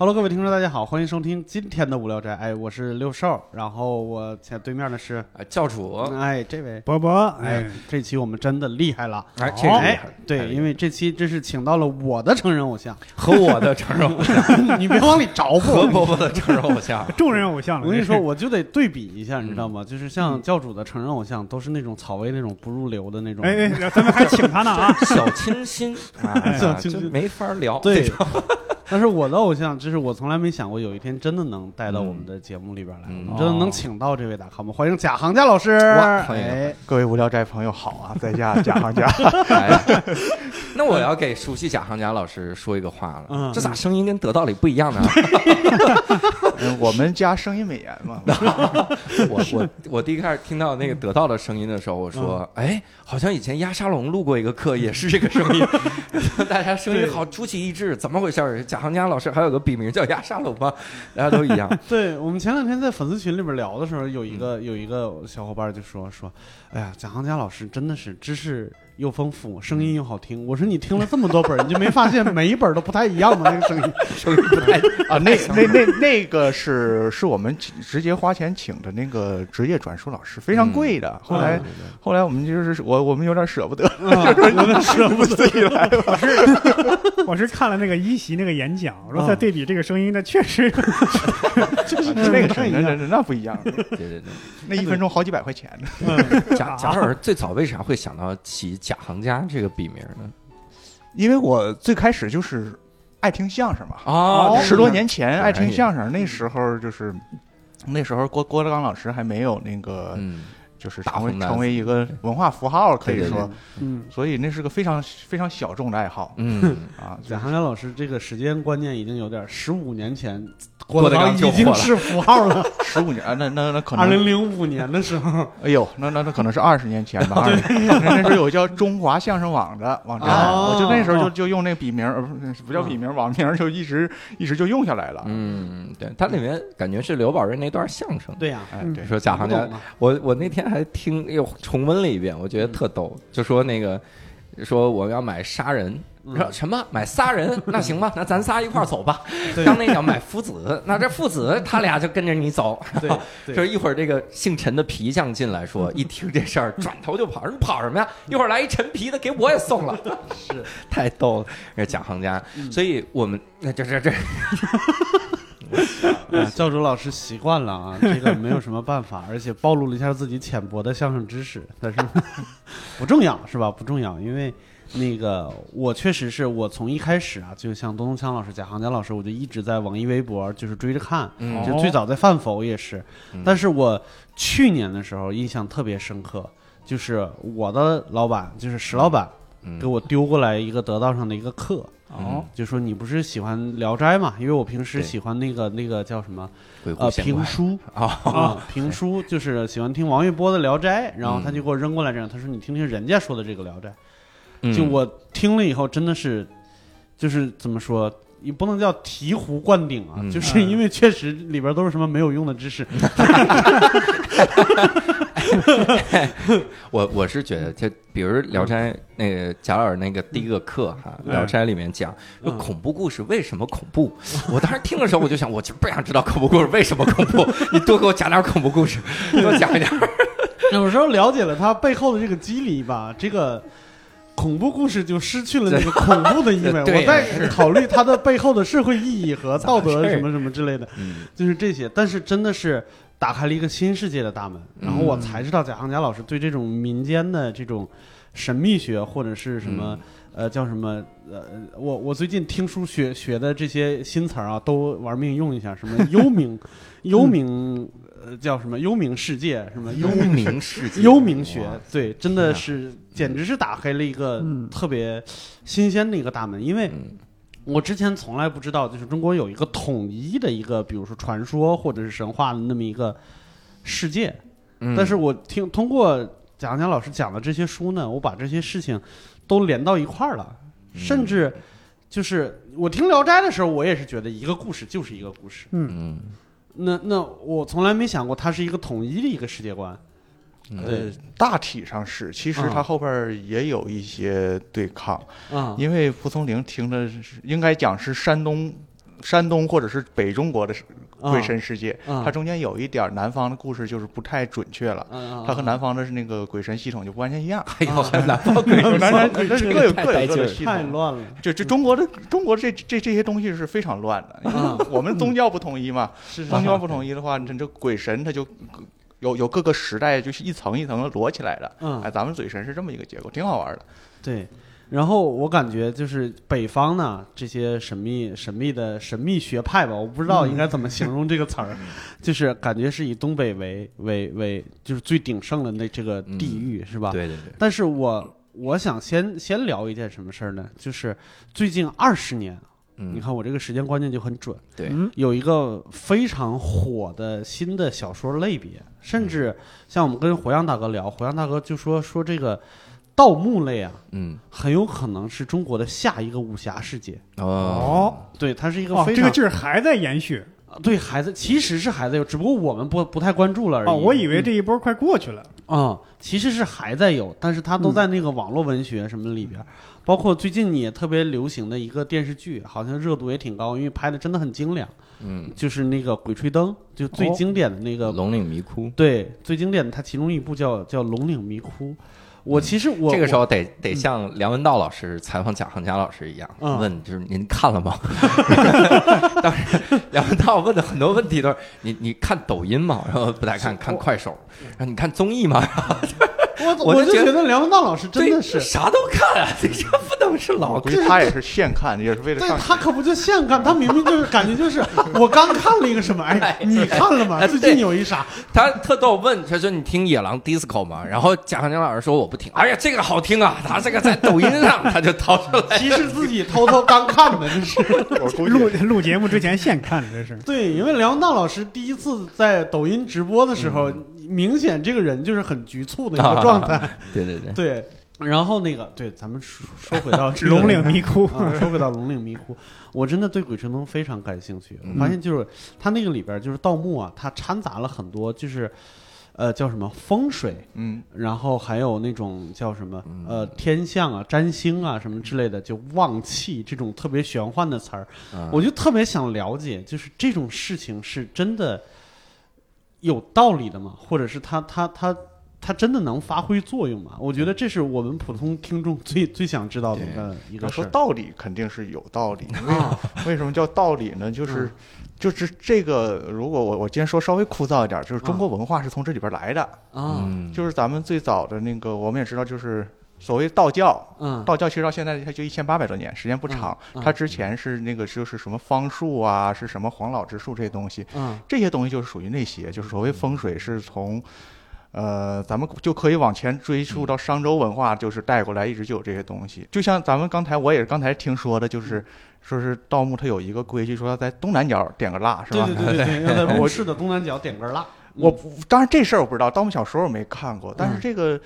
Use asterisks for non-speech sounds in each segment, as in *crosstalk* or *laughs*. Hello，各位听众，大家好，欢迎收听今天的无聊斋。哎，我是六兽，然后我前对面的是，啊教主，哎，这位，伯伯，哎哎，，这期我们真的厉害了。 *laughs* 哎，这个厉哎害，对，因为这期真是请到了我的成人偶像，和我的成人偶 *laughs* 像，你别往里找和我。伯伯的成人偶 *laughs* 像，众人偶像了。我跟你这说，是，我就得对比一下，你知道吗？就是像教主的成人偶像，都是那种草薇那种不入流的那种。哎哎，咱们还请他呢啊！小清新啊， *laughs* 小清新就没法聊。对， *laughs* 但是我的偶像，就是我从来没想过有一天真的能带到我们的节目里边来，嗯我们真的能请到这位大咖吗？欢迎贾行家老师，哇欢迎哎各位无聊斋朋友好 *laughs* 啊，在下贾行家。 *laughs* 哎，那我要给熟悉贾行家老师说一个话了嗯，这咋声音跟得到里不一样 *laughs* 呢？嗯我们家声音美颜嘛，我我我第一开始听到那个得到的声音的时候，我说，嗯哎，好像以前压沙龙录过一个课，也是这个声 *laughs* 音，大家声音好出奇一致，怎么回事儿？贾行家老师还有个笔名叫压沙龙吗？大家都一 *laughs* 样，对我们前两天在粉丝群里边聊的时候，有一嗯个、有一个小伙伴就说说，哎呀，贾行家老师真的是知识又丰富，声音又好听。我说你听了这么多本儿，你就没发现每一本儿都不太一样吗？那 *laughs* 个声音，声音不太 *laughs* 啊， *laughs* 那那那那个是是我们请直接花钱请的那个职业转述老师，非常贵的。后来后来我们就是我我们有点舍不得，嗯我是不自己 *laughs* 来吧。我是看了那个一席那个演讲，我说再对比这个声音，那确实就是嗯那个声音，那那那不一 *laughs* 样，对对对。那一分钟好几百块钱呢。 *laughs* 贾贾老师最早为啥会想到起贾行家这个笔名呢？ *laughs* 因为我最开始就是爱听相声嘛，哦十多年前爱听相声，那时候就是那时候郭郭德纲老师还没有那个嗯，就是大成为红男成子为一个文化符号，可以对对说，嗯，所以那是个非常非常小众的爱好嗯，啊。就是贾行家老师这个时间观念已经有点十五年前， *laughs* 郭德纲就已火经了，是符号了。 *laughs* 十五年，啊那那那可二能，零零五年的时候，哎呦，那那那可能是二十年前哦吧。二十那时候有叫中华相声网的网站，哦我就那时候就就用那笔名，呃不是不叫笔名，网名就一直一直就用下来了。嗯，对，它里面感觉是刘宝瑞那段相声。对呀、哎，嗯对你，说贾行不家懂吗，啊我我那天还听又重温了一遍，我觉得特逗，就说那个说我要买杀人。说什么买仨人？那行吧，那咱仨一块儿走吧。刚那想买父子，那这父子他俩就跟着你走。对对说一会儿这个姓陈的皮匠进来 *laughs* 说，一听这事儿，转头就跑，说你跑什么呀？嗯一会儿来一陈皮的，给我也 *laughs* 送了，是太逗了，这贾行家。嗯所以我们那这这这，啊教主老师习惯了啊，这个没有什么办法，而且暴露了一下自己浅薄的相声知识，但是 *laughs* 不重要是吧？不重要，因为那个我确实是我从一开始啊，就像东东锵老师、贾行家老师，我就一直在网易微博就是追着看，嗯就最早在饭否也是，但是我去年的时候印象特别深刻，就是我的老板就是石老板嗯给我丢过来一个得道上的一个课，哦，就说你不是喜欢《聊斋》嘛？因为我平时对喜欢那个那个叫什么鬼呃狐仙评怪书啊，啊，评书就是喜欢听王玥波的《聊嗯斋》，然后他就给我扔过来这样，他说你听听人家说的这个《聊斋》，就嗯我听了以后真的是，就是怎么说？也不能叫醍醐灌顶啊，嗯就是因为确实里边都是什么没有用的知识，我我是觉得，就比如《聊斋》那个贾老师那个第一个课哈，嗯聊斋》里面讲，就恐怖故事为什么恐怖？我当时听的时候我就想，我就不想知道恐怖故事为什么恐 *laughs* 怖，你多给我讲点恐怖故事，多讲一点。 *laughs* 有时候了解了它背后的这个机理吧，这个恐怖故事就失去了那个恐怖的意味。对我在考虑它的背后的社会意义和道 *laughs* 咋德回事什么什么之类的，嗯就是这些。但是真的是打开了一个新世界的大门，然后我嗯才知道贾行家老师对这种民间的这种神秘学或者是什嗯么、呃叫什么呃，我我最近听书学学的这些新词儿啊，都玩命用一下，什么幽冥， *laughs* 幽冥。呃，叫什么幽冥世界？什么幽幽冥世界，嗯幽冥学哇，对，真的是简直是打开了一个嗯特别新鲜的一个大门，因为我之前从来不知道，就是中国有一个统一的一个，比如说传说或者是神话的那么一个世界，嗯但是我听通过贾行家老师讲的这些书呢，我把这些事情都连到一块儿了，甚至就是我听《聊斋》的时候，我也是觉得一个故事就是一个故事。 *laughs* 嗯，那那我从来没想过它是一个统一的一个世界观。嗯对大体上是，其实它啊后边儿也有一些对抗，啊，因为蒲松龄听着是应该讲是山东、山东或者是北中国的啊鬼神世界，嗯啊它中间有一点儿南方的故事就是不太准确了，嗯啊它和南方的是那个鬼神系统就不完全一样，还有还有南方鬼神南方那 *laughs* 是各有太各带有劲各儿的了系太统。乱了。这这中国的中国这这这些东西是非常乱 *laughs* 的，因啊嗯为我们宗教不统一嘛，是是宗教不统一的话，你这鬼神它就有有各个时代就是一层一层的摞起来的。嗯哎，咱们嘴神是这么一个结构，挺好玩的。对，然后我感觉就是北方呢，这些神秘神秘的神秘学派吧，我不知道应该怎么形容这个词嗯儿，就是感觉是以东北为为为就是最鼎盛的那这个地域、是嗯吧？。对对对，但是我我想先先聊一件什么事儿呢？就是最近二十年，你嗯，看我这个时间观念就很准，对嗯有一个非常火的新的小说类别，嗯甚至像我们跟火阳大哥聊，火阳大哥就说说这个盗墓类啊。嗯，很有可能是中国的下一个武侠世界。哦，哦，对，它是一个哦，非这常、个劲儿还在延续对孩子，其实是孩子有，只不过我们不不太关注了而已。哦，我以为这一波快过去了。啊、其实是还在有，但是它嗯都在那个网络文学什么里边儿，包括最近也特别流行的一个电视剧，好像热度也挺高，因为拍的真的很精良，嗯，就是那个《鬼吹灯》，就最哦经典的那个。龙岭迷窟，对，最经典的，它其中一部叫叫《龙岭迷窟》。我其实我这个时候候得得像梁文道老师采访贾行家老师一样，嗯问就是您看了吗？ *laughs* 当时梁文道问的很多问题都是你你看抖音吗？然后不太看，看快手，然后你看综艺吗？我我就就觉觉得梁文道老师真的这是啥都看啊，这这不能是老我估计他也是现看，也是为了对上。他可不就现看，他明明就是感觉就是我刚看了一个什么，哎，你看了吗？哎最近有一啥？他特逗问，他说你听野狼 disco 吗？然后贾行家老师说我不听，哎呀这个好听啊，他这个在抖音上 *laughs* 他就掏出来，其实自己偷偷刚看的，这 *laughs* 是我 *laughs* 估录计录节目之前现看的，这是对，因为梁文道老师第一次在抖音直播的时候，明显这个人就是很局促的一个 *laughs* 状态。对对对，对，然后那个对，咱们说说回到龙岭迷窟。啊，说回到龙岭迷窟，我真的对鬼吹灯非常感兴趣。我发现就是它那个里边就是盗墓啊，它掺杂了很多就是，呃，叫什么风水，嗯，然后还有那种叫什么呃天象啊、占星啊什么之类的，就旺气这种特别玄幻的词儿，嗯我就特别想了解，就是这种事情是真的有道理的吗？或者是它它它它真的能发挥作用吗？我觉得这是我们普通听众最最想知道的一个一要个事说儿道理肯定是有道理。 *laughs* 啊，为什么叫道理呢？就是嗯，就是这个。如果我我今天说稍微枯燥一点，就是中嗯国文化是从这里边来的。啊，嗯就是咱们最早的那个，我们也知道，就是所谓道教，嗯道教其实到现在它就一千八百多年，时间不长。嗯嗯它之前是那个就是什么方术啊，是什么黄老之术这些东西，嗯这些东西就是属于那些，就是所谓风水是从。呃，咱们就可以往前追溯到商周文化，就是带过来一直就有这些东西。就像咱们刚才，我也是刚才听说的，嗯就是说是盗墓它有一个规矩，说要在东南角点个蜡，是对吧？对对对对，要在卧室的东南角点根蜡，我不当然这事儿我不知道，盗墓小说我没看过，但是嗯这个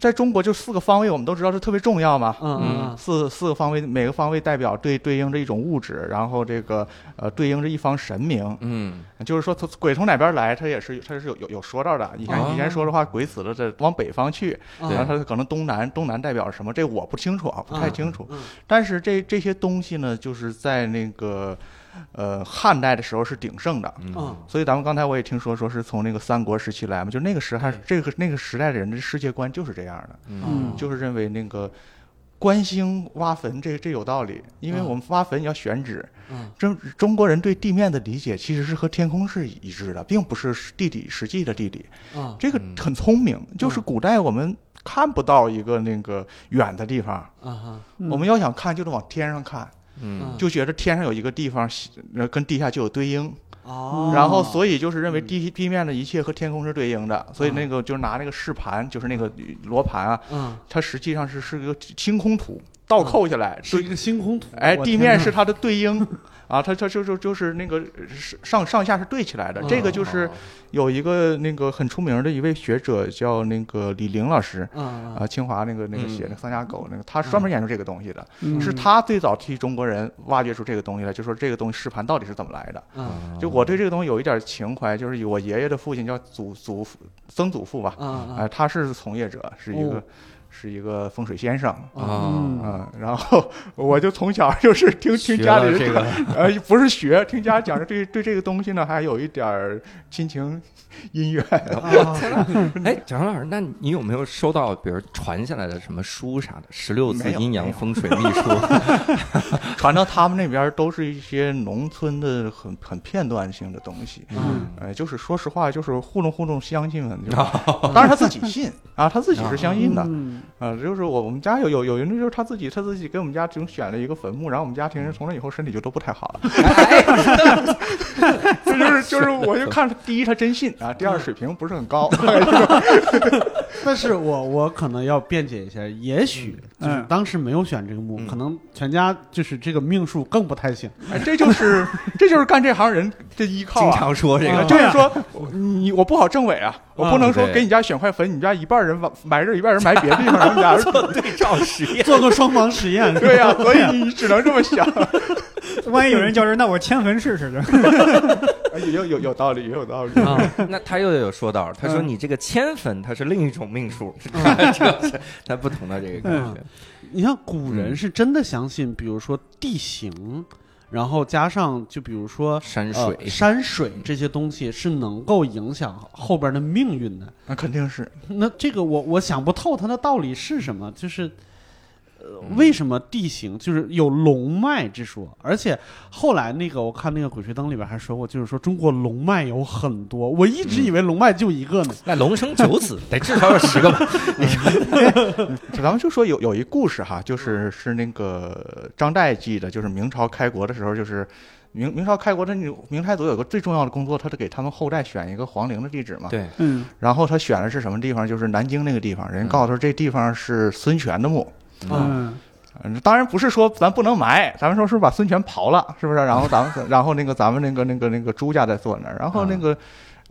在中国就四个方位，我们都知道是特别重要嘛。嗯嗯四四个方位，每个方位代表对对应着一种物质，然后这个呃对应着一方神明，嗯就是说它鬼从哪边来，它也是它是有有有说道的。以前哦以前说的话，鬼死了这往北方去，嗯然后对它可能东南东南代表什么，这我不清楚啊，不太清楚。嗯但是这这些东西呢，就是在那个呃汉代的时候是鼎盛的，嗯嗯所以咱们刚才我也听说，说是从那个三国时期来嘛，就那个时还对这个那个时代的人的世界观就是这样的，嗯就是认为那个观星挖坟这这有道理，因为嗯我们挖坟要选址，嗯中中国人对地面的理解其实是和天空是一致的，并不是地理实际的地理，嗯这个嗯很聪明，就是古代我们看不到一个那个远的地方，啊嗯我们要想看就得往天上看，嗯就觉得天上有一个地方呃跟地下就有对应。哦，然后，所以就是认为地地面的一切和天空是对应的，所以那个就是拿那个试盘，就是那个罗盘啊，嗯它实际上是是一个清空图。倒扣下来，是一个星空图。哎，我地天面哪是它的对应啊，它它就就就是那个是上上下是对起哦来的。这个就是有一个那个很出名的一位学者叫那个李玲老师啊啊，清华那个那个嗯写那个三峡狗那个，他专门研究这个东西的，嗯是他最早替中国人挖掘出这个东西来，就说这个东西石盘到底是怎么来的。啊哦就我对这个东西有一点情怀，就是我爷爷的父亲叫祖祖父曾祖父吧，啊啊哎，他是从业者，是一哦个是一个风水先生。嗯啊，啊、然后 *laughs* 我就从小就是听听学家了里人这讲个， *laughs* 呃，不是学，听家讲着对对这个东西呢，还有一点儿亲情姻缘。 *laughs* 啊！哎，蒋老师，那你有没有收到，比如传下来的什么书啥的，十六字没有阴没阳有风水秘术？传到他们那边儿都是一些农村的很很片段性的东西。嗯呃，就是说实话，就是糊弄糊弄乡亲们，就是当然他自己信啊，他自己是相信的嗯啊。就是我我们家有有有人就是他自己他自己给我们家总选了一个坟墓，然后我们家庭人从那以后身体就都不太好了。 *laughs* 这就是就是，我就看第一他真信啊，第二水平不是很 *laughs* 高。但是我我可能要辩解一下，也许就是嗯当时没有选这个墓，嗯可能全家就是这个命数更不太行。哎，这就是这就是干这行人的依 *laughs* 靠经啊。常说这啊个，就是说，我你我不好政委啊，我不能说对给你家选块坟，你们家一半人往埋这，一半人埋别的地方， *laughs* 然后俩人对照实验。做个双盲实验，对啊呀、所以你只能这么想。万一有人叫人，那我迁坟试试去。 *laughs* 哎也有有有道理，也有道理。啊， *laughs* 那他又有说到，他说嗯你这个迁坟，它是另一种命数，嗯 *laughs* 这是它不同的这个感觉。你像古人是真的相信，比如说地形，然后加上就比如说山哦呃水山水这些东西是能够影响后边的命运的。那啊肯定是，那这个我我想不透它的道理是什么，就是。呃，嗯为什么地形就是有龙脉之说？而且后来那个我看那个《鬼吹灯》里边还说过，就是说中国龙脉有很多，我一嗯直以为龙脉就一个呢。那龙生九子， *laughs* 得至少有十个吧？咱们就说有有一故事哈，就是是那个张岱记的，就是明朝开国的时候，就是明明朝开国的那种明太祖有个最重要的工作，他得给他们后代选一个皇陵的地址嘛。对，嗯然后他选的是什么地方？就是南京那个地方，人告诉他这地方是孙权的墓。嗯嗯嗯，当然不是说咱不能埋，咱们说是把孙权刨了，是不是？然后咱们，然后那个咱们那个那个那个朱家再坐那儿，然后那个。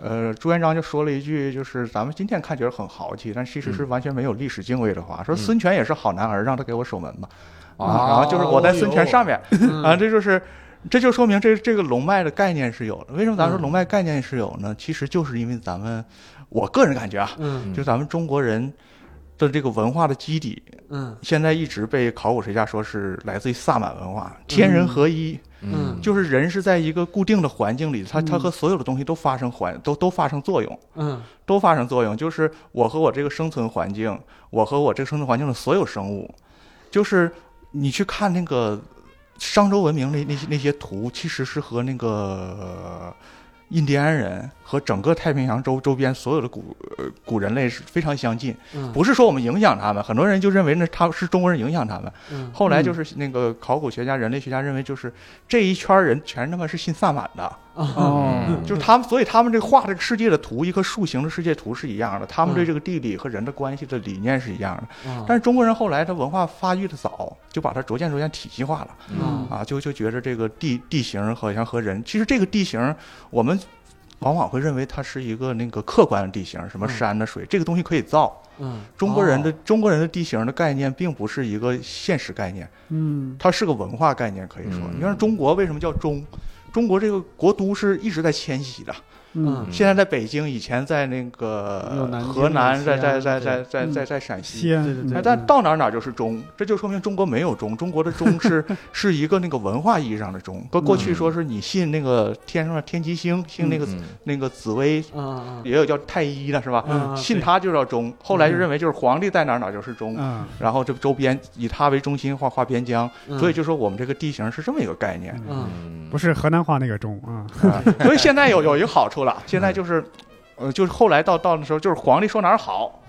呃，朱元璋就说了一句，就是咱们今天看觉得很豪气，但其实是完全没有历史敬畏的话。说孙权也是好男儿，让他给我守门吧。啊，然后就是我在孙哦权 *laughs* 上面嗯啊，这就是，这就说明这这个龙脉的概念是有的。为什么咱说嗯龙脉概念是有呢？其实就是因为咱们，我个人感觉啊，嗯嗯就咱们中国人的这个文化的基底，嗯现在一直被考古学家说是来自于萨满文化，天人合一，嗯，就是人是在一个固定的环境里，它它和所有的东西都发生环都都发生作用，嗯都发生作用。就是我和我这个生存环境，我和我这个生存环境的所有生物，就是你去看那个商周文明那那些那些图，其实是和那个。印第安人和整个太平洋周周边所有的古、呃、古人类是非常相近，嗯不是说我们影响他们，很多人就认为那他是中国人影响他们。嗯后来就是那个考古学家、人类学家认为，就是这一圈人全他妈是信萨满的，嗯就是他们，所以他们这画这个世界的图，一棵树形的世界图是一样的，他嗯们对这个地理和人的关系的理念是一样的。但是中国人后来他文化发育的早，就把它逐渐逐渐体系化了嗯啊，就就觉得这个地地形好像和人，其实这个地形我们往往会认为它是一个那个客观的地形，什么嗯山的水，这个东西可以造。嗯，中国哦人的、中国人的地形的概念并不是一个现实概念，嗯它是个文化概念，可以说。嗯你看中国为什么叫中？中国这个国都是一直在迁徙的，嗯，现在在北京，以前在那有个南京河南，西在安在在对在在在嗯在陕西。西安对对对哎嗯但到哪儿哪儿就是中，这就说明中国没有中。中国的 *laughs* 中是是一个那个文化意义上的中。过过去嗯说是你信那个天上的天机星，信那个嗯那个紫薇，啊也有叫太一的是吧？啊，信他就叫中。后来就嗯认为就是皇帝在哪儿哪儿就是中。啊然后这周边以它为中心画画边疆，所以就说我们这个地形是这么一个概念。嗯嗯不是河南话那个中啊，啊所以现在有有一个好处了，现在就是，呃，就是后来到到那时候，就是皇帝说哪儿好，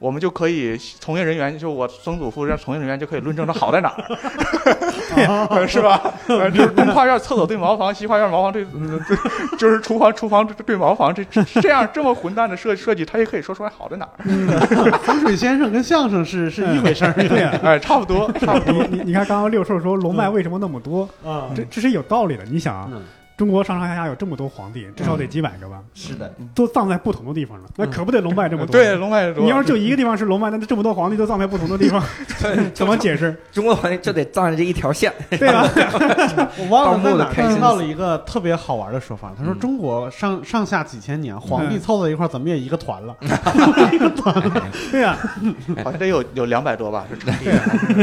我们就可以从业人员，就我曾祖父让从业人员就可以论证它好在哪儿，啊是吧？呃就是东跨院厕所对茅房，西跨院茅房对，嗯对就是厨房厨房对茅房，这这样这么混蛋的设设计，他也可以说出来好在哪儿。风水先生跟相声是是一回事儿， *laughs* 对呀。哎，差不多，差 *laughs* 不多。你你你看，刚刚六兽说龙脉为什么那么多，啊这这是有道理的。你想啊，嗯，中国上上下下有这么多皇帝，至少得几百个吧，是的，都葬在不同的地方了，那可不得龙脉这么多。对，，龙脉你要是就一个地方是龙脉，那这么多皇帝都葬在不同的地方，怎么解释？中国好像就得葬在这一条线，对啊，我忘了盗在墓的哪儿开心看到死了一个特别好玩的说法，他说嗯中国上上下几千年，皇帝嗯凑到一块儿怎么也一个团了，对啊，好像得有有两百多吧，是成立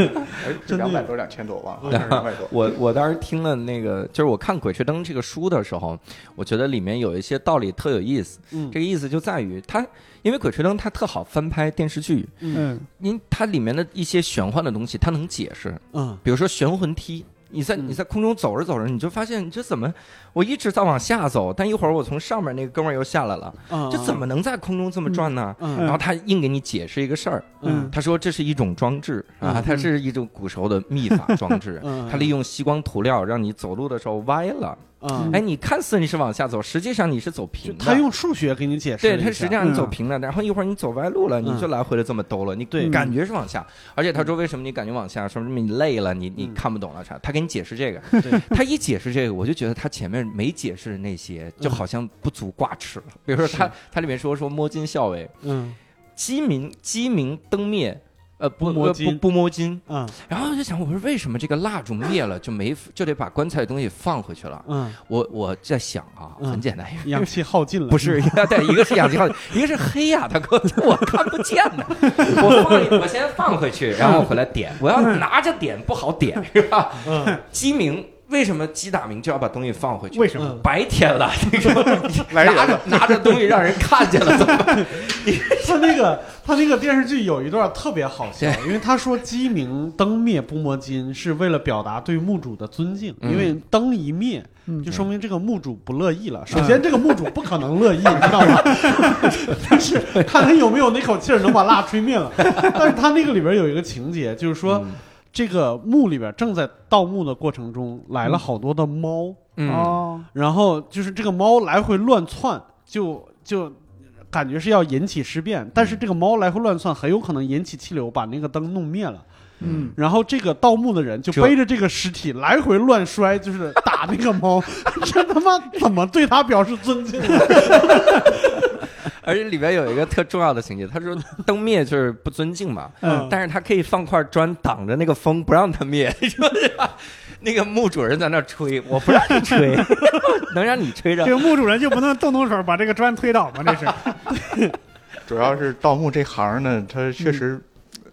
的， *laughs* 真的两有百多两千多吧，好像是两百多。我我当时听了那个，就是我看《鬼吹灯》这个书的时候，我觉得里面有一些道理特有意思。嗯这个意思就在于它，因为《鬼吹灯》它特好翻拍电视剧，嗯，因它里面的一些玄幻的东西它能解释，嗯比如说悬魂梯。你在嗯你在空中走着走着，你就发现你这怎么，我一直在往下走，但一会儿我从上面那个哥们儿又下来了，嗯，这怎么能在空中这么转呢？嗯然后他硬给你解释一个事儿，嗯他说这是一种装置啊嗯，，它是一种古时候的秘法装置 *laughs* 嗯它利用吸光涂料让你走路的时候歪了。嗯，哎，你看似你是往下走，实际上你是走就平的。他用数学给你解释了对，一下，它实际上你走平了，然后一会儿你走歪路了，你就来回的这么兜了，你嗯对感觉是往下。而且他说为什么你感觉往下，说明你累了，你你嗯看不懂了啥？他给你解释这个对，他一解释这个，我就觉得他前面没解释的那些嗯就好像不足挂齿了。比如说他他里面说说摸金校尉，嗯鸡鸣鸡鸣灯灭，呃不不摸呃金不不摸金。嗯然后我就想，我说为什么这个蜡烛灭了就没就得把棺材的东西放回去了？嗯，我我在想啊，嗯很简单，氧气耗尽了，嗯不是， *laughs* 对，一个是氧气号，一个是黑呀、大哥，我看不见呢。我放，我先放回去，然后回来点。我要拿着点不好点，是吧？嗯 *laughs* 鸡鸣为什么鸡打鸣就要把东西放回去？为什么？嗯白天了，你说来人拿着拿着东西让人看见了，怎么办？他那个他那个电视剧有一段特别好笑，对因为他说鸡鸣灯灭不摸金是为了表达对墓主的尊敬，嗯因为灯一灭。嗯就说明这个墓主不乐意了。嗯首先，这个墓主不可能乐意，你知道吗？ *laughs* 但是看他有没有那口气儿能把蜡吹灭了。但是他那个里边有一个情节，就是说嗯这个墓里边正在盗墓的过程中来了好多的猫，嗯，哦，然后就是这个猫来回乱窜，就就感觉是要引起尸变，但嗯是这个猫来回乱窜，很有可能引起气流，把那个灯弄灭了。嗯，然后这个盗墓的人就这背着这个尸体来回乱摔，就是打那个 *laughs* 猫，这他妈怎么对他表示尊敬啊？而且里边有一个特重要的情节，他说灯灭就是不尊敬嘛，嗯但是他可以放块砖挡着那个风，不让它灭， *laughs* 你说是吧？那个墓主人在那吹，我不让你吹， *laughs* 能让你吹着这。个墓主人就不能动动手把这个砖推倒吗？这是， *laughs* 主要是盗墓这行呢，它确嗯实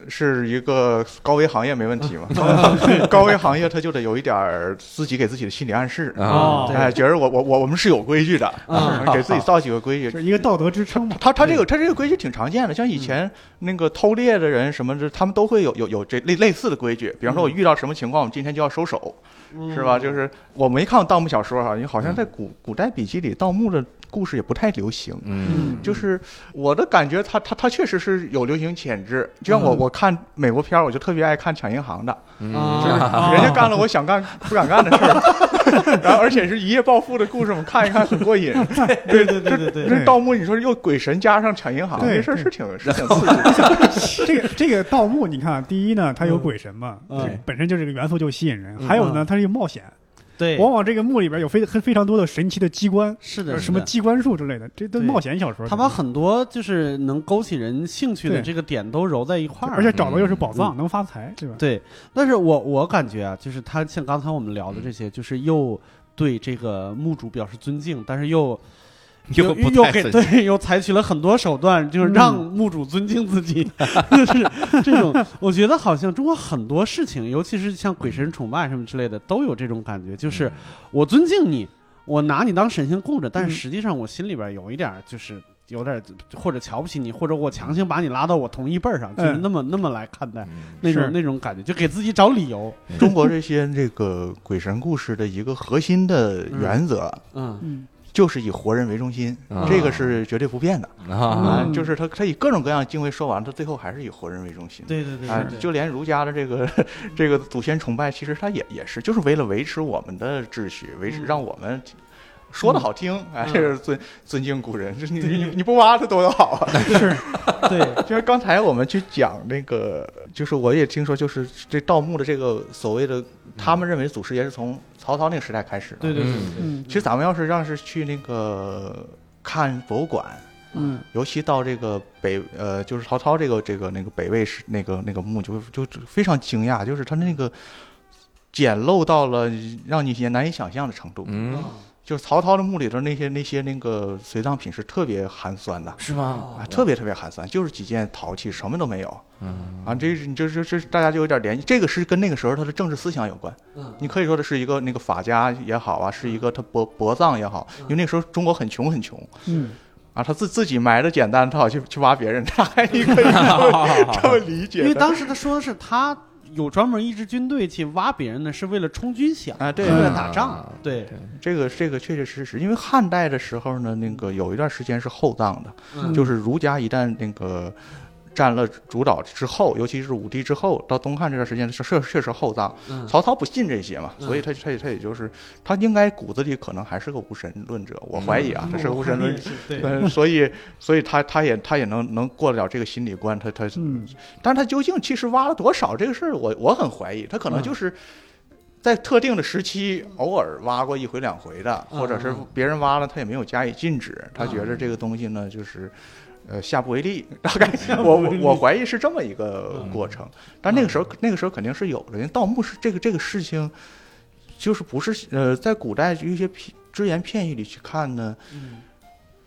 是一个高危行业，没问题 *laughs* 嘛。 *laughs* 高危行业它就得有一点儿自己给自己的心理暗示， *laughs* 哦啊对哎，觉得我我我我们是有规矩的，啊给自己造几个规就矩。是一个道德支撑嘛。他他这个他这个规矩挺常见的，像嗯以前那个偷猎的人什么的，他们都会有有有这类类似的规矩。比方说，嗯我遇到什么情况，我们今天就要收手，是吧？就是我没看过盗墓小说啊哈，因为好嗯像在古古代笔记里，盗墓的故事也不太流行。嗯就是我的感觉它，它它确实是有流行潜质。就像我、嗯我看美国片儿，我就特别爱看抢银行的，嗯啊人家干了我想干 *laughs* 不敢干的事儿， *laughs* 然后而且是一夜暴富的故事，我们看一看很过 *laughs* 瘾。 *laughs* 对对对对对这盗墓，你说又鬼神加上抢银行，对这事儿是挺是挺刺激 *laughs* 的。这个这个盗墓，你看，啊第一呢，它有嗯鬼神嘛，嗯这本身就这个元素就吸引人；嗯还有呢，它是一个冒险，对，往往这个墓里边有非非常多的神奇的机关，是的，什么是的机关术之类的，这都对冒险小说。他把很多就是能勾起人兴趣的对这个点都揉在一块儿，嗯而且找的又是宝藏，能发财，对吧？对，但是我我感觉啊，就是他像刚才我们聊嗯的这些，就是又对这个墓主表示尊敬，但是又 *laughs* 又又不又太给尊对又采取了很多手段，就是嗯让墓主尊敬自己， *laughs* 就是这种。我觉得好像中国很多事情，尤其是像鬼神崇拜什么之类的，都有这种感嗯觉，就是我尊敬你，我拿你当神仙供着，但嗯是实际上我心里边有一点儿就是。有点儿或者瞧不起你，或者我强行把你拉到我同一辈儿上，就是嗯那么、那么来看待嗯那是种那种感觉，就给自己找理由。中国这些这个鬼神故事的一个核心的原则，嗯 *laughs* 嗯，就是以活人为中心，啊这个是绝对不变的啊，啊嗯。就是他他以各种各样的敬畏说完，他最后还是以活人为中心。对对对，啊嗯对，就连儒家的这个这个祖先崇拜，其实他也也是，就是为了维持我们的秩序，维持嗯让我们说的好听，哎，嗯这是尊尊敬古人，这 *laughs* 你你你不挖他多好啊！ *laughs* 是，对，就是刚才我们去讲那个，就是我也听说，就是这盗墓的这个所谓的，他们认为祖师爷是从曹操那个时代开始嗯的。对对对嗯对，嗯其实咱们要是让是去那个看博物馆，嗯尤其到这个北呃，就是曹操这个这个那个北魏时那个那个墓，就就就非常惊讶，就是他那个简陋到了让你也难以想象的程度。嗯，就是曹操的墓里头那些那些那个随葬品是特别寒酸的。是吗？啊，特别特别寒酸，就是几件陶器，什么都没有嗯啊！这是你这这这，大家就有点联系，这个是跟那个时候他的政治思想有关。嗯你可以说的是一个那个法家也好啊，是一个他薄薄葬也好，因为那时候中国很穷很穷，嗯，啊，他自自己埋的简单，他好去去挖别人，他还可以这么这么理解因的。为当时他说的是他有专门一支军队去挖别人呢，是为了充军饷，啊，对是为了对，打仗，对，这个这个确确实实，因为汉代的时候呢，那个有一段时间是厚葬的，嗯就是儒家一旦那个占了主导之后，尤其是武帝之后，到东汉这段时间是确确实厚葬。嗯曹操不信这些嘛，嗯所以他他也他也就是他应该骨子里可能还是个无神论者，我怀疑啊，他是个无神论者。，对，嗯，所以，所以他他也他也能能过得了这个心理关，他他嗯但是他究竟其实挖了多少这个事儿，我我很怀疑，他可能嗯就是在特定的时期偶尔挖过一回两回的，嗯或者是别人挖了他也没有加以禁止，他觉得这个东西呢就是。呃，下不为例，大概嗯我我我怀疑是这么一个过程，但那个时嗯候那个时候肯定是有的，因为盗墓是这个这个事情，就是不是呃，在古代一些片只言片语里去看呢，嗯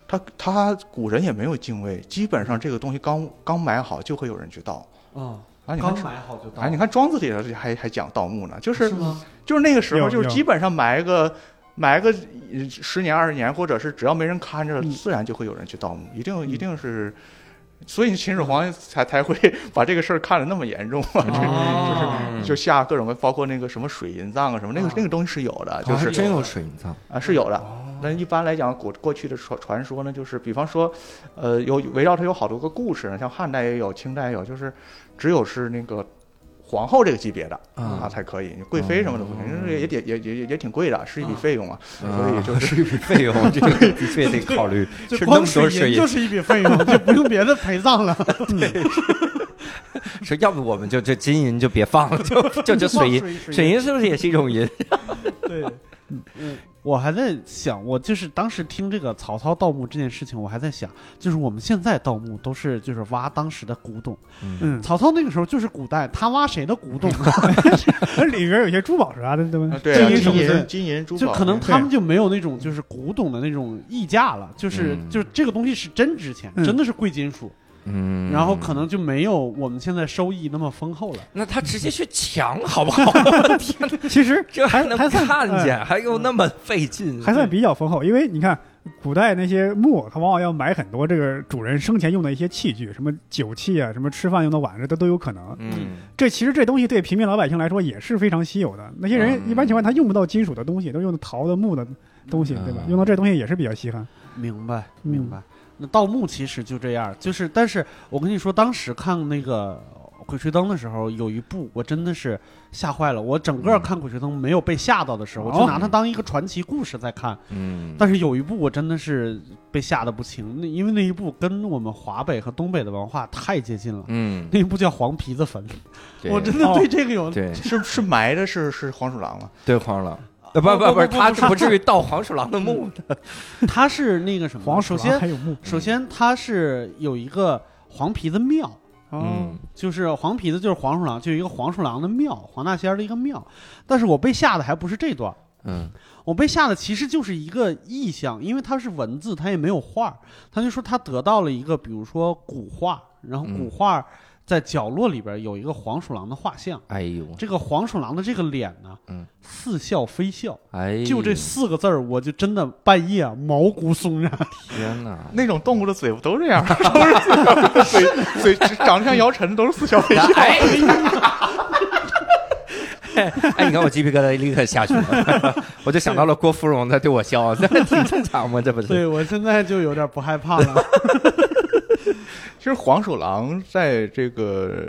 他他古人也没有敬畏，基本上这个东西刚刚买好就会有人去盗，嗯，啊，你看刚，买好就到，哎，你看庄子里头还还讲盗墓呢，就是吗？就是那个时候，有就是有基本上埋个埋个呃十年二十年，或者是只要没人看着，嗯自然就会有人去盗墓，一嗯定一定是，所以秦始皇才才会把这个事儿看得那么严重啊，哦， *laughs* 就就下各种包括那个什么水银葬啊什么，那个啊那个东西是有的，就就是是真有水银葬，啊，是有的。但一般来讲，过过去的传传说呢，就是比方说，呃，有围绕它有好多个故事呢，像汉代也有，清代也有，就是只有是那个皇后这个级别的啊才可以，贵妃什么的不行，因为也得也也也也挺贵的，是一笔啊费用啊。所以 *laughs* 就是是一笔费用，这个的确得考虑，就是那光么多水水银银就，是一笔费用，就不用别的陪葬了。是要不我们就这金银就别放了，就就就水银，银水银是不是也是一种银？对，嗯， *laughs* 我还在想，我就是当时听这个曹操盗墓这件事情，我还在想，就是我们现在盗墓都是就是挖当时的古董， *laughs* 嗯，曹操那个时候就是古代，他挖谁的古董？那里边有些珠宝啥的，对吧啊？对啊，金银金首饰银金银珠就宝，可能他们就没有那种就是古董的那种溢价了，就是、嗯就是这个东西是真值钱，嗯真的是贵金属，嗯然后可能就没有我们现在收益那么丰厚了。那他直接去抢好不好？其实这还能还算看见，还又那么费嗯劲，还算比较丰厚，因为你看古代那些墓，它往往要买很多这个主人生前用的一些器具，什么酒器啊，什么吃饭用的碗，这都都有可能。嗯这其实这东西对平民老百姓来说也是非常稀有的。那些人嗯一般情况下他用不到金属的东西，都用的陶的、木的东西，嗯对吧？用到这东西也是比较稀罕。明白，嗯明白。那盗墓其实就这样，就是，但是我跟你说，当时看那个《鬼吹灯》的时候，有一部我真的是吓坏了。我整个嗯看《鬼吹灯》没有被吓到的时候，哦我就拿它当一个传奇故事在看。嗯，但是有一部我真的是被吓得不轻，那因为那一部跟我们华北和东北的文化太接近了。嗯，那一部叫《黄皮子哦坟》，对我真的对这个有对是是埋的是是黄鼠狼吗？对黄鼠狼。不呃不不不不是，他不不至于盗黄鼠狼的墓的。他是那个什么？黄鼠首狼先，还有墓，首先他是有一个黄皮子庙，嗯哦，就是黄皮子就是黄鼠狼，就有一个黄鼠狼的庙，黄大仙儿的一个庙。但是我被吓的还不是这段儿，嗯我被吓的其实就是一个意象，因为它是文字，它也没有画儿。他就说他得到了一个，比如说古画，然后古嗯画在角落里边儿有一个黄鼠狼的画像。哎呦，这个黄鼠狼的这个脸呢，嗯似笑非笑，哎，就这四个字儿，我就真的半夜啊毛骨 *laughs* 悚然。天哪！ *laughs* 那种动物的嘴不都这样吗？ *laughs* 都是 *laughs* 嘴嘴长得像姚晨的都是四小飞哎， *laughs* 哎，你看我鸡皮疙瘩立刻下去了， *laughs* 我就想到了郭芙蓉在对我笑， *laughs* 这挺正常嘛，这不是？对我现在就有点不害怕了。其实黄鼠狼在这个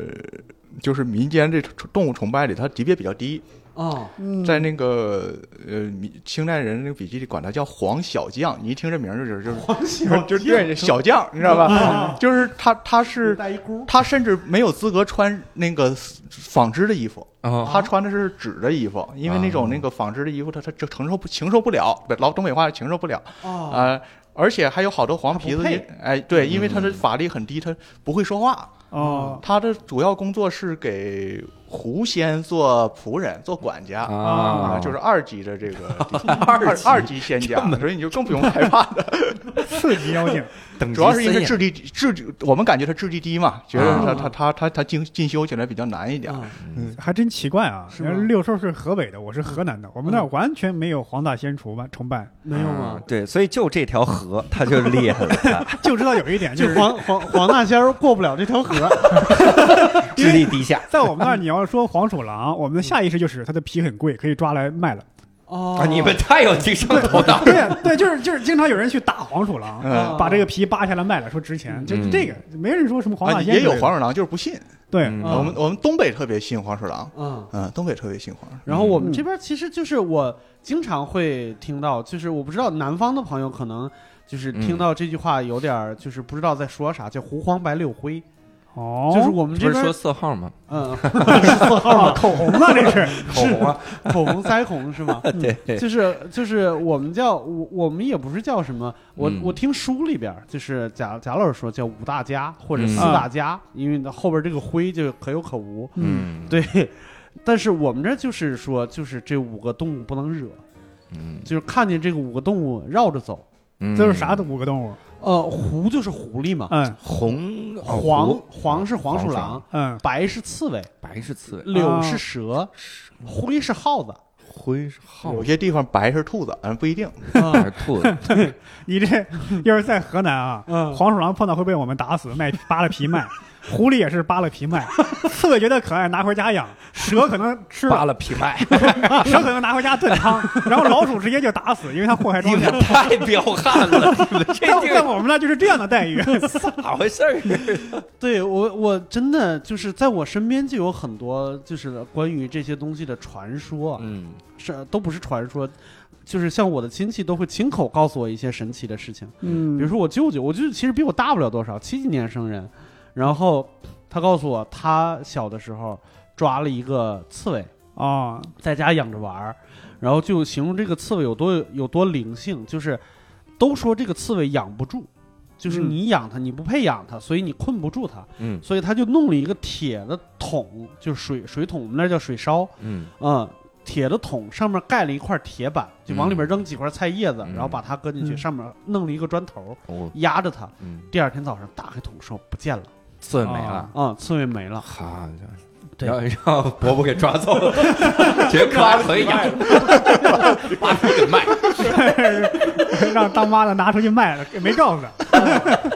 就是民间这动物崇拜里，它级别比较低， *laughs* 哦，嗯在那个呃米清代人那个笔记里管它叫黄小将，你一听这名儿就知道就是黄小嗯就是对小将，你知道吧？就是他他是带一箍，他甚至没有资格穿那个纺织的衣服，哦，他穿的是纸的衣服，因为那种那个纺织的衣服，他他承承受不承受不了，老东北话承受不了啊、哦，而且还有好多黄皮子他不配，嗯哎，对，因为他的法力很低，他不会说话。哦他的主要工作是给狐仙做仆人、做管家啊，就是二级的这个二二级二级仙家，所以你就更不用害怕了。四级妖精，等级主要是因为森智力智力，我们感觉他智力低嘛，觉得他啊他他他他进进修起来比较难一点。啊严还真奇怪啊！是吗人六兽是河北的，我是河南的，我们那儿完全没有黄大仙崇拜崇拜，没有啊吗？对，所以就这条河，他就厉害了，他就知道有 *laughs* 一点就就是黄黄黄大仙儿过不了这条河，智力低下 *laughs* 在我们那儿，你要说黄鼠狼，我们的下意识就是它的皮很贵，可以抓来卖了。哦啊！你们太有经商头脑了，对呀 *laughs* 对，就是就是，经常有人去打黄鼠狼，嗯，啊把这个皮扒下来卖了，说值钱，就是这个，没人说什么黄啊大仙也之类的。有黄鼠狼，就是不信。对，嗯我们我们东北特别信黄鼠狼，嗯。嗯，东北特别信黄鼠狼。然后我们嗯这边其实就是我经常会听到，就是我不知道南方的朋友可能就是听到这句话有点儿就是不知道在说啥，叫胡黄白柳灰，哦，就是我们不这是说边色号吗？嗯是色号啊 *laughs* 吗？口红啊，这是口红啊，口红腮红是吗？ *laughs* 对，就是就是我们叫我我们也不是叫什么，我、嗯我听书里边儿就是贾贾老师说叫五大家或者嗯四大家，因为后边这个灰就可有可无，嗯，对。但是我们这就是说，就是这五个动物不能惹，嗯，就是看见这个五个动物绕着走。嗯这是啥？五个动物？呃，狐就是狐狸嘛，嗯红哦黄啊狐黄是黄鼠黄鼠狼狼，啊嗯，白是刺猬，白是刺猬，柳是蛇，灰是耗子。灰是 *laughs* 耗有些地方白是兔子，嗯，不一定。还是兔子？你这要是在河南啊，嗯黄鼠狼碰到会被我们打死，卖扒了皮卖。狐狸也是扒了皮卖，刺猬觉得可爱拿回家养，蛇可能吃 *laughs* 了，扒了皮卖，蛇可能拿回家炖汤，然后老鼠直接就打死，因为它祸害你庄们稼。太彪悍了， *laughs* 你们这但地在儿我们那儿就是这样的待遇。咋回事儿？对我，我真的就是在我身边就有很多就是关于这些东西的传说，啊嗯是都不是传说，就是像我的亲戚都会亲口告诉我一些神奇的事情。嗯比如说我舅舅，我舅舅其实比我大不了多少，七几年生人，然后他告诉我，他小的时候抓了一个刺猬，啊，在家养着玩儿，然后就形容这个刺猬有多有多灵性，就是都说这个刺猬养不住，就是嗯你养它，你不配养它，所以你困不住它，嗯所以他就弄了一个铁的桶，就是水水桶，我们那叫水烧，嗯嗯，铁的桶上面盖了一块铁板，就往里面嗯扔几块菜叶子，嗯然后把它搁进去，嗯上面弄了一个砖头哦压着它。嗯，第二天早上打开桶的时候不见了，刺猬没了。啊、刺猬没了。好，对让让伯伯给抓走 *laughs* 了，觉得可爱可以养，把它给卖。 *laughs* 让当妈的拿出去卖了，没告诉他。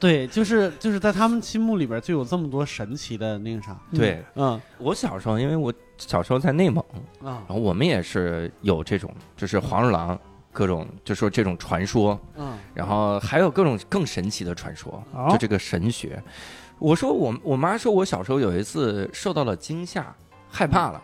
对，就是就是在他们心目里边就有这么多神奇的那个啥， *laughs* 对嗯我小时候，因为我小时候在内蒙，啊然后我们也是有这种，就是黄鼠狼各种，就说这种传说，嗯然后还有各种更神奇的传说，哦就这个神学。我说我我妈说我小时候有一次受到了惊吓，害怕了。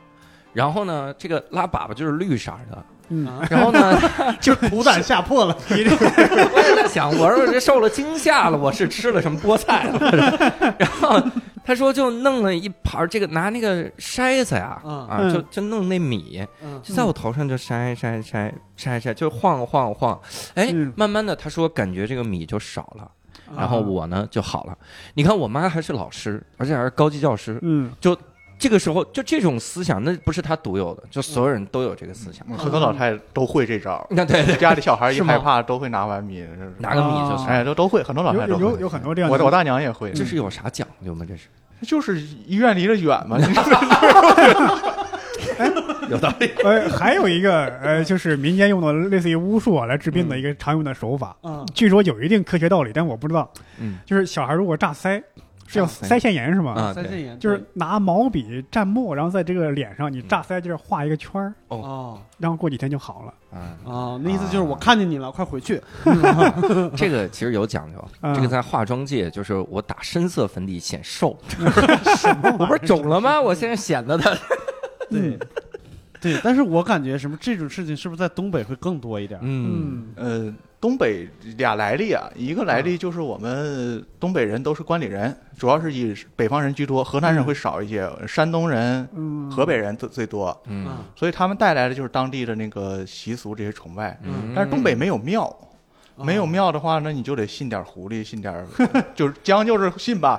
然后呢，这个拉粑粑就是绿色儿的。嗯，啊，然后呢， *laughs* 就是土胆吓破了，你这我也在想，我说这受了惊吓了，我是吃了什么菠菜了？ *laughs* 然后她说就弄了一盘儿这个，拿那个筛子呀，嗯啊，就就弄那米， *laughs* 嗯就在我头上就筛筛筛筛筛，就晃晃晃，哎嗯，慢慢的他说感觉这个米就少了，然啊后我呢就好了。你看我妈还是老师，而且还是高级教师，嗯这个时候就这种思想，那不是她独有的，就所有人都有这个思想。很多老太太都会这招，嗯那对对， *laughs* 家里小孩一是吗害怕都会拿碗米，是不是拿个米就哎，筛，都都会，很多老太太都有会有有很多这样我的。我大娘也会，这是有啥讲究吗？这是就是医院离得远嘛， *laughs* 你有道理。呃，还有一个呃，就是民间用的类似于巫术啊来治病的一个常用的手法，嗯据说有一定科学道理，但我不知道。嗯就是小孩如果炸腮，是叫塞腮腺炎是吗？嗯啊腮对腺炎就是拿毛笔蘸墨，然后在这个脸上你炸腮劲儿画一个圈儿，哦哦然后过几天就好了。啊，哦，那意思就是我看见你了，快回去。 *laughs* 这个其实有讲究，嗯这个在化妆界就是我打深色粉底显瘦，我不是肿了吗？我现在显得它，对嗯对，但是我感觉什么这种事情是不是在东北会更多一点？嗯，嗯呃，东北俩来历啊，一个来历就是我们呃东北人都是关里人，主要是以北方人居多，河南人会少一些，山东人、嗯，河北人最最多，啊嗯，所以他们带来的就是当地的那个习俗这些崇拜。嗯但是东北没有庙，哦没有庙的话，那你就得信点狐狸，信点儿就是将就是信吧，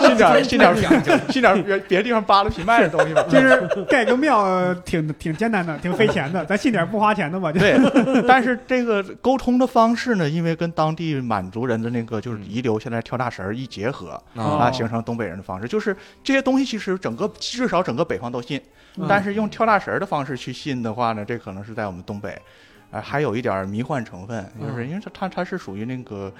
信点儿信点儿信点儿信点儿别别地方扒拉皮卖的东西吧。就是盖个庙呃挺 *laughs* 挺艰难的，挺费钱的，咱信点不花钱的吧。就对，但是这个沟通的方式呢，因为跟当地满族人的那个就是遗留下来跳大神儿一结合啊哦啊，形成东北人的方式，就是这些东西其实整个至少整个北方都信，嗯但是用跳大神儿的方式去信的话呢，这可能是在我们东北，呃，嗯还有一点儿迷幻成分，就是因为它它它是属于那个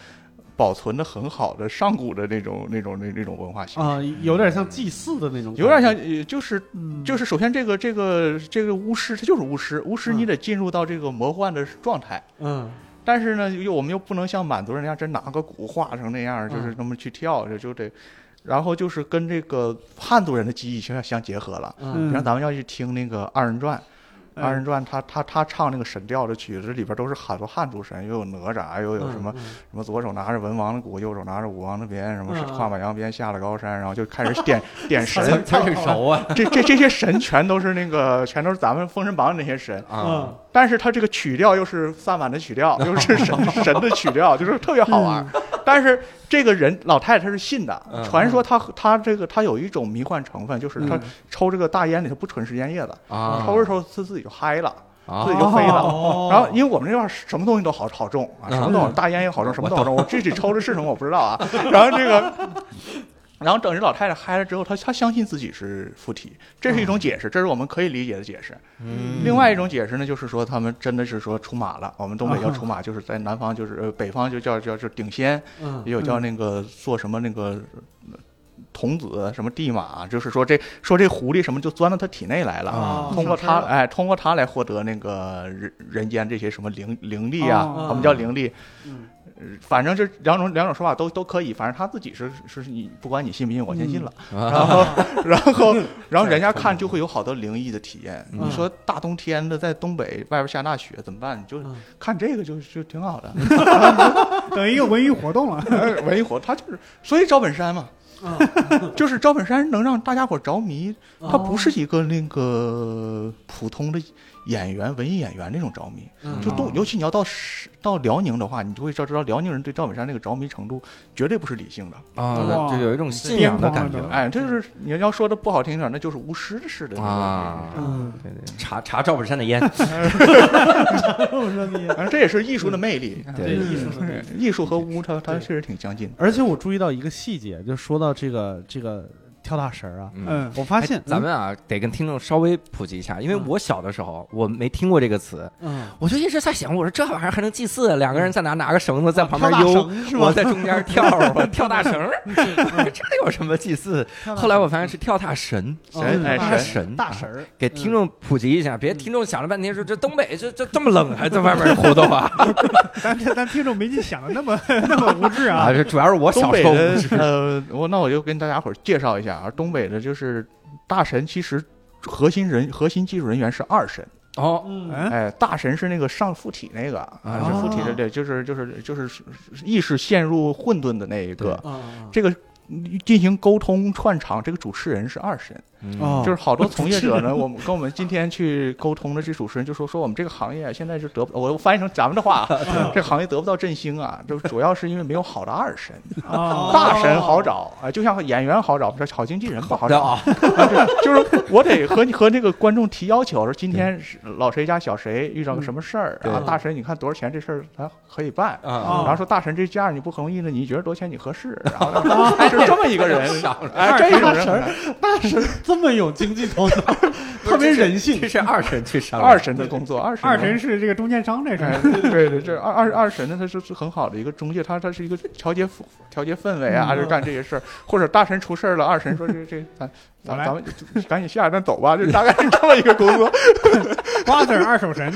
保存的很好的上古的那种那种那那种文化形式。啊，有点像祭祀的那种感觉，有点像，呃就是嗯就是，首先这个这个这个巫师，他就是巫师，巫师你嗯得进入到这个魔幻的状态，嗯但是呢，又我们又不能像满族人那样，真拿个鼓画成那样，嗯就是那么去跳，这就得，然后就是跟这个汉族人的技艺相相结合了。嗯你看，咱们要去听那个二人转，嗯二人转他他他唱那个神调的曲子，里边都是很多汉族神，又有哪吒，又有嗯什么、什么左手拿着文王的鼓，右手拿着武王的鞭，什么嗯嗯跨马扬鞭下了高山，然后就开 *laughs* 始点点神。他挺熟啊这这这些神全都是那个，全都是咱们《封神榜》里那些神。嗯啊，但是它这个曲调又是萨满的曲 *laughs* 调，又是神神的曲调，就是特别好玩。但是这个人老太太她是信的，嗯传说她她这个她有一种迷幻成分，就是她嗯抽这个大烟里头不纯是烟叶子，啊，抽着抽着她自己就嗨了，啊自己就飞了。哦然后，因为我们这块儿什么东西都好好种啊，嗯什么都好，大烟也好种，什么都好种。我具体抽的是什么我不知道啊。然后这个，然后等这老太太嗨了之后，她她相信自己是附体，这是一种解释，这是我们可以理解的解释。嗯另外一种解释呢，就是说他们真的是说出马了。我们东北叫出马，就是在南方就是呃北方就叫叫就顶仙，嗯也有叫那个做什么那个呃童子什么地马，就是说这说这狐狸什么就钻到他体内来了。啊通上过身他了哎，通过他来获得那个人人间这些什么灵灵力啊，哦我们叫灵力，嗯呃反正这两种两种说法都都可以，反正他自己是是你不管你信不信，我先信了。嗯 *laughs* 然后，然 *laughs* 后，然后人家看就会有好多灵异的体验。嗯你说大冬天的在东北外边下大雪怎么办？你就嗯看这个就就挺好的， *laughs* 等于一个文娱活动了。 *laughs* 哎文艺活他就是，所以赵本山嘛，嗯 *laughs* 就是赵本山能让大家伙着迷，他哦不是一个那个普通的演员、文艺演员那种着迷。嗯就动东，尤其你要到是到辽宁的话，你就会知道，知道辽宁人对赵本山那个着迷程度绝对不是理性的。啊，哇就有一种信仰的感觉癫狂了哎，这就是你要说的不好听点儿，那就是无师式的那种嗯啊感觉嗯，对对，查查赵本山的烟，我说你，反正这也是艺术的魅力。对艺术的对，艺术和嗯巫它它对确实挺相近的。而且我注意到一个细节，就说到这个这个跳大神儿啊，嗯嗯我发哎现咱们啊得跟听众稍微普及一下，因为我小的时候我没听过这个词，嗯我就一直在想，我说这玩意儿还能祭祀？两个人在哪拿个绳子在旁边啊跳大悠，绳是我吗？在中间跳，我跳大绳儿， *laughs* 这有什么祭祀？后来我发现是跳大神，神哎大神神嗯哦啊大神儿给听众普及一下，别听众想了半天说这东北这这这么冷，还在外面胡诌啊咱咱听众没你想的那么 *laughs* 那么无知啊啊！。这主要是我东小北时候的呃，我那我就跟大家伙儿介绍一下啊，东北的就是大神，其实核心人核心技术人员是二神，哦，嗯嗯哎，大神是那个上附体那个，啊是附体的，对，就是就是就是意识陷入混沌的那一个， *laughs* 啊这个。进行沟通串场，这个主持人是二神，哦就是好多从业者呢，我们跟我们今天去沟通的这主持人就说，说我们这个行业啊现在是得不，我翻译成咱们的话啊，这个行业得不到振兴啊，就主要是因为没有好的二神，啊，大神好找啊，就像演员好找，我们说好经纪人不好对找，啊，就是我得和你和那个观众提要求，说今天是老谁家小谁遇上个什么事儿，对啊，大神你看多少钱这事儿咱可以办。啊哦然后说大神这价你不容易呢，你觉得多少钱你合适？然后就是这么一个人，少了哎，这种大神人 *laughs* 大神这么有经济头脑，特别人性这。是二神去商量二神的工作，二神二神是这个中间商这事哎儿，对对对，这二二二神呢，他是是很好的一个中介，他他是一个调节氛调节氛围啊，嗯就干这些事儿，或者大神出事儿了，二神说这这咱我咱来咱们就赶紧下一站走吧，就大概是这么一个工作。瓜子儿二手神，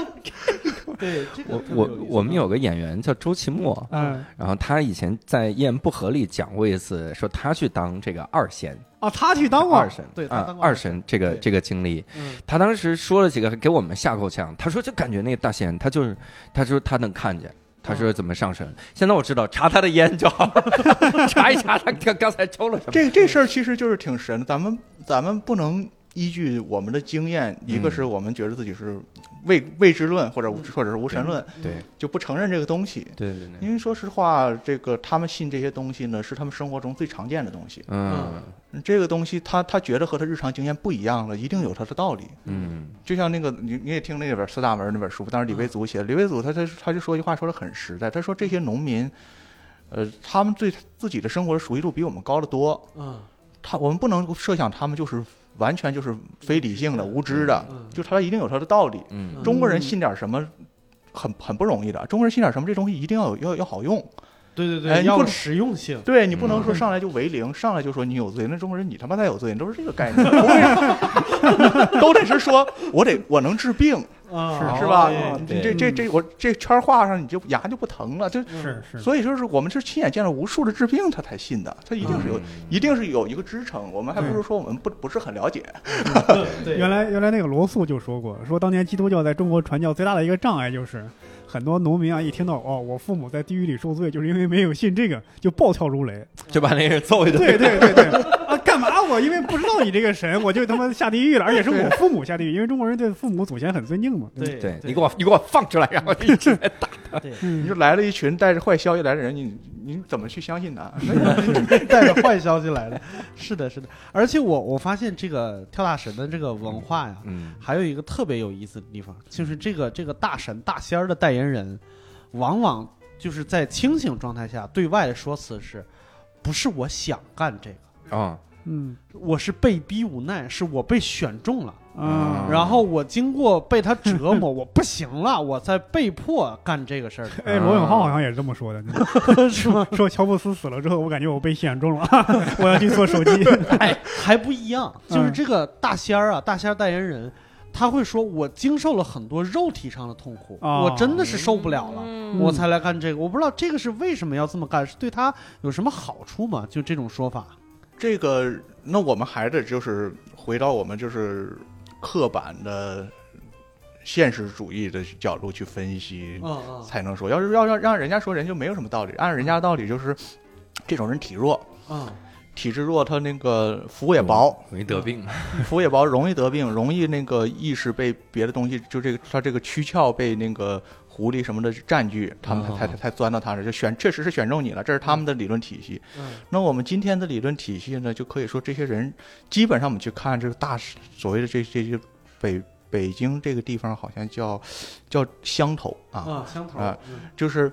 *laughs* 对，这我个特别我意思啊我们有个演员叫周奇墨，嗯，然后他以前在《艳不合》里讲过一次，说他去当这个二仙、哦，他去当过二，神，对他啊当，过二神这个对这个经历，嗯他当时说了几个给我们吓够呛。他说就感觉那个大仙，他就是他说他能看见。他说怎么上身？现在我知道，查他的烟就好了， *laughs* 查一查他刚刚才抽了什么。这这事儿其实就是挺神的，咱们咱们不能依据我们的经验，一嗯个是我们觉得自己是未未知论或者无或者是无神论，对就不承认这个东西。对对嗯对，因为说实话，这个他们信这些东西呢，是他们生活中最常见的东西。嗯这个东西他他觉得和他日常经验不一样了，一定有他的道理。嗯就像那个你你也听那本《四大门》那本书，当时李维祖写的，李维祖他他他就说一句话说的很实在，他说这些农民，呃，他们对自己的生活的熟悉度比我们高得多，嗯他我们不能设想他们就是完全就是非理性的、无知的，嗯，就他一定有他的道理。嗯中国人信点什么？很很不容易的，中国人信点什么，这东西一定要有要要好用。对对哎对，你要不有实用性。对你不嗯能说上来就为零，上来就说你有罪，那中国人你他妈才有罪，你都是这个概念，都得是说我得我能治病，啊，是吧？对啊对你这这这我这圈画上，你就牙就不疼了。嗯就是是，所以就是我们是亲眼见了无数的治病，他才信的，他一定是嗯有，一定是有一个支撑。我们还不如说我们不不是很了解。对，原来原来那个罗素就说过，说当年基督教在中国传教最大的一个障碍就是，很多农民啊一听到哦我父母在地狱里受罪，就是因为没有信这个就暴跳如雷。就把那人揍一顿。对对对对，啊干嘛我因为不知道你这个神，我就他妈下地狱了，而且是我父母下地狱，因为中国人对父母祖先很尊敬嘛。对对你给 *laughs* 我你给我放出来，然后一直在打。你嗯，就来了一群带着坏消息来的人，你你怎么去相信他？带着坏消息来的，是的，是的。而且我我发现这个跳大神的这个文化呀，嗯还有一个特别有意思的地方，就是这个这个大神大仙儿的代言人，往往就是在清醒状态下对外的说辞是，不是我想干这个，啊嗯我是被逼无奈，是我被选中了，啊，然后我经过被他折磨，我不行了，我才被迫干这个事儿，哎，罗永浩好像也是这么说的，是吗？ *laughs* 说乔布斯死了之后，我感觉我被选中了， *laughs* 我要去做 *laughs* 手机。还还不一样，嗯就是这个大仙儿啊，大仙儿代言人，他会说：“我经受了很多肉体上的痛苦，哦我真的是受不了了，嗯我才来干这个。”我不知道这个是为什么要这么干，是对他有什么好处吗？就这种说法，这个，那我们还得就是回到我们就是刻板的现实主义的角度去分析嗯嗯才能说。要是要让让人家说，人就没有什么道理。按人家的道理就是，这种人体弱，嗯，体质弱，他那个服也薄，，容易得病。服也薄，容易得病，容易那个意识被别的东西，就这个他这个躯壳被那个狐狸什么的占据，他们才、哦才才才钻到他这儿，就选确实是选中你了，这是他们的理论体系。嗯那我们今天的理论体系呢，就可以说这些人基本上我们去看这个大所谓的这这些北北京这个地方好像叫叫乡头啊，嗯啊，香头啊就是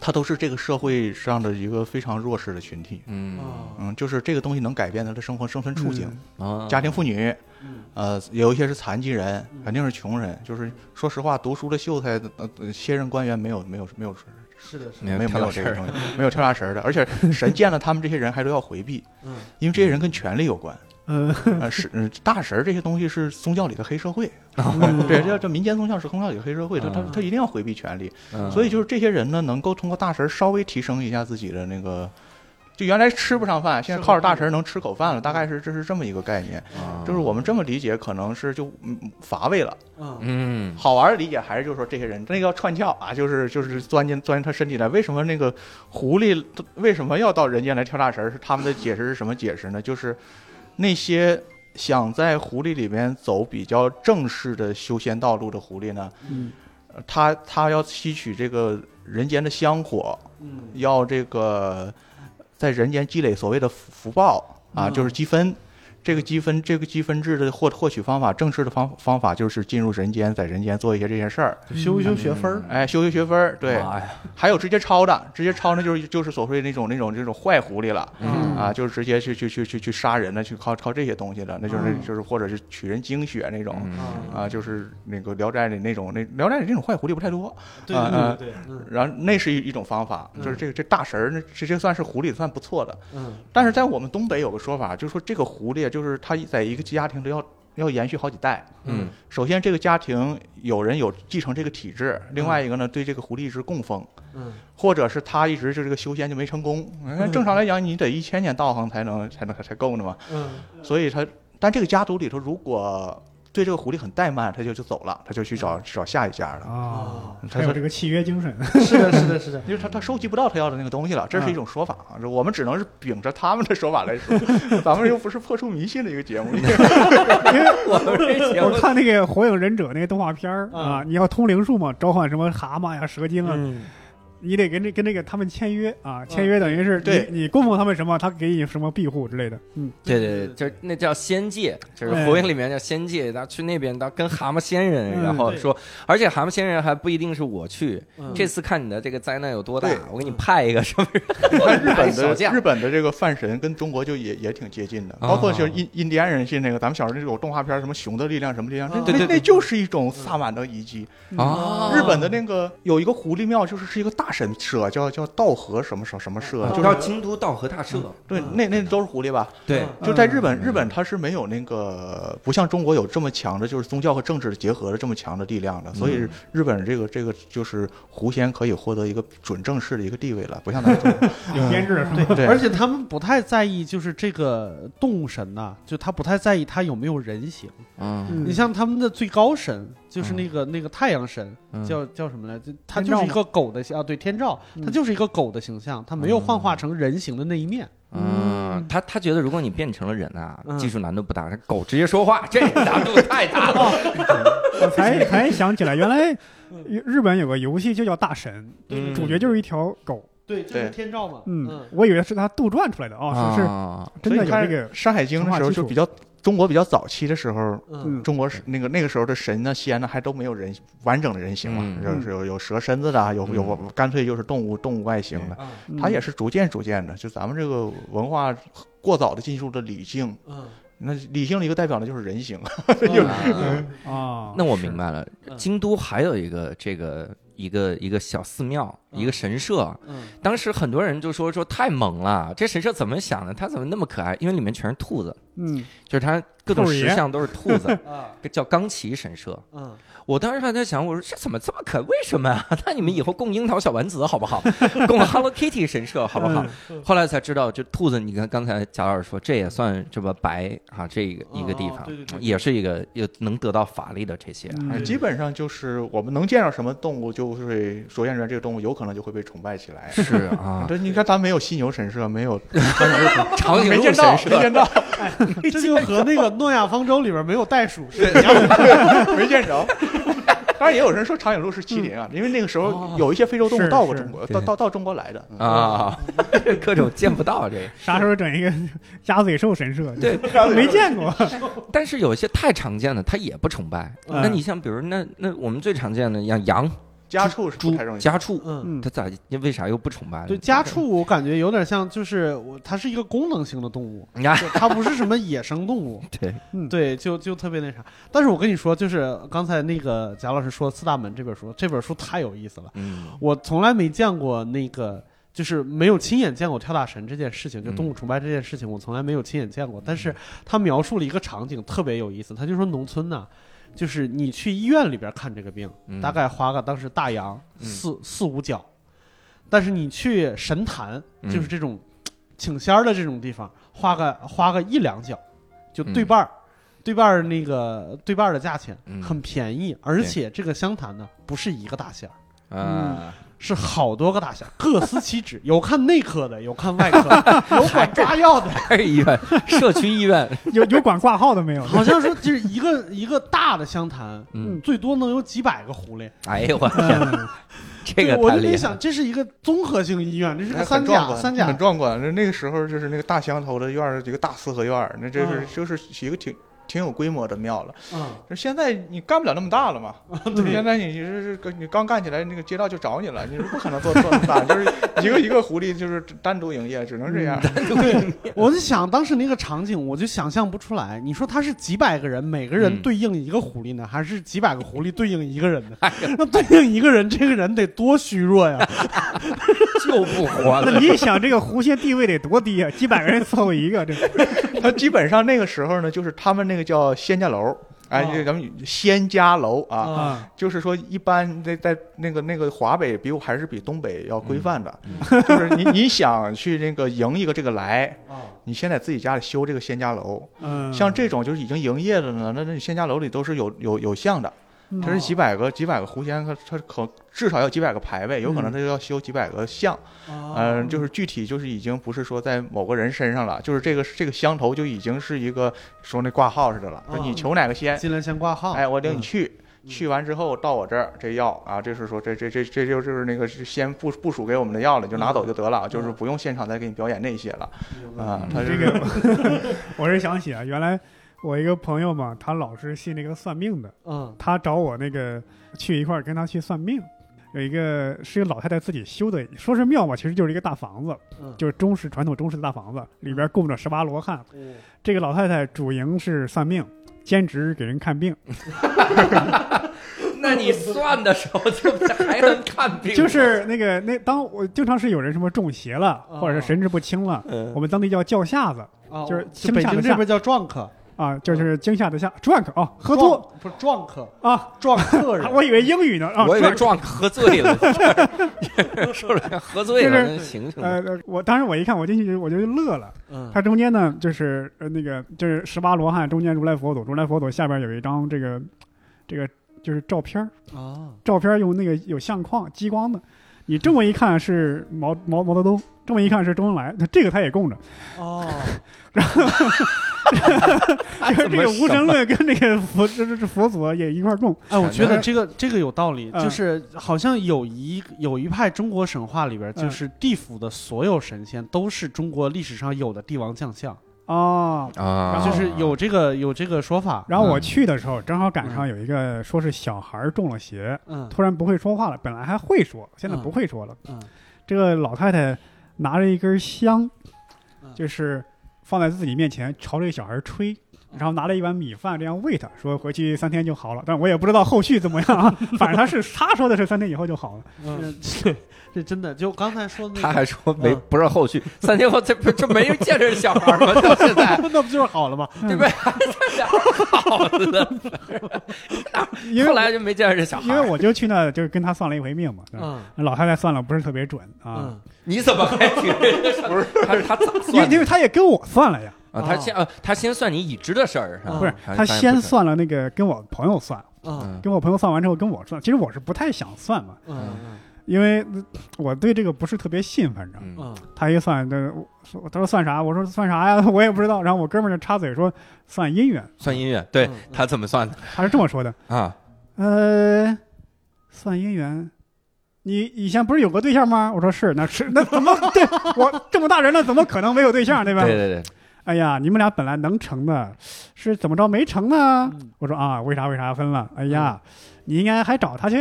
他都是这个社会上的一个非常弱势的群体。嗯嗯，就是这个东西能改变他的生活生存处境，啊，家庭妇女，嗯呃，有一些是残疾人嗯，肯定是穷人。就是说实话，读书的秀才，呃，呃卸任官员没有没有没有是的，是的，没有没有没跳有大这神个儿东西，没有跳大神儿的。而且神见了他们这些人，还都要回避，嗯因为这些人跟权力有关。嗯呃，是嗯大神儿这些东西是宗教里的黑社会，嗯 *laughs* 对，这这民间宗教是宗教里的黑社会，他他嗯他一定要回避权力。嗯所以就是这些人呢，能够通过大神儿稍微提升一下自己的那个。就原来吃不上饭，现在靠着大神儿能吃口饭了，大概是这是这么一个概念，就是我们这么理解，可能是就嗯乏味了。嗯嗯好玩儿的理解还是就是说这些人那个要串窍啊，就是就是钻进钻进他身体来。为什么那个狐狸为什么要到人间来跳大神儿？是他们的解释是什么解释呢？就是那些想在狐狸里面走比较正式的修仙道路的狐狸呢，嗯呃他他要吸取这个人间的香火，嗯要这个在人间积累所谓的福福报啊，嗯就是积分。这个积分，这个积分制的获获取方法，正式的方方法就是进入人间，在人间做一些这些事儿，就修一修学分儿，哎，修修学分儿，对，妈呀还有直接抄的，直接抄那就是就是所谓那种那种这种坏狐狸了。嗯啊，就是直接去去去去去杀人的，去靠靠这些东西的，那就是、嗯就是或者是取人精血那种，嗯啊啊，就是那个《聊斋》里那种，那《聊斋》里这种坏狐狸不太多。对啊啊对对对，嗯然后那是一一种方法，嗯就是这个这大神儿，那这这算是狐狸算不错的。嗯但是在我们东北有个说法，就是说这个狐狸就是它在一个家庭里要要延续好几代。嗯首先，这个家庭有人有继承这个体质，另外一个呢，对这个狐狸一直供奉，嗯或者是他一直就这个修仙就没成功。嗯哎正常来讲，你得一千年道行才能才能才够呢嘛。嗯所以他，但这个家族里头如果对这个狐狸很怠慢，他就就走了，他就去找找下一家了。啊，嗯 *laughs* 他还说有这个契约精神，嗯是的是的是的，因为他他收集不到他要的那个东西了，这是一嗯种说法，啊、我们只能是秉着他们的说法 *laughs* 来说，咱们又不是破除迷信的一个节目。因为我们这节目 *laughs* 我看那个《火影忍者》那个动画片儿嗯啊啊，你要通灵术嘛，召唤什么蛤蟆呀、蛇精啊，嗯你得跟这跟这个他们签约啊，签约等于是嗯对你你供奉他们什么，他给你什么庇护之类的。嗯，对对对，就是那叫仙界，就是火影里面叫仙界，然后去那边当跟蛤蟆仙人，嗯然后对说，而且蛤蟆仙人还不一定是我去，嗯这次看你的这个灾难有多大对，我给你派一个什么人，日本小的将日本的这个饭神跟中国就也也挺接近的，啊哦包括就是印印第安人信那个，咱们小时候那种动画片儿什么熊的力量什么力量，啊那对对那对那就是一种萨满的遗迹。啊日本的那个有一个狐狸庙，就是是一个大神社，叫叫道和什么什么什么社，啊就是到京都道和大社，对，那那都是狐狸吧？嗯对嗯就在日本，嗯日本它是没有那个不像中国有这么强的，就是宗教和政治结合的这么强的力量的，所以日本这个这个就是狐仙可以获得一个准正式的一个地位了，不像咱们中国。嗯有编制是吧？对而且他们不太在意，就是这个动物神呐、就他不太在意他有没有人形。嗯，嗯你像他们的最高神，就是那个、那个太阳神，嗯叫叫什么来着？他天就是照一个狗的形啊，对，天照，嗯他就是一个狗的形象，他没有幻化成人形的那一面。嗯，他他觉得如果你变成了人啊，嗯技术难度不大，狗直接说话，这难度太大了。我才才想起来，原来日日本有个游戏就叫《大神嗯》，主角就是一条狗。对，这是天照嘛嗯，我以为是他杜撰出来的啊，是是啊真的所以看有这个《山海经》的时候就比较中国比较早期的时候。嗯中国是那个那个时候的神呢、仙呢，啊还都没有人完整的人形嘛，嗯就是有有蛇身子的啊，有有嗯干脆就是动物动物外形的。啊嗯它也是逐渐逐渐的，就咱们这个文化过早的进入了理性，嗯，那理性的一个代表呢就是人形。 *laughs* 啊嗯啊，那我明白了是，嗯京都还有一个这个一个一个小寺庙，嗯一个神社。嗯当时很多人就说说太萌了，这神社怎么想的？它怎么那么可爱？因为里面全是兔子，嗯就是它各种兔儿爷石像都是兔子， *laughs* 啊叫冈崎神社。嗯，我当时还在想，我说这怎么这么可？为什么啊？ *laughs* 那你们以后供樱桃小丸子好 *laughs* 不好？供 Hello Kitty 神社好不 *laughs* 好？嗯后来才知道，这兔子，你看刚才贾老师说，这也算这么白啊，这一个一个地哦方啊对对对，也是一个也能得到法力的这些。嗯哎基本上就是我们能见到什么动物，就会说燕园这个动物有可能就会被崇拜起来。是啊， *laughs* 对，你看咱没有犀牛神社，没有长颈没鹿见神到，没社，见到， *laughs* *laughs* 这就和那个诺亚方舟里边没有袋鼠是没见着。当然也有人说长颈鹿是麒麟啊，因为那个时哦候有一些非洲动物是到过是中国，对到到到中国来的。嗯啊， *laughs* 各种见不到这。啥时候整一个鸭嘴兽神社？对，没见过。但是有一些太常见的，他也不崇拜。嗯那你像比如那那我们最常见的像羊、家畜是不猪太容、易。家畜，嗯。嗯他咋为啥又不崇拜呢？对家畜，我感觉有点像，就是我，它是一个功能性的动物，你看，就它不是什么野生动物。对，对，就就特别那啥。但是我跟你说，就是刚才那个贾老师说《四大门》这本书，这本书太有意思了，嗯我从来没见过那个。就是没有亲眼见过跳大神这件事情，就动物崇拜这件事情，我从来没有亲眼见过。但是他描述了一个场景特别有意思，他就说农村呐、就是你去医院里边看这个病，嗯大概花个当时大洋嗯四、四五角，但是你去神坛，嗯就是这种请仙儿的这种地方，花个花个一两角，就对半儿、对半儿那个对半儿的价钱、嗯很便宜，而且这个湘潭呢不是一个大仙儿。啊，是好多个 *laughs* 大仙儿，各司其职，有看内科的，有看外科的，有管抓药的，还是医院，社区医 *laughs* 院，有有管挂号的没有？好像说 *laughs* 就是一个一个大的湘潭，嗯，最多能有几百个狐狸。 *laughs* 哎呦我天，嗯这个对我太就没厉害想，这是一个综合性医院，这是那个很三壮甲观三甲很壮观。那那个时候就是那个大乡头的院儿，一个大四合院儿，那这是、嗯就是一个挺挺有规模的庙了。啊，就现在你干不了那么大了嘛，对现，在你是是你刚干起来，那个街道就找你了，你是不可能做做那么大， *laughs* 就是一个一个狐狸就是单独营业，只能这嗯样。我就想当时那个场景，我就想象不出来。你说他是几百个人，每个人嗯对应一个狐狸呢，还是几百个狐狸对应一个人呢？那对应一个人，这个人得多虚弱呀！就不活 *laughs* 了。你一想这个狐仙地位得多低啊，几百个人伺候一个，这他基本上那个时候呢，就是他们那个叫仙家楼。哎，啊就咱们仙家楼啊，啊，就是说一般在在那个那个华北比我还是比东北要规范的，嗯就是你你想去那个迎一个这个来，你先在自己家里修这个仙家楼，啊嗯，像这种就是已经营业的呢，那那仙家楼里都是有有有像的，嗯它是几百个几百个狐仙，它它可至少有几百个牌位，有可能它就要修几百个像，啊嗯嗯，就是具体就是已经不是说在某个人身上了，就是这个这个香头就已经是一个说那挂号似的了，哦啊说你求哪个仙，进来先挂号，哎，我领你嗯去。去完之后到我这儿，这药啊，这是说这这这这就就是那个是先部部署给我们的药了，你就拿走就得嗯了，就是不用现场再给你表演那些了啊。他这这个， *laughs* 我是想起啊，原来我一个朋友嘛，他老是信那个算命的，嗯他找我那个去一块儿跟他去算命。有一个是一个老太太自己修的，说是庙吧，其实就是一个大房子，嗯就是中式传统中式的大房子，里边供着十八罗汉。这个老太太主营是算命，兼职给人看病，那你算的时候就还能看病，就是那个那当我经常是有人什么中邪了，哦或者是神志不清了，嗯我们当地叫叫下子啊，就是就惊北吓京的这吓边叫撞客，啊，就是惊吓的吓 drunk 啊，喝多撞不是撞客，啊，撞客人 *laughs* 啊，我以为英语呢啊，我以为 drunk 撞喝醉了， *laughs* 说了喝醉了，那行行呃，呃我当时我一看我进去我就乐了，嗯它中间呢就是呃那个就是十八罗汉中间如来佛祖，如来佛祖下边有一张这个这个就是照片儿，啊，照片用那个有相框激光的，你这么一看是毛毛毛泽东，这么一看是周恩来，那这个他也供着。哦，还就是这个无神了。论跟这个佛这这这佛祖也一块儿供，哎，我反觉得正这个这个有道理，嗯就是好像有一有一派中国神话里边，就嗯是地府的所有神仙都是中国历史上有的帝王将相，哦。啊，就是有这个有这个说法。然后我去的时候，正好赶上有一个说是小孩儿中了邪，嗯突然不会说话了，本来还会说，现在嗯不会说了。嗯这个老太太拿着一根香嗯，就是放在自己面前，朝这个小孩儿吹。嗯然后拿了一碗米饭，这样喂他，说回去三天就好了。但我也不知道后续怎么样啊， *laughs* 反正他是他说的是三天以后就好了。嗯，这这真的就刚才说 *laughs* 的他那个，还说没嗯不是后续，三天后这不这没人见这小孩吗？到现在 *laughs* 那不就是好了吗？对不对？这小孩好的，因为后我来就没见着这小因为孩。我就去那，就是跟他算了一回命嘛。对吧嗯老太太算了不是特别准啊，嗯，你怎么还觉得不是？他是他咋因算为因的为她也跟我算了呀，嗯啊？他先呃，他先算你已知的事儿，啊嗯不是还她发现先不是算了那个跟我朋友算，嗯嗯跟我朋友算完之后跟我算，其实我是不太想算嘛，嗯因为呃我对这个不是特别信，反正嗯嗯她一算，那我说他说算啥？我说算啥呀？ *laughs* 我也不知道。然后我哥们儿就插嘴说算姻缘，算音乐，对嗯他怎么算的他是这么说的， *laughs* 啊？呃，算姻缘。你以前不是有过对象吗？我说是，那是 *laughs* 那怎么对我这么大人了，怎么可能没有对象，对吧？对对对，哎呀，你们俩本来能成的，是怎么着没成呢？嗯我说啊，为啥为啥分了？哎呀，嗯你应该还找他去，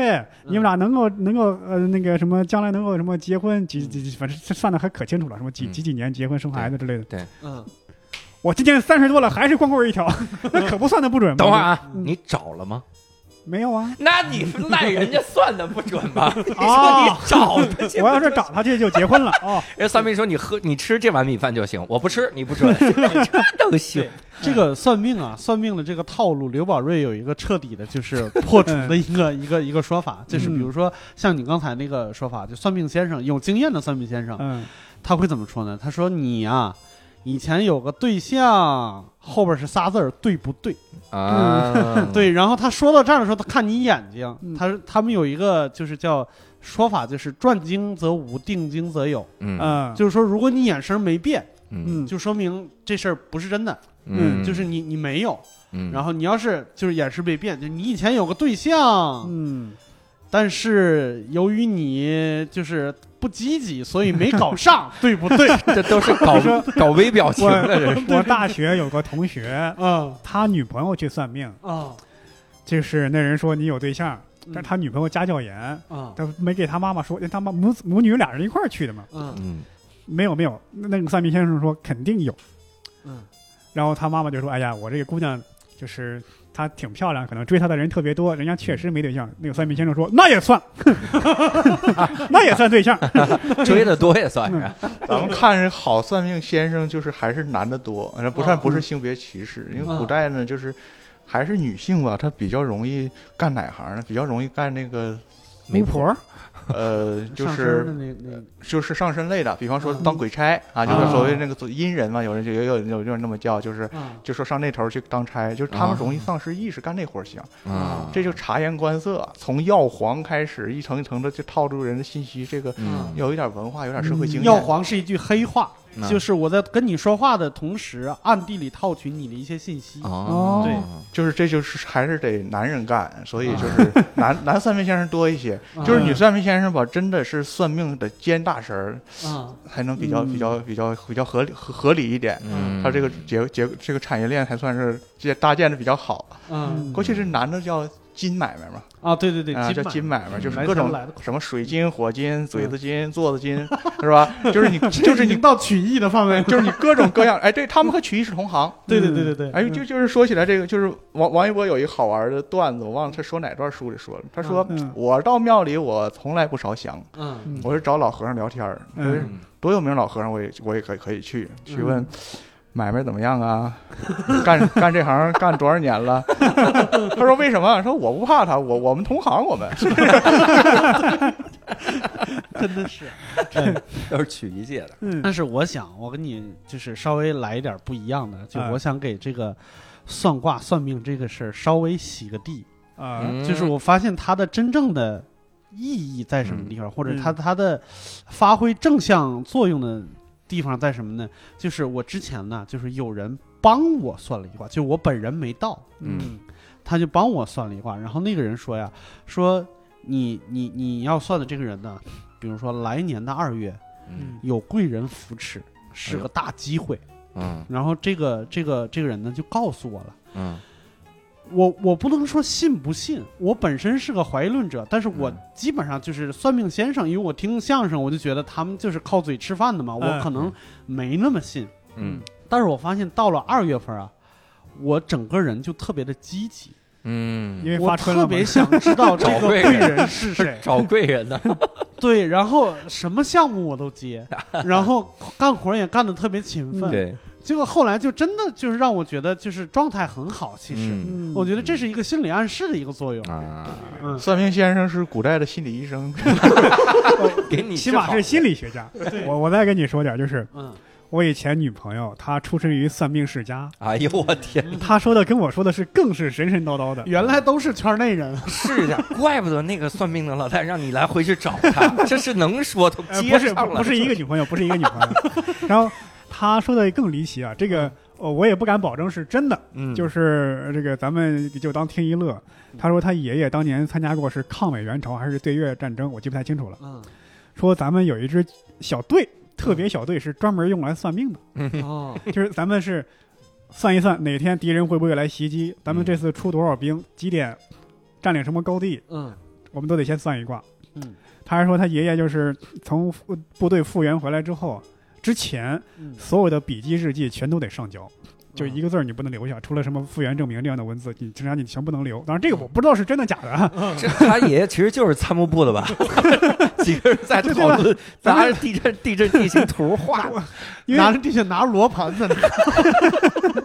你们俩能够能够呃那个什么，将来能够什么结婚几几几，反正这算的还可清楚了，什么几嗯几几年结婚生孩子之类的。嗯我今年三十多了，还是光棍 *laughs* 一条，那可不算的不准吗。等会儿啊，嗯你找了吗？？没有啊那你赖人家算的不准 *laughs* 吧？ *laughs* 你哦说你找的，我要是找他去就结婚了 *laughs* 哦。人家三妹说你喝你吃这碗米饭就行，我不吃你不准，这都行。这个算命啊，算命的这个套路，刘宝瑞有一个彻底的， *laughs* 就是破除的一个 *laughs* 一个一个说法，就是比嗯如说像你刚才那个说法，就算命先生有经验的算命先生，嗯，他会怎么说呢？他说你啊，以前有个对象，后边是仨字儿对不对？啊，对，然后他说到这儿的时候，他看你眼睛，嗯他他们有一个就是叫说法，就是转经则无，定经则有，嗯嗯，就是说如果你眼神没变，嗯嗯就说明这事儿不是真的，嗯就是你你没有。嗯 *laughs* 然后你要是就是眼神没变，就你以前有个对象，嗯但是由于你就是不积极，所以没 *laughs* 搞上，对不对？这都是搞搞微表情的人。我我大学有个同学，嗯他女朋友去算命，啊就是那人说你有对象，嗯哦但是他女朋友家教严，啊他没给他妈妈说，因为他妈母子母女俩人一块儿去的嘛。嗯嗯，没有没有，那那个算命先生说肯定有，嗯然后他妈妈就说：“哎呀，我这个姑娘就是她挺漂亮，可能追她的人特别多，人家确实没对象。”那个算命先生说：“那也算，那也算对象。追的多也算是。咱们看着好算命先生，就是还是男的多，呃不算嗯不是性别歧视，因为古代呢，就是还是女性吧，她比较容易干哪行呢？比较容易干那个媒婆儿 *laughs* 呃，就嗯上身是的那那就是上身类的，比方说嗯当鬼差啊，就啊是所谓那个阴人嘛，有人就也有有有人那么叫，就是啊就说上那头去当差，就是他们啊容易丧失意识，干那活儿行，嗯，这就察言观色，从药黄开始，一层一层的就套住人的信息，这个嗯要有一点文化，有点社会经药验。嗯黄是一句黑话，嗯就是我在跟你说话的同时，暗地里套取你的一些信息。哦，对就是这就是还是得男人干，所以就是男男算命先生多一些，啊就是女算命先生吧，真的是算命的尖大神儿，啊，才能比较嗯比较比较比较合理合合理一点。嗯，他这个结结这个产业链还算是建搭建的比较好，嗯过去是男的叫金买卖嘛，啊，对对对，啊叫金金买卖，就是来各钱种来的什么水晶、火晶、嘴子 *laughs* 金、座子金，是吧？就是 *laughs* 你就是已你经到曲艺的范围了。就是你各种各样，哎，对他们和曲艺是同行。对对对对对，哎，就就是说起来这个，就是王王一博有一个好玩的段子，我忘了他说哪段书里说了。他说嗯嗯：“我到庙里，我从来不烧香， *laughs* 嗯我是找老和尚聊天儿。嗯就是多有名老和尚，我也我也可以可以去去问买卖怎么样啊？干干这行干多少年了？ *laughs* 他说为什么？说我不怕他，我我们同行，我们真的 *laughs* 是。都是曲艺界的， *laughs* 嗯但是我想，我跟你就是稍微来一点不一样的，就哎我想给这个算卦算命这个事儿稍微洗个地，啊就是我发现它的真正的意义在什么地方，或者它嗯它的发挥正向作用的地方在什么呢？就是我之前呢，就是有人帮我算了一卦，就我本人没到，嗯他就帮我算了一卦，然后那个人说呀，说你你你要算的这个人呢，比如说来年的二月嗯有贵人扶哎持，是个大机会。嗯然后这个这个这个人呢就告诉我了。嗯我我不能说信不信，我本身是个怀疑论者，但是我嗯基本上就是算命先生，因为我听相声，我就觉得他们就是靠嘴吃饭的嘛，我嗯可能没那么信。嗯但是我发现到了二月份啊，我整个人就特别的积极，嗯，因为我发春了特嘛别想知道这 *laughs* 个找贵贵人，人是谁找贵人呢，对，然后什么项目我都 *laughs* 接，然后干活也干得特别勤奋，对，结果后来就真的就是让我觉得就是状态很好，其实、嗯嗯我觉得这是一个心理暗示的一个作用。啊，嗯，算命先生是古代的心理医 *laughs* 生。给你起码是心理，理学家。我我再跟你说点儿，就是嗯，我以前女朋友，她出身于算命世家，哎呦我天，她说的跟我说的是更是神神叨叨 *laughs* 的。原来都是圈内人，试一 *laughs* 下，怪不得那个算命的老太太让你来回去找他，这是能说都呃，接不是上了，不是一个女朋友，不是一个女 *laughs* 朋友。然后她说的更离奇啊，这个呃我也不敢保证是真的，嗯，就是是这个咱们就当听一乐。他说他爷爷当年参加过是抗美援朝还是对越战争，我记不太清楚了。嗯，说咱们有一支小队，特嗯别小队是专门用来算命的，哦，就是咱们是算一算哪天敌人会不会来袭击，咱嗯们这次出多少兵，几点占领什么高地，嗯我们都得先算一卦。嗯他还说他爷爷就是从复部队复员回来之后，之前嗯，所有的笔记日记全都得上交。就一个字儿你不能留下，除了什么复原证明这样的文字，你其他你全不能留。当然，这个我嗯不知道是真的假的 *laughs* 啊。这他爷爷其实就是参谋部的 *laughs* 吧？几个人在讨论，拿着地震地震地形图画的，因为拿着地下拿罗盘在那儿，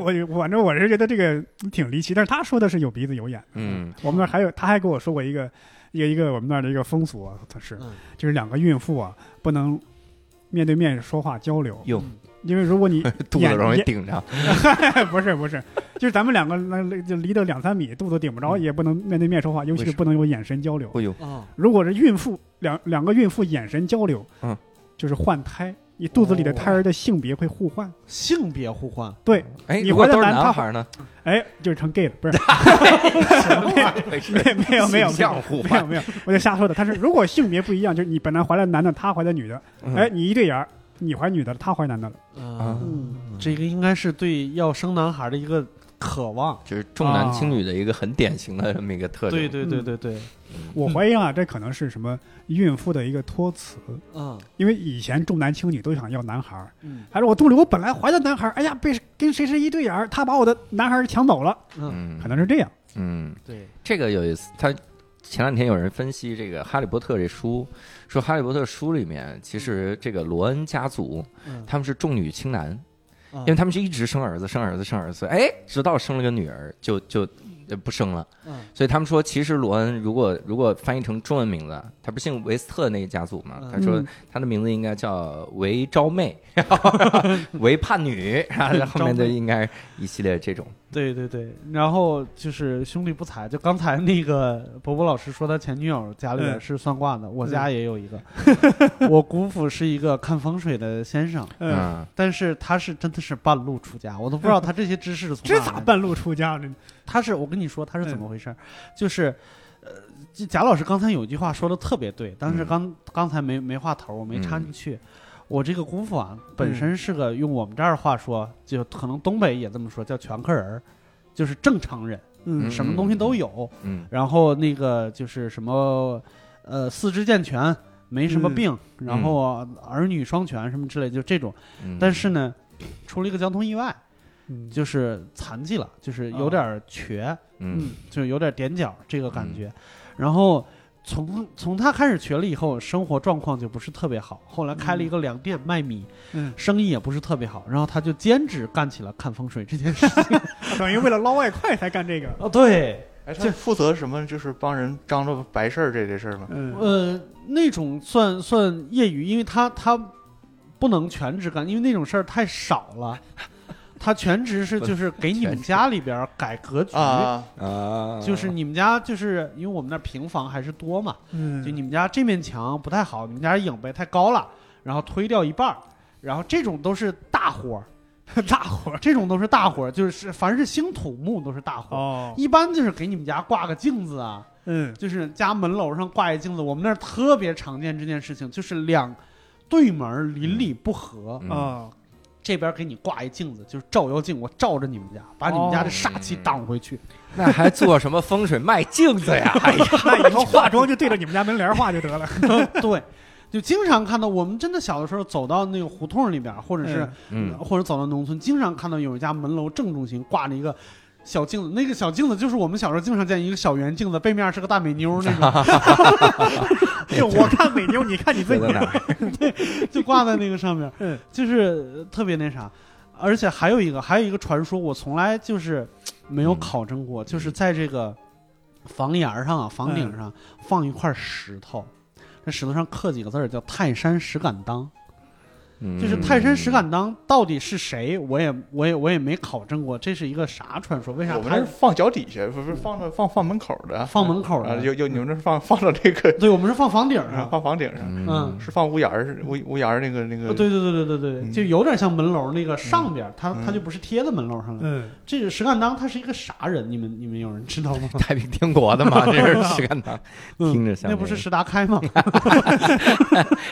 我 *laughs* 我反正我是觉得这个挺离奇，但是他说的是有鼻子有眼。嗯我们那儿还有，他还跟我说过一个一个一个我们那儿的一个风俗啊，他是嗯就是两个孕妇啊不能面对面说话交流，哟，因为如果你肚子眼容易眼顶上， *laughs* 不是不是，就是咱们两个那就离得两三米，肚子顶不着，嗯也不能面对面说话，尤其为是什不能有眼神交流。哎呦，哦如果是孕妇两两个孕妇眼神交流，嗯，哦就是换胎，你肚子里的胎儿的性别会互换，性别互换，对，哎，你如果怀的都是男他男孩 *laughs* 儿呢？哎，就成 gay 了，不 *laughs* 是？没事没有没有没有形象互没有换，没有，我就瞎说的。但是如果性别不一样，就是你本来怀了男的，他怀的女的，嗯哎，你一对眼儿，你怀女的了，他怀男的了。啊嗯，这个应该是对要生男孩的一个渴望。就是重男轻女的一个很典型的这么一个特对征。对对对对，我怀疑啊，这可能是什么孕妇的一个托词，嗯因为以前重男轻女都想要男孩儿，嗯还是我肚里我本来怀的男孩儿，哎呀，被跟谁谁一对眼儿，他把我的男孩儿抢走了，嗯，嗯，可能是这样。嗯，对，这个有意思。他前两天有人分析这个《哈利波特》这书，说《哈利波特》书里面其实这个罗恩家族嗯他们是重女轻男，啊因为他们是一直生儿子、生儿子、生儿子，哎，直到生了个女儿就就呃不生了。嗯所以他们说，其实罗恩如果如果翻译成中文名字，他不是姓维斯特那一家族嘛？嗯他说嗯他的名字应该叫维昭 *laughs* 妹，维帕女，然后后面就应该一系列这种。对对对，然后就是兄弟不才，就刚才那个伯伯老师说他前女友家里边嗯是算卦的，我家也有 *laughs* 一个，我姑父是一个看风水的先生，嗯，啊但是他是真的是半路出家，我都不知道他这些知识是 *laughs* 从这哪来咋的半路出家呢？他是我跟你说他是怎么回事儿，就是，呃，就贾老师刚才有一句话说的特别对，嗯但是刚、刚才没没话头儿，我没插进去。我这个姑父啊，嗯本身是个用我们这儿话说，就可能东北也这么说，叫全科人儿，就是正常人，嗯什么东西都有，嗯然后那个就是什么，呃，四肢健全，没什么嗯病，然后儿女双全什么之类，就这种。嗯，但是呢，出了一个交通意外，嗯，就是残疾了，就是有点儿瘸。嗯就有点踮脚这个感嗯觉。然后从从他开始学了以后，生活状况就不是特别好。后来开了一个粮店卖米，嗯生意也不是特别好。然后他就兼职干起了看风水这件事。等于为了捞外快才干这个。哦，对，哎，这负责什么？就是帮人张罗白事儿这类事儿吗？嗯呃，那种算算业余，因为他他不能全职干，因为那种事儿太少了。他全职是就是给你们家里边儿改 *laughs* 格局，啊，啊，嗯就是你们家就是因为我们那儿平房还是多嘛，嗯，就你们家这面墙不太好，你们家影呗太高了，然后推掉一半儿，然后这种都是大活 *laughs* 儿，大伙儿这种都是大活儿，就是凡是兴土木都是大活儿。哦，一般就是给你们家挂个镜子啊，嗯就是家门楼上挂一镜子。我们那儿特别常见这件事情，就是两对门儿邻里不和，嗯啊，这边给你挂一镜子，就是照妖镜，我照着你们家，把你们家的煞气挡回去。那还做什么风水卖镜子呀？哎 *laughs* 呀，那以后化妆就对着你们家门帘儿化就得了。哦对，就经常看到我们真的小的时候走到那个胡同里边儿，或者是嗯嗯或者走到农村，经常看到有一家门楼正中心挂着一个小镜子，那个小镜子就是我们小时候经常见一个小圆镜子，背面是个大美妞那种，就我看美妞，你看你自 *laughs* 觉己得。哪儿？ *laughs* 就挂在那个上面，嗯就是呃特别那啥。而且还有一个，还有一个传说，我从来就是没有考证嗯过，就是在这个房檐儿上啊、房顶上放一块石头，这石头上刻几个字儿叫“泰山石敢当”。 *laughs* 嗯就是嗯泰山石敢当到底是谁，我也我也我也没考证过，这是一个啥传说？为啥我们他那是放脚底下，不是放到放放门口的，放门口啊，的？有有你们那是放放到这个啊对，我们是放房顶 *laughs* 上。放房顶上，嗯，嗯是放屋檐儿屋屋檐儿那个那哦对对个。对对对对对，嗯就有点像门楼那个上边，它嗯它就不是贴在门楼上了。嗯，这个石敢当他是一个啥人？你们你们有人知道吗？ *laughs* 太平天国的嘛，这是石敢当，嗯听着像那不是那石达 *laughs* 开吗？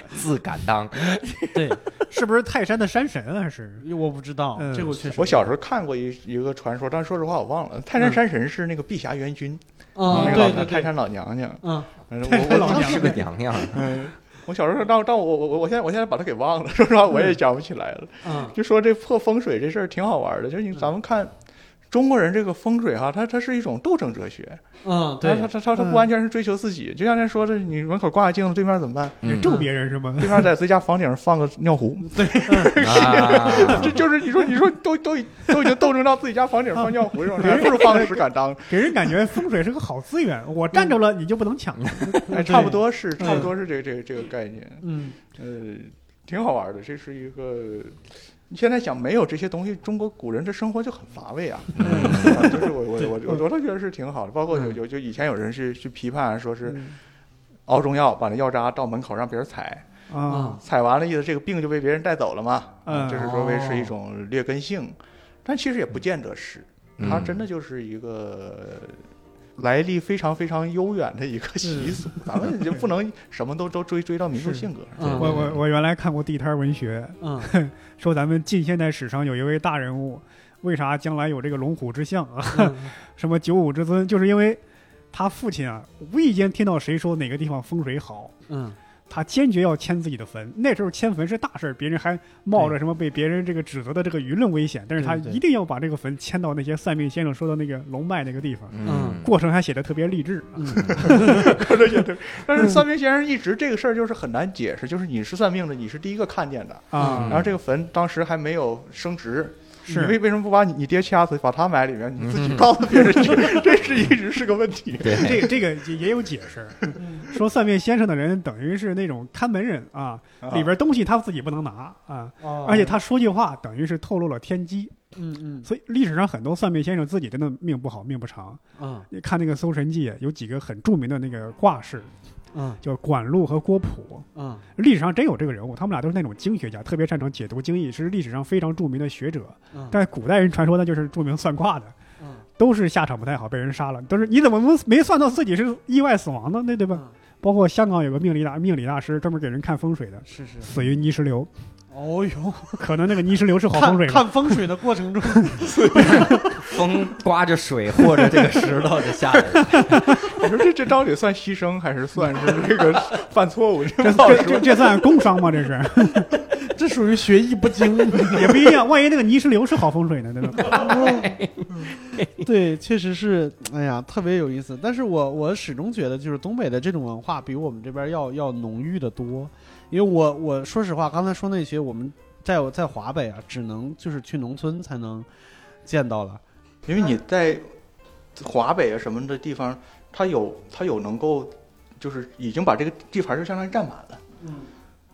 自敢当。对，是不是泰山的山神啊？还是 *laughs* 我不知道，嗯这个我确实我小时候看过一一个传说，但是说实话我忘了。泰山山神是那个碧霞元君，啊，那个嗯对老对泰对，山老娘娘。嗯，反正泰山我老我娘是个娘娘，嗯，我小时候到到我我我我现在我现在把它给忘了，说实话我也想不起来了。嗯就说这破风水这事儿挺好玩的，就是你咱们看中国人这个风水哈，它它是一种斗争哲学，嗯，他对他，他他他不完全是追求自己，就像咱说的，你门口挂个镜子，对面怎么办？你嗯咒别人是吗？对面在自家房顶上放个尿 *laughs* 壶，啊这就是你说你说都都已都已经斗争到自己家房顶上放尿壶这种事儿，还不如放个石敢当，给人感觉风水是个好资源，我占着了你就不能抢。哎，差不多是差不多是这个这个这个概念，嗯，呃，挺好玩的，这是一个。你现在想没有这些东西，中国古人的生活就很乏味啊！嗯啊 *laughs* 就是我我我我我倒觉得是挺好的，包括有有就以前有人是去批判说是嗯熬中药，把那药渣到门口让别人踩，嗯啊，采完了意思这个病就被别人带走了嘛，嗯就是说为哦是一种劣根性，但其实也不见得是，嗯它真的就是一个来历非常非常悠远的一个习俗，嗯咱们就不能什么都都追追到民族性格上。嗯我我我原来看过地摊文学，嗯，说咱们近现代史上有一位大人物，为啥将来有这个龙虎之象啊？ *laughs* 什么九五之尊，就是因为他父亲啊，无意间听到谁说哪个地方风水好，嗯，他坚决要迁自己的坟。那时候迁坟是大事儿，别人还冒着什么被别人这个指责的这个舆论危险，但是他对对一定要把这个坟迁到那些算命先生说的那个龙脉那个地方。嗯，过程还写的特别励志啊， *laughs* 但是算命先生一直这个事儿就是很难解释，就是你是算命的，你是第一个看见的，啊嗯然后这个坟当时还没有升值，是你为为什么不把你你爹掐死，把他埋里面，你自己告诉别人去， *laughs* 这是一直是个问题。对，这个这个也也有解释，嗯说算命先生的人等于是那种看门人啊，嗯里边东西他自己不能拿啊，哦而且他说句话等于是透露了天机，嗯嗯所以历史上很多算命先生自己真的命不好，命不长。嗯你看那个《搜神记》，有几个很著名的那个卦士，嗯叫管路和郭璞，嗯历史上真有这个人物，他们俩都是那种经学家，特别擅长解读经义，是历史上非常著名的学者。嗯但是古代人传说那就是著名算卦的，嗯都是下场不太好，被人杀了。都是你怎么没算到自己是意外死亡呢？那对吧？嗯包括香港有个命理大命理大师，专门给人看风水的，是是，死于泥石流。哦哟，可能那个泥石流是好风看水吧？看风水的过程中，风刮着水或者这个石头就下来了，你说这这到底算牺牲还是算是这 *laughs* 个犯错误？这这不好这说这。这算工伤吗？这是 *laughs* 这属于学艺不精。也不一定，万一那个泥石流是好风水呢，对 *laughs* 吧？ *laughs* 嗯对，确实是，哎呀，特别有意思。但是我我始终觉得，就是东北的这种文化比我们这边要要浓郁的多。因为我我说实话，刚才说那些，我们在我在华北啊，只能就是去农村才能见到了。因为你在华北啊什么的地方，它有它有能够，就是已经把这个地盘就相当于占满了。嗯，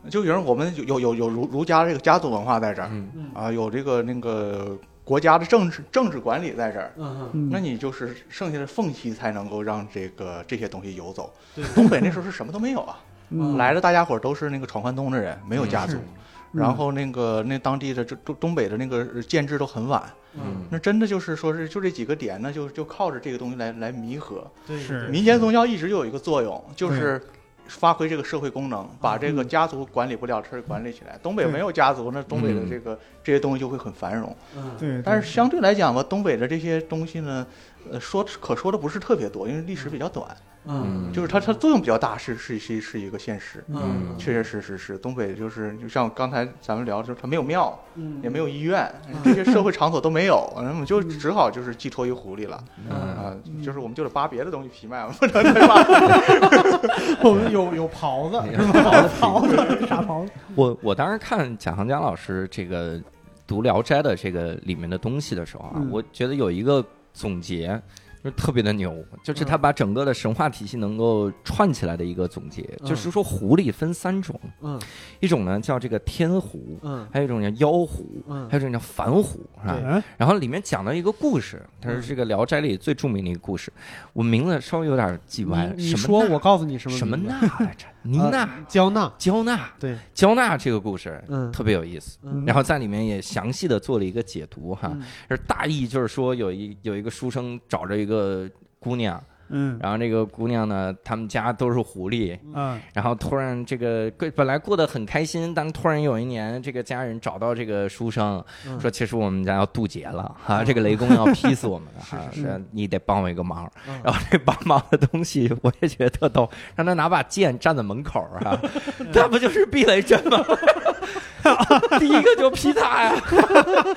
就有人我们有有有有儒儒家这个家族文化在这儿嗯啊，有这个那个国家的政治政治管理在这儿。嗯，嗯那你就是剩下的缝隙才能够让这个这些东西游走对。东北那时候是什么都没有啊，嗯来的大家伙儿都是那个闯关东的人，没有家族。嗯然后那个那当地的这东东北的那个建制都很晚，嗯那真的就是说是就这几个点呢，就就靠着这个东西来来弥合。对是民间宗教一直有一个作用，就是发挥这个社会功能，把这个家族管理不了的事儿管理起来。东北对没有家族，那东北的这个这些东西就会很繁荣。嗯对，对但是相对来讲吧，东北的这些东西呢，呃，说可说的不是特别多，因为历史比较短，嗯，就是它它作用比较大，是是是是一个现实。嗯确确实实是东北，就是就像刚才咱们聊的，就是它没有庙，也没有有医院，这些社会场所都没有，那我们就只好就是寄托于狐狸了嗯啊，就是我们就得扒别的东西皮卖，我们不能再扒。 *laughs* *laughs* 我们有有袍子，也是好的 *laughs* 袍子，傻袍子，我我当时看贾行家老师这个读《聊斋》的这个里面的东西的时候啊，嗯我觉得有一个总结，就特别的牛，就是嗯他把整个的神话体系能够串起来的一个总结，嗯就是说狐狸分三种，嗯一种呢叫这个天狐，嗯还有一种叫妖狐，嗯还有一种叫凡狐，是吧？嗯然后里面讲到一个故事，它是这个《聊斋》里最著名的一个故事，我名字稍微有点记歪了，你你什么说，纳我告诉你什么什么名字娜来着？妮呃娜、焦娜，焦娜，对，焦娜这个故事嗯特别有意思。嗯然后在里面也详细的做了一个解读哈，嗯而大意就是说有一有一个书生找着一个姑娘，嗯然后这个姑娘呢，他们家都是狐狸，嗯然后突然这个过本来过得很开心，但突然有一年这个家人找到这个书生，嗯说其实我们家要渡劫了哈、嗯这个雷公要劈死我 *laughs* 们了哈，说你得帮我一个忙，嗯然后这帮忙的东西我也觉得特逗，让他拿把剑站在门口 *laughs* 啊，那不就是避雷针吗？ *laughs* 第一个就劈他呀，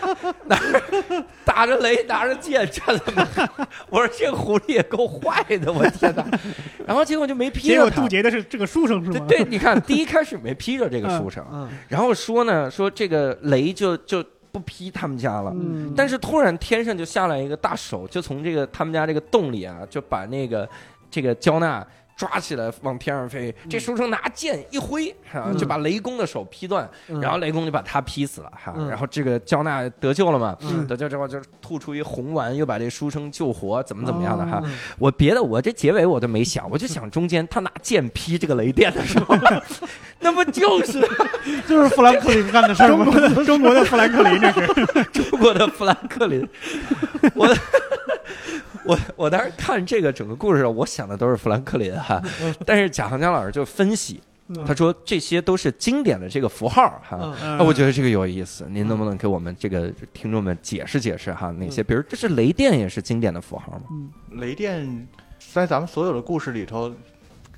*laughs* 拿着打着雷，拿着剑站在门口。 *laughs* 我说这个狐狸也够坏的，我天哪！ *laughs* 然后结果就没劈结着果他渡。劫的是这个书生是对吗？对，你看，第一开始没劈着这个嗯书生，嗯然后说呢，说这个雷就就不劈他们家了。嗯但是突然天上就下来一个大手，就从这个他们家这个洞里啊，就把那个这个焦娜抓起来往天上飞。这书生拿剑一挥，啊嗯就把雷公的手劈断，嗯然后雷公就把他劈死了哈、嗯然后这个焦娜得救了嘛，嗯得救之后就吐出一红丸，又把这书生救活，怎么怎么样的哈。嗯我别的我这结尾我都没想，我就想中间他拿剑劈这个雷电的时候， *laughs* 那不就是就是富兰克林干的事 *laughs* 儿中吗国？的中国的富兰克 *laughs* 林这是，中国的富兰克林。我我我当时看这个整个故事，我想的都是富兰克林哈、但是贾行家老师就分析，他说这些都是经典的这个符号哈、嗯那我觉得得这个有意思，您能不能给我们这个听众们解释解释哈？哪些，比如这是雷电也是经典的符号吗？雷电在咱们所有的故事里头，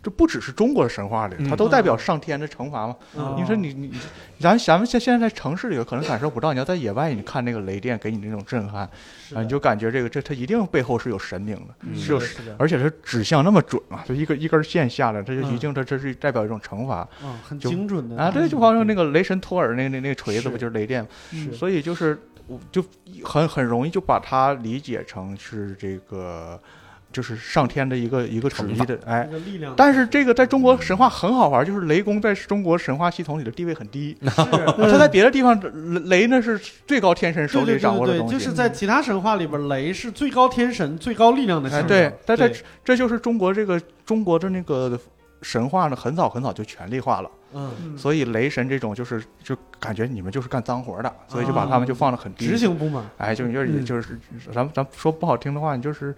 这不只是中国神话里，嗯它都代表上天的惩罚嘛。嗯你说你你，咱咱们现现在在城市里可能感受不到，你要在野外，你看那个雷电给你那种震撼，是的啊，你就感觉这个这它一定背后是有神明的，是是有的，是的，而且它指向那么准嘛，就一根一根线下来，它就嗯一定它这是代表一种惩罚嗯，很就精准的啊。对，就好像嗯那个雷神托尔那个那那个锤子是不就是雷电吗？是所以就是我就很很容易就把它理解成是这个就是上天的一个一个旨意的哎那。个力量，但是这个在中国神话很好玩，就是雷公在中国神话系统里的地位很低，是哦啊他在别的地方雷雷那是最高天神嗯手对对里掌对握的对，东西，就是在其他神话里边，雷是最高天神、最高力量的哎象征。对，但这对这就是中国这个中国的那个神话呢，很早很早就权力化了，嗯，所以雷神这种就是就感觉你们就是干脏活的，所以就把他们就放得很低，啊执行部门，哎，就就是嗯就是，咱们咱们说不好听的话，你就是。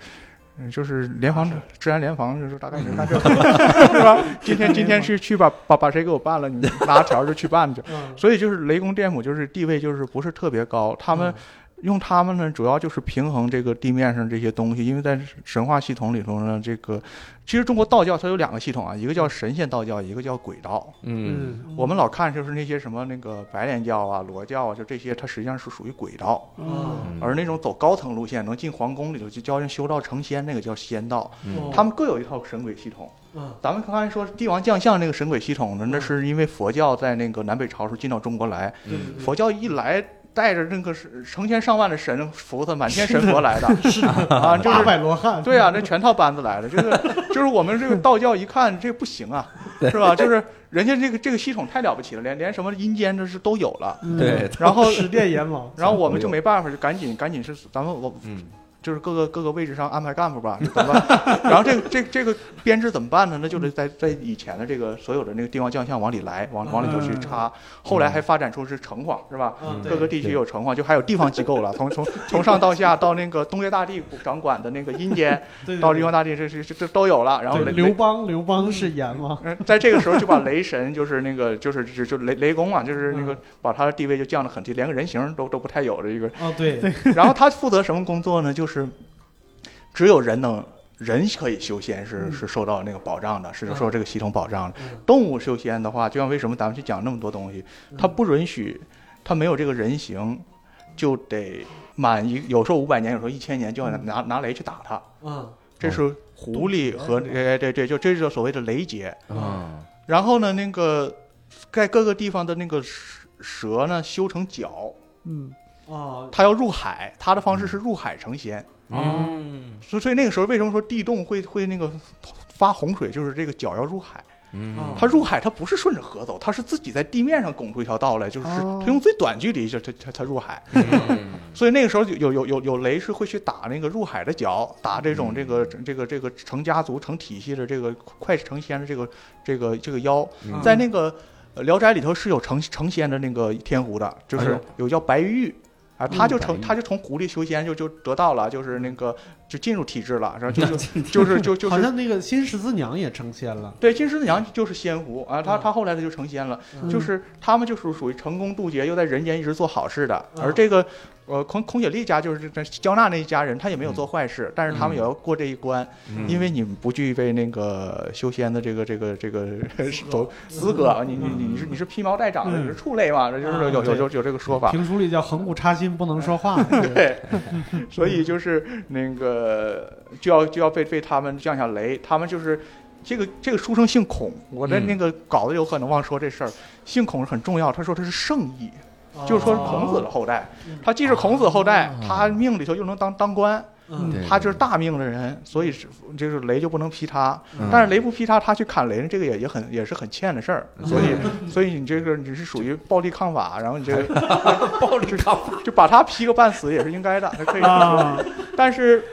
嗯，就是联防啊治安联防，就是大概就是干这个， *laughs* 是吧？今天今天去去把把把谁给我办了，你们拿条就去办去。嗯，所以就是雷公电母就是地位就是不是特别高，他们用他们呢主要就是平衡这个地面上这些东西，因为在神话系统里头呢，这个其实中国道教它有两个系统啊，一个叫神仙道教，一个叫鬼道。嗯，嗯，我们老看就是那些什么那个白莲教啊、罗教啊，就这些，它实际上是属于鬼道。嗯，而那种走高层路线，能进皇宫里头去教人修道成仙，那个叫仙道。嗯他们各有一套神鬼系统。嗯咱们刚才说帝王将相那个神鬼系统呢，那嗯是因为佛教在那个南北朝时候进到中国来，嗯对对对佛教一来。带着那个是成千上万的神菩萨，满天神佛来的，啊，就八是百罗汉，对啊，那全套班子来的，就是就是我们这个道教一看这不行啊，是吧？就是人家这个这个系统太了不起了，连连什么阴间这是都有了，嗯，对，然 *laughs* 后 *laughs* 十殿阎王，然后我们就没办法，就赶紧赶紧是咱们我嗯，就是各个各个位置上安排干部吧，怎么办？ *laughs* 然后这个这个这个编制怎么办呢？那就得在在以前的这个所有的那个帝王将相往里来，往往里头去插。后来还发展出是城隍，是吧？嗯，各对，个地区有城隍，就还有地方机构了，从从从上到下到那个东岳大帝掌管的那个阴间，对到玉皇大帝这这这这都有了。然后对雷刘邦，刘邦是阎王，嗯，在这个时候就把雷神，就是那个，就是就就雷雷公啊，就是嗯那个把他的地位就降得很低，连个人形都都不太有的一个哦，对，然后他负责什么工作呢？就是只有人能人可以修仙是嗯是受到那个保障的，是嗯受这个系统保障的。嗯动物修仙的话，就像为什么咱们去讲那么多东西，它嗯不允许，它没有这个人形，就得满一有时候五百年，有时候一千年，就要嗯拿拿雷去打它。嗯，这是狐狸和动物哎对对，就这就是所谓的雷劫。啊，然后呢，那个在各个地方的那个蛇蛇呢，修成脚，嗯哦，它要入海，它的方嗯式是入海成仙。嗯所以所以那个时候为什么说地洞会会那个发洪水，就是这个脚要入海。嗯它入海，它不是顺着河走，它是自己在地面上拱出一条道来，就是哦它用最短距离就它它它入海。嗯所以那个时候有有有有雷是会去打那个入海的脚，打这种嗯这个这个这个成家族成体系的这个快成仙的这个这个这个妖，嗯在那个呃《聊斋》里头是有成成仙的那个天狐的，就哎是呦嗯有叫白玉。啊，他就白成，玉他就从狐狸修仙就就得到了，就是那个就进入体制了，然后就就 *laughs* 就是就就好是像那个新十四娘也成仙了，对金狮子娘就是仙狐啊，他嗯他后来他就成仙了，嗯就是他们就是属于成功渡劫，又在人间一直做好事的，嗯而这个呃空空雪丽家就是这焦娜那一家人，他也嗯没有做坏事，但是他们也要过这一关，因为你们不具备那个修仙的这个这个这个 *laughs* 走资格，啊你你你你是你是披毛戴掌的，嗯你是畜类嘛，这就是有有有有有这个说法。评书里叫横骨插心不能说 *laughs* 话，对，所以就是那个就要就要被被他们降下雷，他们就是这个这个书生姓孔，我的嗯那个稿子有可能忘说这事儿，姓孔是很重要，他说他是圣意，哦就是说是孔子的后代嗯，他既是孔子后代哦，他命里头又能当当官，嗯对他就是大命的人，所以是就是雷就不能劈他。嗯但是雷不劈他，他去砍雷，这个也也很也是很欠的事儿。嗯 *laughs* 所以所以你这个你是属于暴力抗法，然后你这个暴力抗法，就把他劈个半死也是应该的，他可以。啊， *laughs* 但是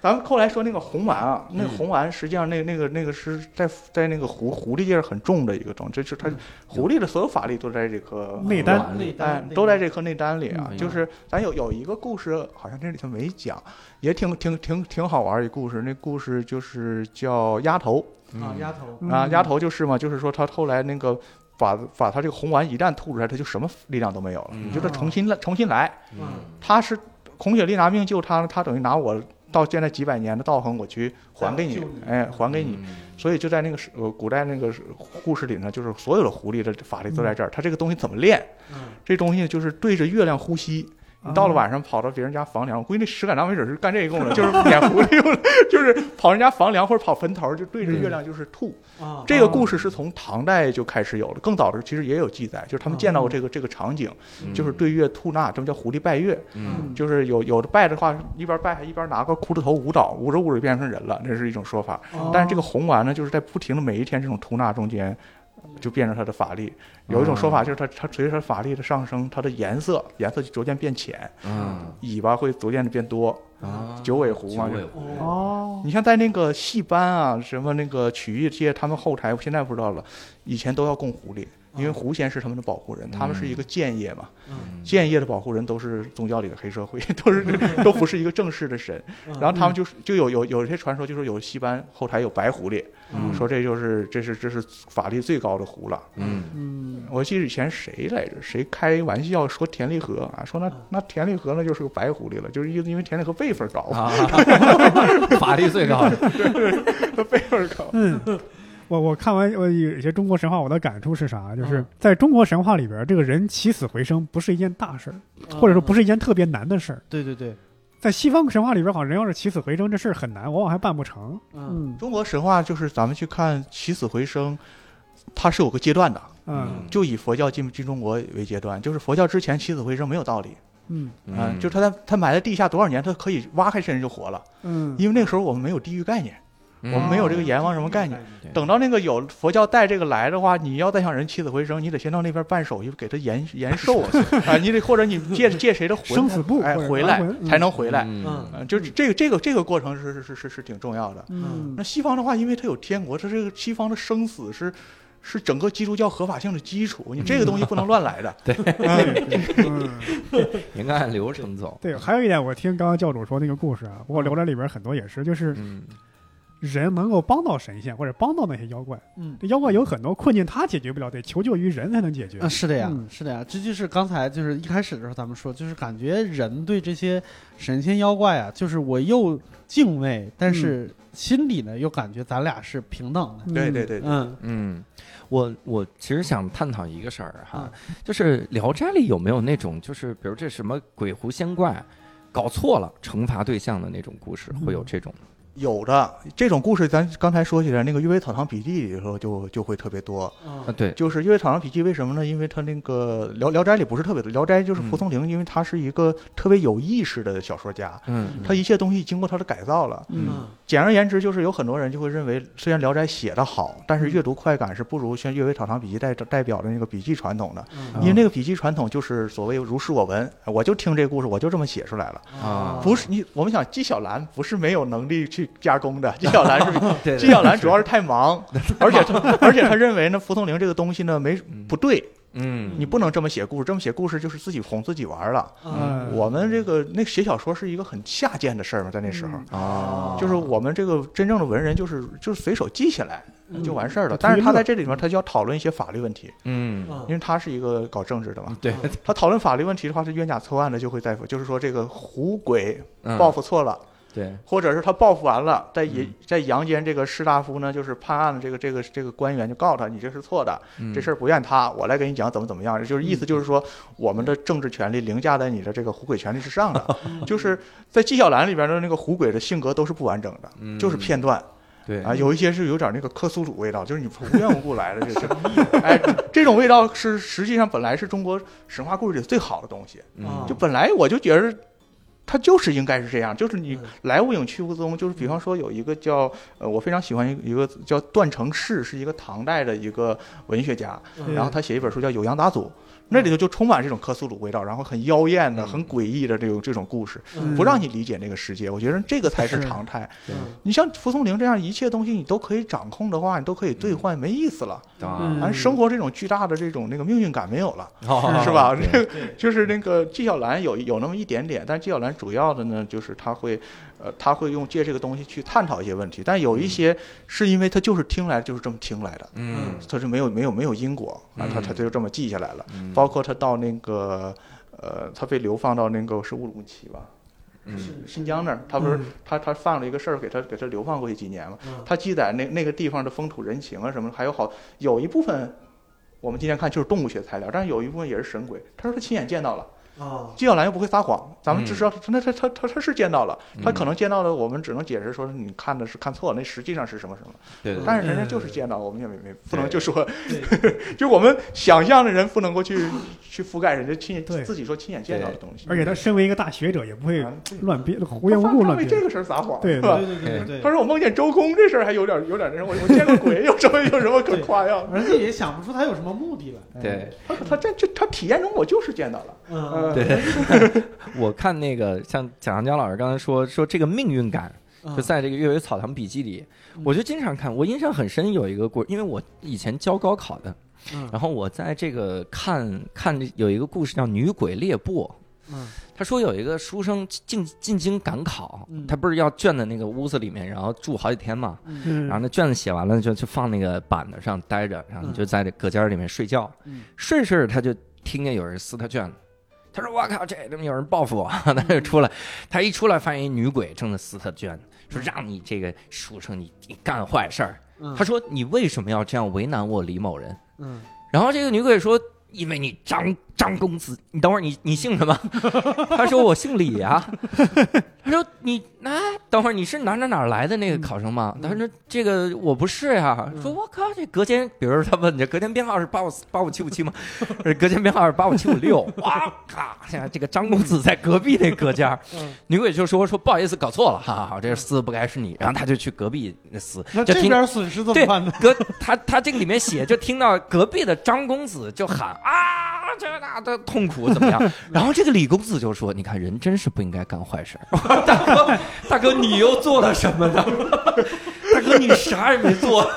咱们后来说那个红丸啊，那个红丸实际上那那个那个是在在那个狐狐狸界是很重的一个种，这就是它狐狸的所有法力都在这个内丹嗯内哎丹，都在这颗内丹里啊嗯。就是咱有有一个故事，好像这里头没讲，也挺挺挺挺好玩儿一故事。那故事就是叫丫头啊，丫头，啊，嗯丫头就是嘛，就是说她后来那个把把她这个红丸一旦吐出来，她就什么力量都没有了，嗯你就得重新来重新来。嗯她是孔雪莉拿命救她，她等于拿我到现在几百年的道行，我去还给再你救你，哎，还嗯给你。，所以就在那个时呃古代那个故事里呢，就是所有的狐狸的法力都在这儿，它这个东西怎么练？嗯，这东西就是对着月亮呼吸。你到了晚上跑到别人家房梁，我估计那石敢当没准是干这个用的，就是撵狐狸用的， *laughs* 就是跑人家房梁或者跑坟头，就对着月亮就是吐。啊，这个故事是从唐代就开始有了，更早的时候其实也有记载，就是他们见到过这个这个场景，就是对月吐纳，这么叫狐狸拜月，嗯，就是有有的拜的话，一边拜还一边拿个骷髅头舞蹈，舞着舞着就变成人了，这是一种说法。哦但是这个红丸呢，就是在不停的每一天这种吐纳中间，就变成它的法力。有一种说法就是它它随着它法力的上升，它的颜色颜色就逐渐变浅，嗯尾巴会逐渐的变多。啊九尾狐嘛，九就尾是狐哦哦，你像在那个戏班啊，什么那个曲艺界，他们后台现在不知道了，以前都要供狐狸，因为哦狐仙是他们的保护人，他们是一个建业嘛，嗯建业的保护人都是宗教里的黑社会， *laughs* 都是都不是一个正式的神。嗯然后他们就是就有有有些传说，就说有戏班后台有白狐狸，嗯说这就是这是这是法力最高的狐了。嗯嗯，我记得以前谁来着，谁开玩笑说田立和啊，说那嗯那田立和那就是个白狐狸了，就是因因为田立和辈分高，啊， *laughs* 法力最高，辈分高。嗯我我看完我有些中国神话，我的感触是啥？就是嗯在中国神话里边，这个人起死回生不是一件大事儿，嗯或者说不是，是一件特别难的事儿。嗯对对对，在西方神话里边，好像人要是起死回生这事儿很难，往往还办不成。嗯嗯中国神话就是咱们去看起死回生，它是有个阶段的，嗯就以佛教进进中国为阶段，就是佛教之前起死回生没有道理，嗯嗯，就是他在他埋在地下多少年，他可以挖开身就活了，嗯，因为那个时候我们没有地狱概念。嗯我们没有嗯这个阎王什么概念。等到那个有佛教带这个来的话，你要再想人起死回生，你得先到那边办手续给他延延寿啊啊！你得或者你借借谁的魂生死簿哎或者回还来魂才能回来。嗯嗯，就是这个这个这个过程是是是是是挺重要的。嗯那西方的话，因为它有天国，它这个西方的生死是是整个基督教合法性的基础，你这个东西不能乱来的。 *laughs* 嗯。应该按流程走， *laughs* 对，还有一点，我听刚刚教主说那个故事啊，我浏览里边很多也是，就是嗯人能够帮到神仙或者帮到那些妖怪，嗯。这妖怪有很多困境他解决不了，得求救于人才能解决啊，。是的呀，嗯是的呀，这就是刚才就是一开始的时候咱们说，就是感觉人对这些神仙妖怪啊，就是我又敬畏，但嗯是心里呢又感觉咱俩是平等的。对对对，对嗯嗯，我我其实想探讨一个事儿哈，嗯就是《聊斋》里有没有那种就是比如这什么鬼狐仙怪。搞错了惩罚对象的那种故事，嗯会有这种有的这种故事，咱刚才说起来，那个《阅微草堂笔记》里头就就会特别多。啊？嗯对，就是《阅微草堂笔记》，为什么呢？因为它那个《聊聊斋》里不是特别多，《聊斋》就是嗯蒲松龄，因为他是一个特别有意识的小说家，嗯，他一切东西经过他的改造了。嗯简而言之，就是有很多人就会认为，虽然《聊斋》写得好，但嗯是阅读快感是不如像《阅微草堂笔记代》代表的那个笔记传统的，嗯啊因为那个笔记传统就是所谓如是我闻，我就听这故事，我就这么写出来了。嗯啊不是你，我们想纪晓岚不是没有能力去加工的，纪晓岚是对纪晓岚主要是太忙，而且他而且他认为呢，蒲松龄这个东西呢没不对，嗯你不能这么写故事，这么写故事就是自己哄自己玩儿了。嗯啊我们这个那写小说是一个很下贱的事儿嘛，在那时候，啊，就是我们这个真正的文人就是就是随手记下来就完事儿了。嗯但是他在这里面他就要讨论一些法律问题，嗯，嗯因为他是一个搞政治的嘛。对，他讨论法律问题的话，他冤假错案的就会在，就是说这个狐鬼嗯报复错了。对，或者是他报复完了，在也嗯在阳间这个士大夫呢，就是判案的这个这个这个官员就告他，你这是错的，这事儿儿不怨他，我来给你讲怎么怎么样，就是嗯意思就是说，我们的政治权利凌驾在你的这个狐鬼权利之上的，嗯 *laughs* 就是在纪晓岚里边的那个狐鬼的性格都是不完整的，就是片段嗯对啊，有一些是有点那个克苏鲁味道，就是你无缘无故来的，这 *laughs* 是，哎，这种味道是实际上本来是中国神话故事里最好的东西，嗯就本来我就觉得它就是应该是这样，就是你嗯来无影去无踪。就是比方说有一个叫呃，我非常喜欢一一个叫段成式，是一个唐代的一个文学家，嗯然后他写一本书叫《酉阳打赌》，那里头就充满这种克苏鲁味道，然后很妖艳的、嗯很诡异的这种这种故事，嗯不让你理解那个世界。我觉得这个才是常态。对你像蒲松龄这样一切东西你都可以掌控的话，你都可以兑换，没意思了。啊嗯咱生活这种巨大的这种那个命运感没有了，哦 *laughs* 是吧？ *laughs* 对这个就是那个纪晓岚有有那么一点点，但纪晓岚主要的呢，就是他会，呃，他会用借这个东西去探讨一些问题，但有一些是因为他就是听来就是这么听来的，嗯他是没有没有没有因果啊，他他嗯就这么记下来了。嗯，包括他到那个，呃，他被流放到那个是乌鲁木齐吧，嗯新疆那儿，他不是他他犯了一个事儿，给他给他流放过去几年嘛。嗯他记载那那个地方的风土人情啊什么的，还有好有一部分，我们今天看就是动物学材料，但是有一部分也是神鬼。他说他亲眼见到了，啊，纪晓岚又不会撒谎，咱嗯们只知道他他他他他是见到了，他嗯可能见到了，我们只能解释说是你看的是看错了，那实际上是什么什么。对对，但是人家就是见到，我们也没没不能对就说， *laughs* 就我们想象的人不能够去去覆盖人家亲对眼自己说亲眼见到的东西。而且他身为一个大学者，也不会啊乱编、胡他言无故他乱为这编。个事儿撒谎，对是吧对？对对对他对，说我梦见周公这事儿还有点有点那什么，我 *laughs* 我见个鬼，有什么有什么可夸耀？人家也想不出他有什么目的来。对。他他这这他体验中我就是见到了，嗯，对， *laughs* 我看那个像蒋长江老师刚才说说这个命运感，嗯就在这个《阅微草堂笔记》里，我就经常看。我印象很深有一个故事，因为我以前教高考的，嗯然后我在这个看看有一个故事叫《女鬼猎魄》。嗯，他说有一个书生进进京赶考嗯，他不是要卷在那个屋子里面，然后住好几天嘛。嗯啊然后那卷子写完了，就就放那个板子上待着，然后你就在这隔间里面睡觉，嗯睡睡着他就听见有人撕他卷子。他说：“我靠，这他妈有人报复我！”嗯 *laughs* 他就出来，他一出来发现一女鬼正在撕他卷子，说：“让你这个书生，你你干坏事儿。”嗯他说：“你为什么要这样为难我李某人嗯，？”然后这个女鬼说：“因为你张张公子，你等会儿你你姓什么？” *laughs* 他说：“我姓李啊。”他说：“你那、等会儿你是哪哪哪儿来的那个考生吗？”他说：“这个我不是呀、嗯说：“我靠，这隔间，比如说他问你隔间编号是八五八五七五七吗？这隔间编号是八五七五六。哇咔！现在这个张公子在隔壁那隔间儿，嗯女鬼就说：“说不好意思，搞错了，哈哈，这撕不该是你。”然后他就去隔壁那撕，那就这听边损失怎么对办呢？隔他他这个里面写，就听到隔壁的张公子就喊啊，这那的痛苦怎么样？然后这个李公子就说：“你看人真是不应该干坏事儿， *laughs* 大哥，大哥你又做了什么呢？ *laughs* 大哥你啥也没做。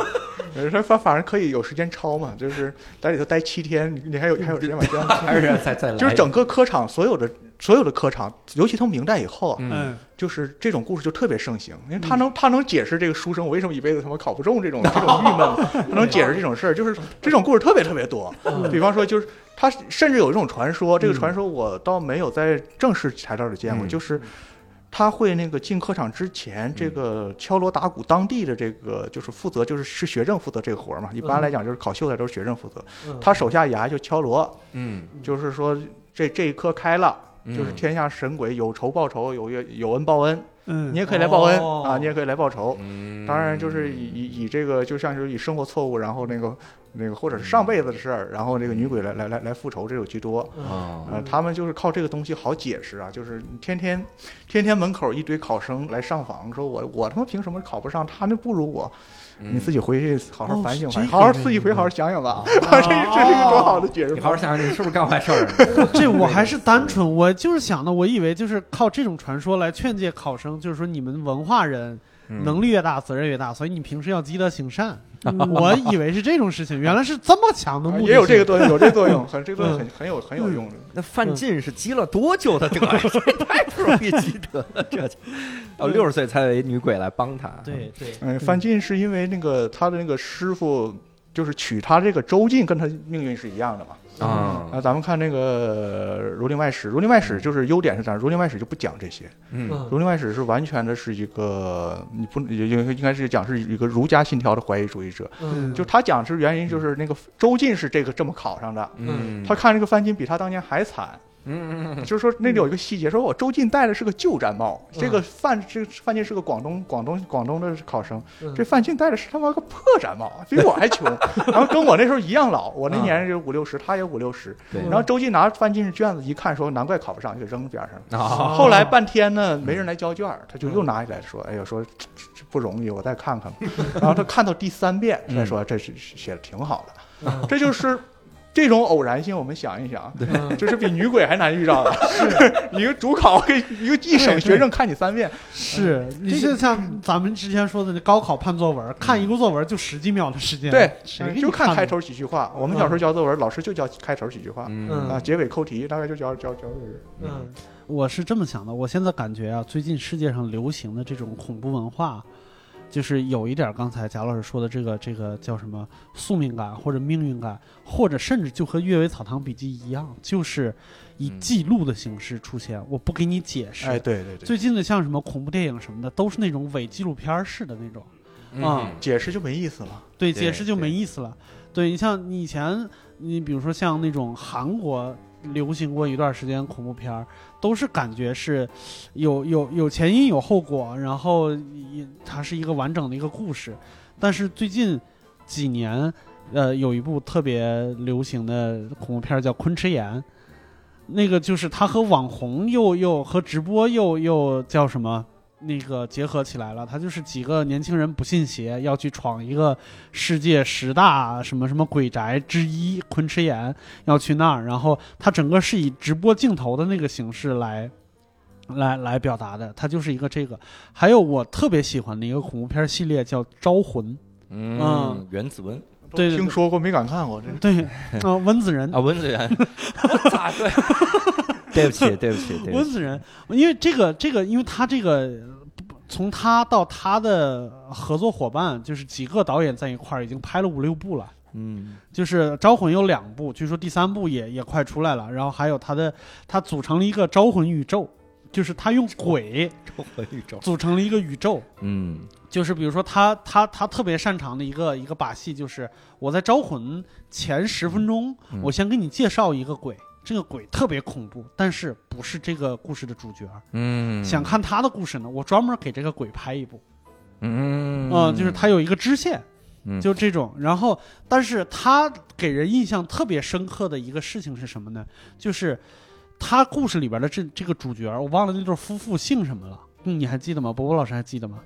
呃他反反正可以有时间抄嘛，就是在里头待七天，你你还有还有时间往下”还是再再来，就是整个科场所有的所有的科场，尤其从明代以后啊，嗯嗯，就是这种故事就特别盛行，因为他能他能解释这个书生我为什么一辈子他妈考不中这种这种郁 *laughs* 闷，他能解释这种事儿，就是这种故事特别特别多。嗯比方说，就是他甚至有一种传说，这个传说我倒没有在正式材料里见过，嗯就是。他会那个进科场之前，这个敲锣打鼓，当地的这个就是负责，就是是学政负责这个活儿嘛。一嗯般来讲，就是考秀才都是学政负责。嗯他手下衙就敲锣，嗯就是说这这一科开了，嗯就是天下神鬼有仇报仇，有有恩报恩，你嗯，也可以来报恩、哦啊，你也可以来报仇。嗯当然，就是以以以这个，就像是以生活错误，然后那个那个，或者是嗯上辈子的事儿，然后这个女鬼来来来来复仇，这种居多。嗯哦呃，他们就是靠这个东西好解释啊，就是你天天天天门口一堆考生来上访，说我我他妈凭什么考不上？他那不如我，嗯你自己回去好好哦反省是反省，这好好个自己原回因好好想想吧。啊 *laughs* 这是这是一个多好的解释你好好法。想想，你是不是干坏事儿了？ *laughs* 这我还是单纯，我就是想的，我以为就是靠这种传说来劝诫考生，就是说你们文化人嗯能力越大，责任越大，所以你平时要积德行善。嗯 *laughs* 我以为是这种事情，原来是这么强的目的性。也有这个作用，有这 *laughs* 作用，很这作用嗯很很有很有用的。那范进是积了多久的德？这 *laughs* 太不容易积德了，这就到六十岁才有一女鬼来帮他。对对，嗯，范进是因为那个他的那个师傅，就是娶他这个周进，跟他命运是一样的嘛。啊，啊，咱们看那个呃《儒林外史》，《儒林外史》就是优点是啥？《儒林外史》就不讲这些，嗯《儒林外史》是完全的是一个你不也应应该是讲是一个儒家信条的怀疑主义者。嗯就他讲是原因就是那个周进是这个这么考上的，嗯，他看这个范进比他当年还惨，嗯嗯就是说那里有一个细节，说我周进戴的是个旧毡帽，嗯这个范这个范进是个广东广东广东的考生，嗯这范进戴的是他妈个破毡帽，比我还 *laughs* 穷，然后跟我那时候一样老，嗯我那年就五六十，他也五六十，对然后周进拿范进卷子一看，说难怪考不上，就给扔边上了。嗯啊，后哦来半天呢，没人来交卷儿，他就又拿起来说：“哎呦，说这这不容易，我再看看吧。”然后他看到第三遍，嗯才说：“这是写的挺好的。嗯这就是这种偶然性，我们想一想，嗯这是比女鬼还难遇到的。 *laughs* 一个主考，一个一省学生看你三遍，是嗯你就像咱们之前说的，高考判作文，看一个作文就十几秒的时间，对，嗯谁给你就看看嗯开头几句话。我们小时候教作文，老师就教开头几句话嗯啊，结尾扣题，大概就教教教这个。嗯我是这么想的，我现在感觉啊，最近世界上流行的这种恐怖文化，就是有一点刚才贾老师说的这个这个叫什么宿命感或者命运感，或者甚至就和《阅微草堂笔记》一样，就是以嗯记录的形式出现，我不给你解释。哎，对对对，最近的像什么恐怖电影什么的，都是那种伪纪录片儿式的那种。啊解释就没意思了。对，对解释就对没意思了。对你像你以前，你比如说像那种韩国流行过一段时间恐怖片儿，都是感觉是有有有前因有后果，然后也它是一个完整的一个故事。但是最近几年，呃，有一部特别流行的恐怖片儿叫《昆池岩》，那个就是它和网红又又和直播又又叫什么？那个结合起来了，它就是几个年轻人不信邪，要去闯一个世界十大什么什么鬼宅之一昆池岩，要去那儿，然后它整个是以直播镜头的那个形式来。来来表达的，它就是一个这个，还有我特别喜欢的一个恐怖片系列叫《招魂嗯嗯，原子文都对对对听说过没敢看过这。”，对， *laughs* 啊、温子仁啊，温子仁，咋对？对不起，对不起，对不温起。子仁，因为这个这个，因为他这个不从他到他的合作伙伴，就是几个导演在一块儿已经拍了五六部了。嗯就是《招魂》有两部，据说第三部也也快出来了。然后还有他的，他组成了一个《招魂》宇宙，就是他用鬼组成了一个宇宙。嗯就是比如说他他他特别擅长的一个一个把戏，就是我在招魂前十分钟，嗯我先给你介绍一个鬼，这个鬼特别恐怖，但是不是这个故事的主角。嗯，想看他的故事呢，我专门给这个鬼拍一部，嗯嗯，就是他有一个支线嗯，就这种。然后，但是他给人印象特别深刻的一个事情是什么呢？就是他故事里边的这这个主角，我忘了那对夫妇姓什么了。嗯，你还记得吗？波波老师还记得吗？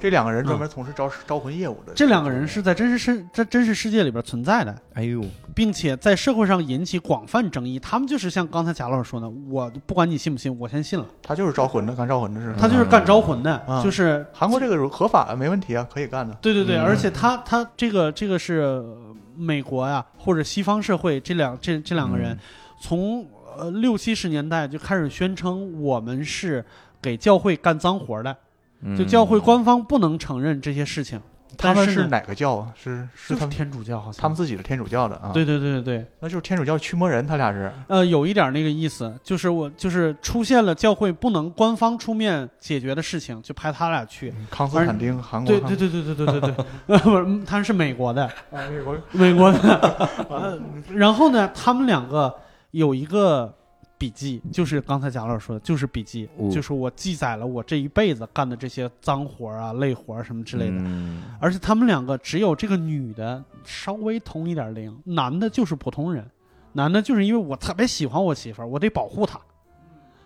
这两个人专门从事招招魂业务的。这两个人是在真实世在真实世界里边存在的，哎呦，并且在社会上引起广泛争议。他们就是像刚才贾老师说的，我不管你信不信，我先信了。他就是招魂的，干招魂的是吧。他就是干招魂的，嗯就是韩国这个合法没问题啊，可以干的。对对对，嗯而且他他这个这个是呃美国呀、或者西方社会这两这这两个人，嗯从呃六七十年代就开始宣称我们是给教会干脏活的，嗯就教会官方不能承认这些事情。他们但是是呢哪个教啊？是是就他是们天主教好像他们自己的天主教的啊？，对对对对对，那就是天主教驱魔人，他俩是。呃，有一点那个意思，就是我就是出现了教会不能官方出面解决的事情，就派他俩去。康斯坦丁，韩国。对对对对对对对对， *laughs* 呃，不是，他是美国的，啊，美国美国的。呃然后呢，他们两个有一个笔记，就是刚才贾老师说的，就是笔记，哦就是我记载了我这一辈子干的这些脏活儿啊、累活儿什么之类的。嗯的，而且他们两个只有这个女的稍微通一点灵，男的就是普通人，男的就是因为我特别喜欢我媳妇儿，我得保护她，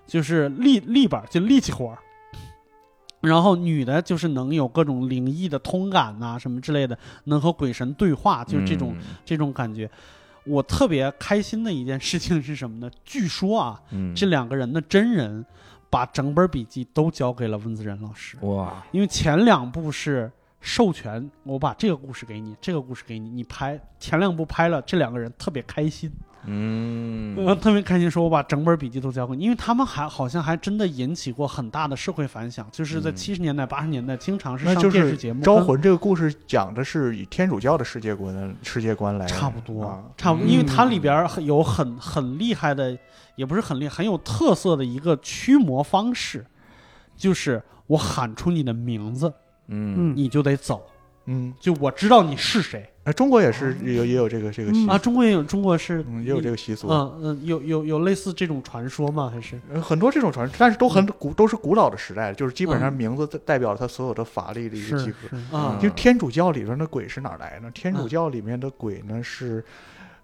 就是力力板儿就力气活儿。然后女的就是能有各种灵异的通感呐、什么之类的，能和鬼神对话，就是这种、这种感觉。我特别开心的一件事情是什么呢？ *laughs* 据说啊，嗯这两个人的真人把整本笔记都交给了温子仁老师。哇，因为前两部是授权，我把这个故事给你，这个故事给你，你拍。前两部拍了，这两个人特别开心，嗯呃，特别开心，说我把整本笔记都交给你，因为他们还好像还真的引起过很大的社会反响，就是在嗯七十年代、八十年代经常是那上就电视是节目。 *laughs* 招魂这个故事讲的是以天主教的世界观世界观来，差不多，啊差不多，因为它里边儿很有很很厉害的，也不是很厉害，很有特色的一个驱魔方式，就是我喊出你的名字，嗯嗯，你就得走，嗯，就我知道你是谁，哎，中国也是有也有这个这个习啊，，中国也有，中国是嗯，也有这个习俗，嗯嗯，有有有类似这种传说吗？还是呃很多这种传，但是都很古，都是古老的时代，就是基本上名字代表了它所有的法力的一个集合。啊嗯就天主教里边的鬼是哪儿来呢？天主教里面的鬼呢是，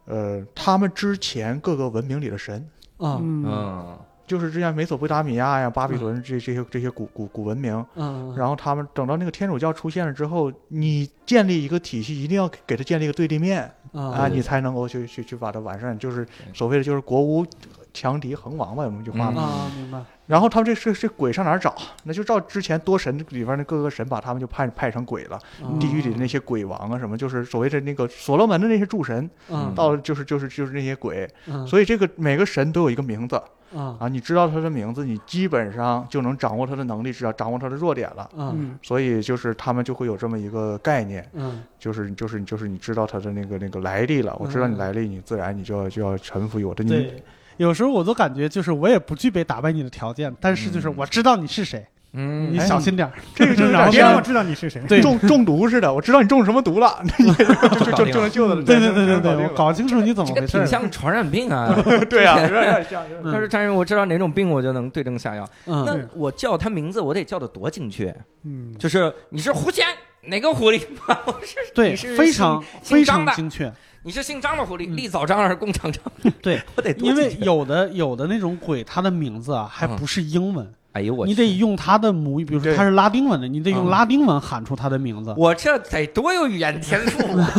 呃，他们之前各个文明里的神，啊嗯嗯就是之前美索不达米亚呀、巴比伦这这些这些古古古文明，嗯，然后他们等到那个天主教出现了之后，你建立一个体系，一定要给给它建立一个对立面后啊，啊你才能够去去去把它完善，就是所谓的就是国无强敌恒王吧，有那么一句话嘛。啊，明白然后他们这这这鬼上哪儿找？那就照之前多神里边的各个神，把他们就派派成鬼了。啊哦地狱里的那些鬼王啊，什么就是所谓的那个所罗门的那些诸神，嗯到了就是就是就是那些鬼。嗯，所以这个每个神都有一个名字以啊啊，你知道他的名字，你基本上就能掌握他的能力，知道掌握他的弱点了。啊嗯所以就是他们就会有这么一个概念，嗯就是就是就是你知道他的那个那个来历了，我知道你嗯来历，你自然你就要就要臣服于我的。你对。有时候我都感觉就是我也不具备打败你的条件，但是嗯就是我知道你是谁，嗯你小心点儿。这个就有然点后别让我像知道你是谁。对中中毒似的，我知道你中什么毒了， *laughs* 那你就就就就能救 *laughs* 的。*laughs* 对对对对对，对我搞清楚你怎么这回个事儿挺。像传染病啊。对啊，有点有点像。有点嗯他说：“张人，我知道哪种病，我就能对症下药。嗯，那我叫他名字，我得叫的多精确，嗯，就是你是狐仙哪个狐狸？我是对，你是非常姓非姓张常的精确。你是姓张的狐狸，嗯立早张还是共长张？对， *laughs* 我得 *laughs* 多因为精确有的有的那种鬼，它的名字啊还嗯不是英文，哎呦我你去得用它的母语，比如说对它是拉丁文的，你得嗯用拉丁文喊出它的名字。我这得多有语言天赋啊！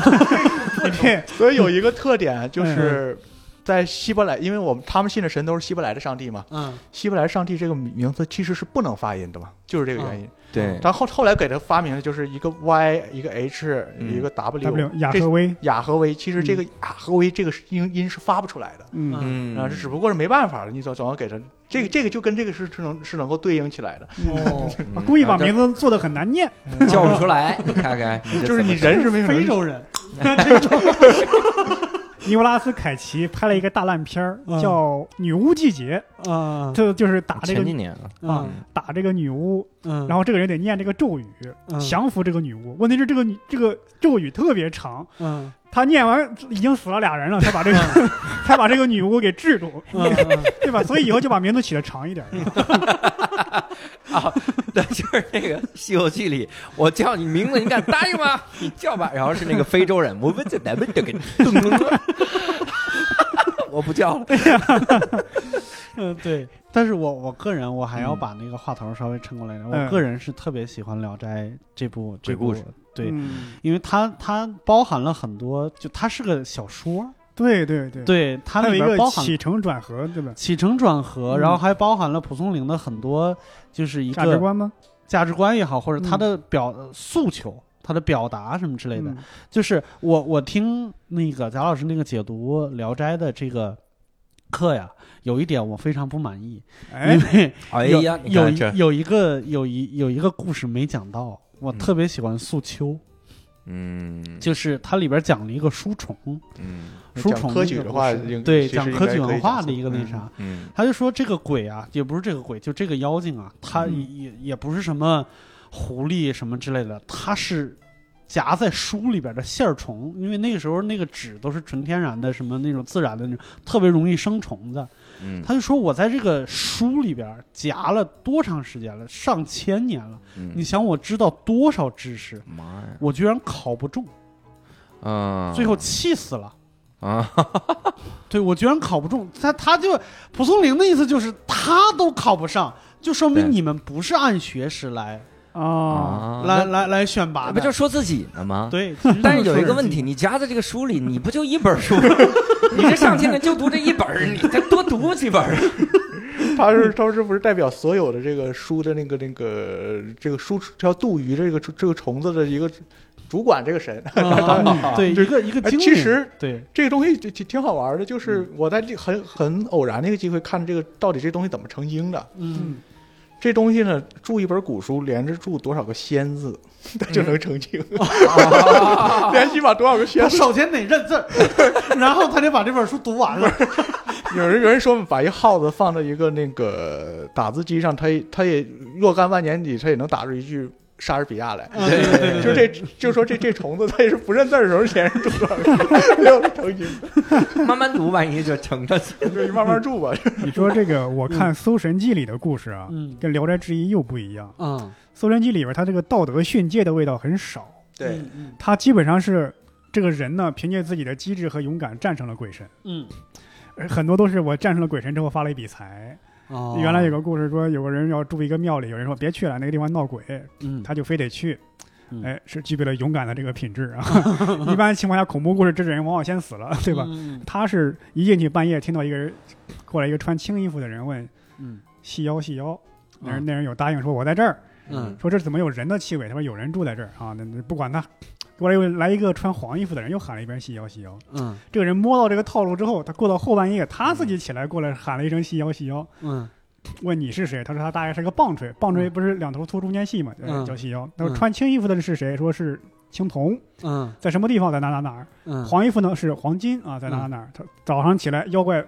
对，所以有一个特点就是。嗯在希伯来，因为我们他们信的神都是希伯来的上帝嘛，嗯希伯来上帝这个名字其实是不能发音的嘛，就是啊这个原因。对，但后后来给他发明的就是一个 Y，一个 H，、一嗯个 W， W 雅这克威，雅合为，其实这个雅合为这个是音音是发不出来的，嗯嗯啊，这只不过是没办法了，你总总要给他这个这个就跟这个是是能是能够对应起来的， *laughs* 哦，我啊故啊意把名名字做的很难 *laughs* 念。 *laughs* 字啊叫不出来，你看看，就是你人是没有嗯非洲人尼古拉斯凯奇拍了一个大烂片儿，嗯叫《女巫季节啊》，这就是打这前几个嗯年啊， *laughs* 啊打这个女巫，嗯，然后这个人得念这个咒语，嗯降服这个女巫。问题是这个女这个咒语特别长， *laughs* 嗯他念完已经死了俩人了，才把这个 *laughs* 才把这个女巫给制住，嗯嗯 *laughs* 对吧？所以以后就把名字起的长一点。对，就是啊那个《西游记》里，我叫你名字，你敢答应吗？ *laughs* 你叫吧。然后是那个非洲人，我问这咱们这个咚咚咚， *laughs* 我不叫了。嗯，对。但是我我个人我还嗯要把那个话头稍微撑过来一点，我嗯个人是特别喜欢《聊斋》这部这鬼部故事，对，嗯因为它它包含了很多，就它是个小说，对对对，对，它还有里一边个包含起承转合，对吧？起承转合，嗯然后还包含了蒲松龄的很多，就是一价值个观吗？价值观也好，或者他嗯的表、呃诉求、他的表达什么之类的。嗯就是我我听那个贾老师那个解读《聊斋》的这个课呀，有一点我非常不满意，哎因，为哎有呀，你有看一这，有一个有一有一个故事没讲到，我嗯特别喜欢素秋，嗯就是它里边讲了一个书虫，嗯书讲虫科那举个的故话事应，对，其实讲应科该举可文以化讲的一个那嗯啥，嗯他就说这个鬼啊，也不是这个鬼，就这个妖精啊，他也、嗯也也不是什么狐狸什么之类的，他是夹在书里边的线儿虫，因为那个时候那个纸都是纯天然的，什么那种自然的那种，特别容易生虫子。嗯他就说我在这个书里边夹了多长时间了，上千年了，你嗯，想我知道多少知识，妈呀，我居然考不中，啊嗯，最后气死了。啊，对我居然考不中，他他就蒲松龄的意思就是他都考不上，就说对明你们不是按学识来哦，来来来选拔啊那的，不就说自己呢吗？对？其实 *laughs* 但是就有一个说问题，你夹在这个书里，你不就一本书？ *laughs* 你这上千年就读这一本儿，你再多读几本 *laughs* 儿。 *laughs* 他是他是不是代表所有的这个书的那个那个这个书叫杜鱼这个这个虫子的一个主管这个神？啊 *laughs* 对就一个一个哎经历，其实对这个东西就挺挺好玩的，就是我在这很很偶然的一个机会看这个到底这东西怎么成精的。嗯这东西呢，注一本古书连着注多少个仙字，它就能成精，连续把多少个仙他字。首先得 *laughs* 认字 *laughs* 儿，然后他得把这本书读完了。有人有人说把一耗子放到一个那个打字机上，它也它也若干万年里它也能打出一句莎士比亚来，嗯对对对对就这就说这这虫子它也是不认字儿的时候显示出来的， *laughs* 没有成精，慢慢读，万一就成了。就是慢慢住吧。你说这个，我看《搜神记》里的故事啊，嗯跟《聊斋志异》又不一样，嗯， 《搜神记》里边它这个道德训诫的味道很少，对，嗯它基本上是这个人呢，凭借自己的机智和勇敢战胜了鬼神。嗯，呃很多都是我战胜了鬼神之后发了一笔财。哦原来有个故事说，有个人要住一个庙里，有人说别去了，那个地方闹鬼，嗯他就非得去嗯。哎，是具备了勇敢的这个品质啊！ *laughs* 一般情况下，恐怖故事这种人往往先死了，对吧？嗯他是一进去半夜听到一个人过来，一个穿青衣服的人问嗯细腰细腰，那嗯人那人有答应说我在这儿，嗯说这怎么有人的气味？他说有人住在这儿啊，那那不管他。过来又来一个穿黄衣服的人，又喊了一遍细腰细腰。嗯这个人摸到这个套路之后，他过到后半夜，他自己起来过来喊了一声细腰细腰，嗯问你是谁？他说他大概是个棒槌，棒槌不是两头粗中间细嘛，呃嗯叫细腰。他说嗯穿青衣服的是谁？说是青铜，嗯在什么地方？在哪哪哪儿？嗯，黄衣服呢是黄金啊，在哪哪哪儿？他早上起来，妖怪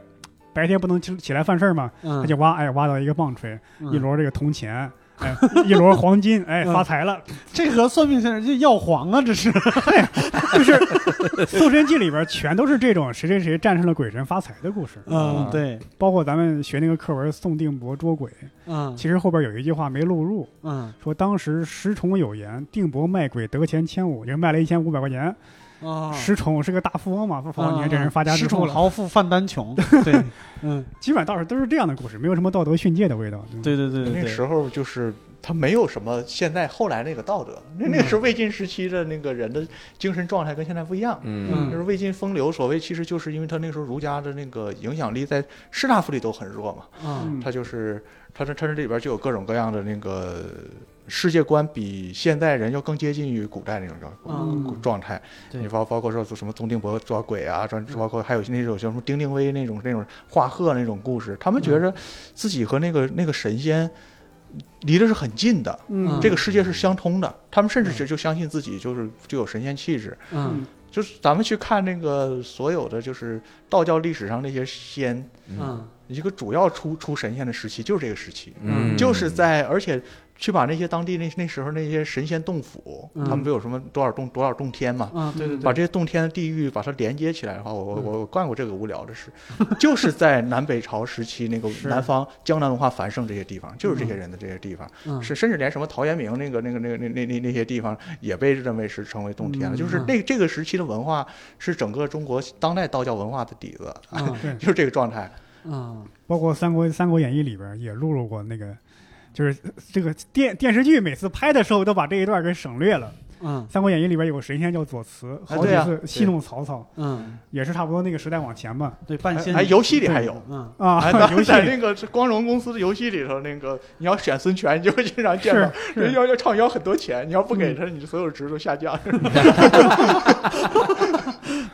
白天不能起起来犯事儿嘛，嗯他就挖，哎，挖到一个棒槌，嗯一摞这个铜钱，哎， *laughs* 一摞黄金，哎，嗯发财了。这和算命先生这要黄啊，这是就是《搜神记》里边全都是这种谁谁谁战胜了鬼神发财的故事，嗯对包括咱们学那个课文《宋定伯捉鬼》，嗯其实后边有一句话没录入，嗯说当时石崇有言，定伯卖鬼得钱千五，人卖了一千五百块钱。啊哦石崇是个大富翁嘛，富豪，你看这人发家失致富宠了，豪富范丹穷，对，嗯，基本上倒是都是这样的故事，没有什么道德训诫的味道。嗯对对对那对个对，时候就是他没有什么现在后来那个道德，那那个时候魏晋时期的那个人的精神状态跟现在不一样。嗯就是魏晋风流，所谓其实就是因为他那个时候儒家的那个影响力在士大夫里都很弱嘛，嗯嗯他就是他这他这里边就有各种各样的那个世界观比现代人要更接近于古代那种状嗯状态。对你包包括说什么宗定伯抓鬼啊，专包括还有那种像什么丁丁威那种那种画鹤那种故事，他们觉着自己和那个那个神仙离的是很近的，啊嗯，这个世界是相通的，他们甚至就就相信自己就是就有神仙气质。嗯就是咱们去看那个所有的就是道教历史上那些仙，嗯一个主要出出神仙的时期就是这个时期，嗯，就是在而且去把那些当地那那时候那些神仙洞府，嗯他们不有什么多少洞多少洞天嘛，嗯，对对把对，这些洞天的地域把它连接起来的话，我我我干过这个无聊的事， *laughs* 就是在南北朝时期那个是南方江南文化繁盛这些地方，就是这些人的这些地方，嗯是甚至连什么陶渊明那个那个那个那那那那些地方也被认为是成为洞天了，嗯就是那这个时期的文化是整个中国当代道教文化的底子，啊嗯对，就是这个状态。嗯包括《三国三国演义》里边也录入过那个，就是这个电电视剧每次拍的时候都把这一段给省略了。嗯《三国演义》里边有个神仙叫左慈，好几对啊次戏弄曹操，嗯，也是差不多那个时代往前吧。对半仙哎，游戏里还有。嗯哎，啊，游当戏在那个光荣公司的游戏里头，那个你要选孙权，你就会经常见到是嗯人要要唱要很多钱，你要不给他，你所有值都下降。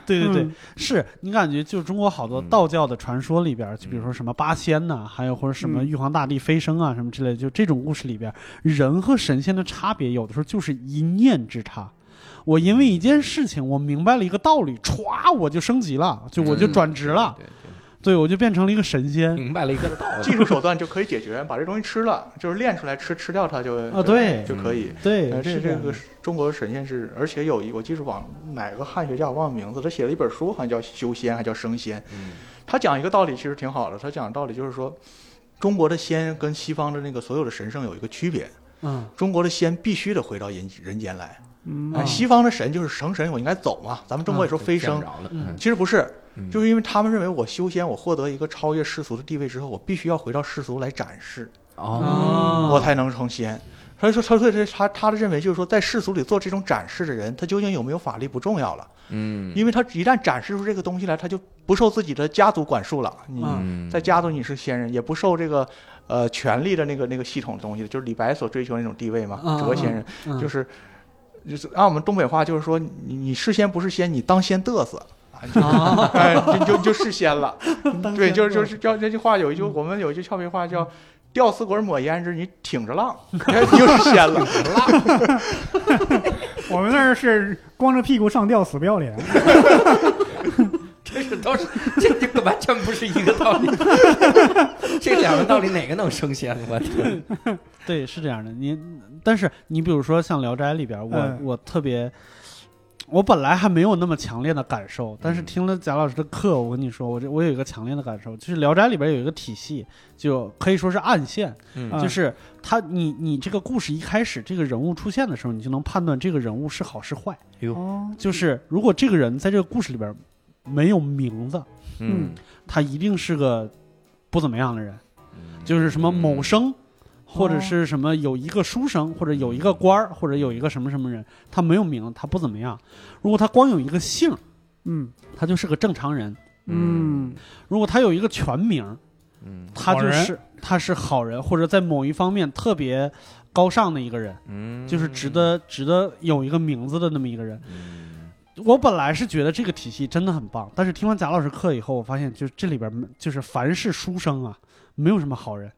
对对对嗯，是你感觉就中国好多嗯道教的传说里边儿，就比如说什么八仙呐、还有或者什么嗯玉皇大帝飞升啊，什么之类的，就这种故事里边儿，人和神仙的差别，有的时候就是一念之差。我因为一件事情，我明白了一个道理，歘，我就升级了，就我就转职了，嗯对，嗯对对我就变成了一个神对仙明白了一个道技理。术手段就可以解决，把这东西吃了，就是练出来吃，吃掉它就啊，对就可以。对呃，是这这样个的中国神仙是，而且有一我记住网哪个汉学家我忘了名字，他写了一本书，好像叫《修仙》还叫《升仙》。嗯他讲一个道理，其实挺好的。他讲的道理就是说，中国的仙跟西方的那个所有的神圣有一个区别，嗯中国的仙必须得回到人人间来，嗯哎啊西方的神就是成神，我应该走嘛。咱们中国也说飞升，着了，嗯其实不是，嗯就是因为他们认为我修仙，我获得一个超越世俗的地位之后，我必须要回到世俗来展示，哦，我嗯才能成仙。所以说，他所以这他他的认为就是说，在世俗里做这种展示的人，他究竟有没有法力不重要了，嗯，因为他一旦展示出这个东西来，他就不受自己的家族管束了。你嗯嗯在家族你是仙人，也不受这个呃权力的那个那个系统的东西，就是李白所追求那种地位嘛嗯，谪仙人。嗯就是就是按我们东北话就是说，你你是仙不是仙，你当仙嘚瑟。啊你就 *laughs* 哎，就就就是仙了，对，就是就是叫这句话有一句，我们有一句俏皮话叫“吊死鬼抹胭脂，你挺着浪”，哎你就是仙了。我们那儿是光着屁股上吊，死不要脸。这是都是这这个完全不是一个 *laughs* 道理，这两个道理哪个能升仙？我天，对，是这样的。你，但是你比如说像《聊斋》里边，我、嗯我特别，我本来还没有那么强烈的感受，但是嗯听了贾老师的课，我跟你说，我这我有一个强烈的感受，就是《聊斋》里边有一个体系，就可以说是暗线，啊嗯嗯就是他你你这个故事一开始这个人物出现的时候，你就能判断这个人物是好是坏。哦，就是如果这个人在这个故事里边没有名字， *laughs* 嗯，他一定是个不怎么样的人。就是什么某哦生，或者是什么有一个书生，或者有一个官儿，或者有一个什么什么人，他没有名，他不怎么样。如果他光有一个姓儿，嗯他就是个正常人；嗯如果他有一个全名，嗯他就好人是他是好人，或者在某一方面特别高尚的一个人，嗯，就是值得值得有一个名字的那么一个人。嗯我本来是觉得这个体系真的很棒，但是听完贾老师课以后，我发现就这里边没就是凡是书生啊，没有什么好人，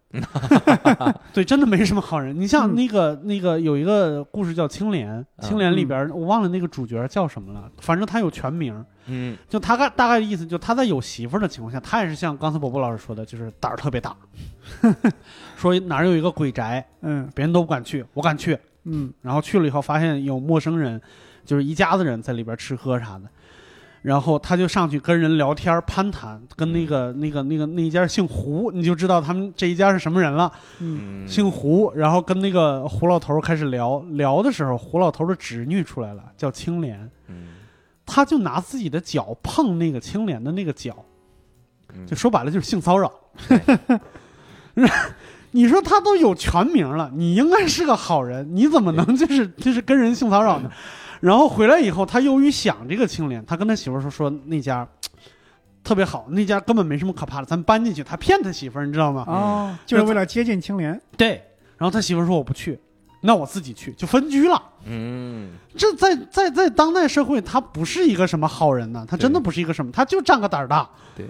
对，真的没什么好人。你像嗯那个、那个有一个故事叫《青莲》，《青莲》里边、我忘了那个主角叫什么了，反正他有全名，嗯就他概大概的意思，就他在有媳妇儿的情况下，他也是像刚才伯伯老师说的，就是胆儿特别大， *laughs* 说哪儿有一个鬼宅，嗯别人都不敢去，我敢去，嗯然后去了以后发现有陌生人，就是一家子人在里边吃喝啥的，然后他就上去跟人聊天攀谈，跟那个那个那个那一家姓胡，你就知道他们这一家是什么人了，嗯嗯，姓胡。然后跟那个胡老头开始聊聊的时候，胡老头的侄女出来了，叫青莲，嗯，他就拿自己的脚碰那个青莲的那个脚，嗯就说白了就是性骚扰对。 *laughs* 你说他都有全名了，你应该是个好人，你怎么能就是就是跟人性骚扰呢？然后回来以后，他由于想这个青莲，他跟他媳妇儿说说那家特别好，那家根本没什么可怕的，咱搬进去。他骗他媳妇儿，你知道吗？哦，就是为了接近青莲，对。然后他媳妇儿说我不去，那我自己去，就分居了。嗯这在在在当代社会，他不是一个什么好人呐、他真的对不是一个什么，他就占个胆儿大。对，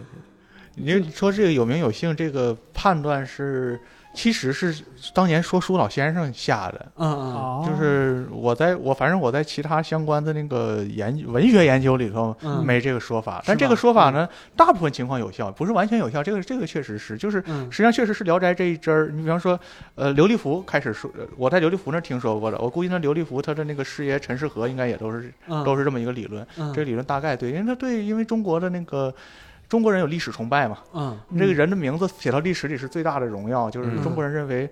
你说这个有名有姓，这个判断是其实是当年说书老先生下的。嗯嗯哦，就是我在我反正我在其他相关的那个研究文学研究里头嗯没这个说法，是但这个吧嗯说法呢，大部分情况有效，不是完全有效。这个这个确实是，就是嗯实际上确实是《聊斋》这一支儿。你比方说，呃，刘立福开始说，呃我在刘立福那儿听说过的，我估计那刘立福他的那个师爷陈世和应该也都是嗯都是这么一个理论。嗯这个理论大概对，因为他对因为中国的那个中国人有历史崇拜嘛，嗯这个人的名字写到历史里是最大的荣耀，就是嗯中国人认为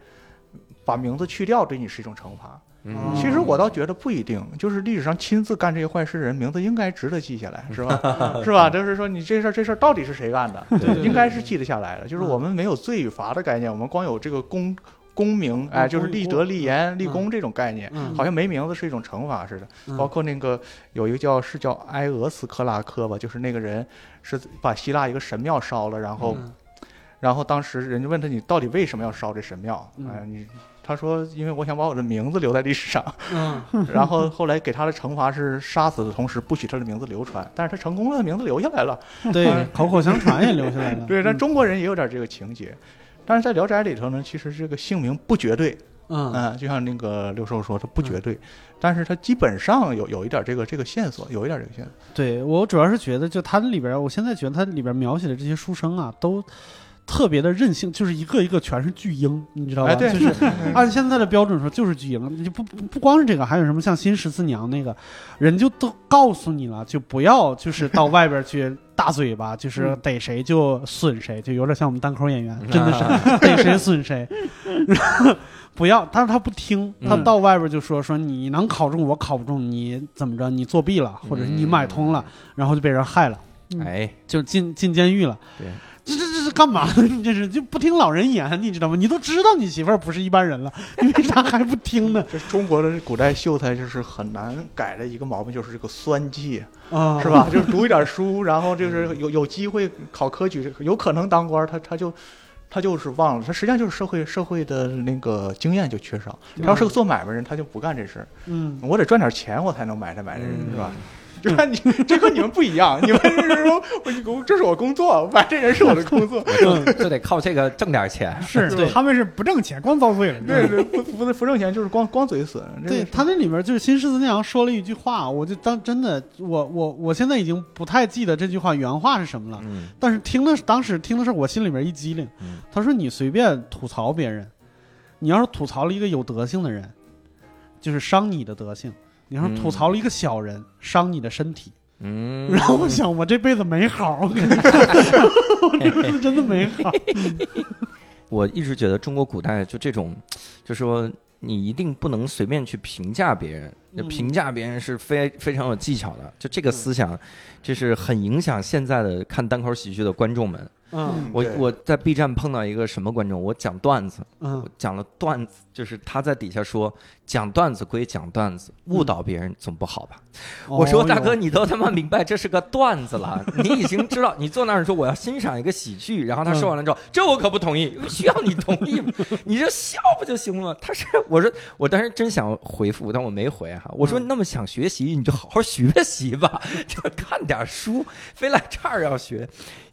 把名字去掉对你是一种惩罚。嗯其实我倒觉得不一定，就是历史上亲自干这些坏事的人名字应该值得记下来，是吧？是吧？就是说你这事儿这事儿到底是谁干的，对应该是记得下来的。就是我们没有罪与罚的概念，我们光有这个功功名，哎，嗯就是立德、立言、立功这种概念。嗯好像没名字是一种惩罚似的，嗯包括那个有一个叫是叫埃俄斯科拉科吧，就是那个人是把希腊一个神庙烧了，然后嗯然后当时人家问他你到底为什么要烧这神庙？嗯哎，你他说因为我想把我的名字留在历史上。嗯然后后来给他的惩罚是杀死的同时不许他的名字流传，但是他成功了，名字留下来了。对， *laughs* 口口相传也留下来了。 *laughs* 对，但嗯中国人也有点这个情节。但是在《聊斋》里头呢，其实这个姓名不绝对，嗯嗯、就像那个刘寿说，他不绝对，但是他基本上有有一点这个这个线索，有一点这个线索。，对我主要是觉得，就它里边儿，我现在觉得它里边儿描写的这些书生啊，都特别的任性，就是一个一个全是巨婴，你知道吧？哎，对，就是嗯按现在的标准说，就是巨婴。你就不不不光是这个，还有什么像新十四娘那个，人就都告诉你了，就不要就是到外边儿去大 *laughs* 嘴巴，就是嗯逮谁就损谁，就有点像我们单口 *laughs* 演员，真的是逮谁损谁。不要，但是他不听，他嗯到外边就说、说你能考中我考不中，你怎么着？你作弊了，或者是你嗯买通了，然后就被人害了，哎，就进进监狱了。对，这这这是干嘛呢？ *laughs* 你这是就不听老人言，你知道吗？你都知道你媳妇儿不是一般人了，你为啥还不听呢？这中国的古代秀才就是很难改的一个毛病，就是这个酸记。啊、是？吧？ *laughs* 就是读一点书，然后就是有有机会考科举，有可能当官儿，他他就他就是忘了，他实际上就是社会社会的那个经验就缺少。他要是个做买卖人，他就不干这事儿。嗯， *laughs* 我得赚点钱，我才能买这买这，是吧？对吧？你这和你们不一样，你们是说我我这是我工作，反正这人是我的工 *laughs* 作，我就就得靠这个挣点钱。是 *laughs* 对他们是不挣钱，光遭罪了。对对，不不不挣钱就是光光嘴损。这对个他那里面就是新狮子那阳说了一句话，我就当真的，我我我现在已经不太记得这句话原话是什么了，嗯，但是听的当时听的时候我心里面一激灵嗯。他说你随便吐槽别人，你要是吐槽了一个有德性的人，就是伤你的德性；你要是吐槽了一个小人，伤你的身体。嗯然后我想，我这辈子没好，我跟你说，我这辈子真的没好。我一直觉得中国古代就这种，就说你一定不能随便去评价别人，嗯评价别人是非非常有技巧的。就这个思想，这是很影响现在的看单口喜剧的观众们。嗯我对我在 B 站碰到一个什么观众，我讲段子，嗯我讲了段子，就是他在底下说讲段子归讲段子，误导别人总不好吧？我说哦大哥，哟你都他妈明白这是个段子了，你已经知道，你坐那儿说我要欣赏一个喜剧，然后嗯他说完了之后，这我可不同意，需要你同意吗？ *laughs* 你就笑不就行了吗？他是我说，我当时真想回复，但我没回哈、我说嗯那么想学习，你就好好学习吧， *laughs* 就看点书，非来这儿要学。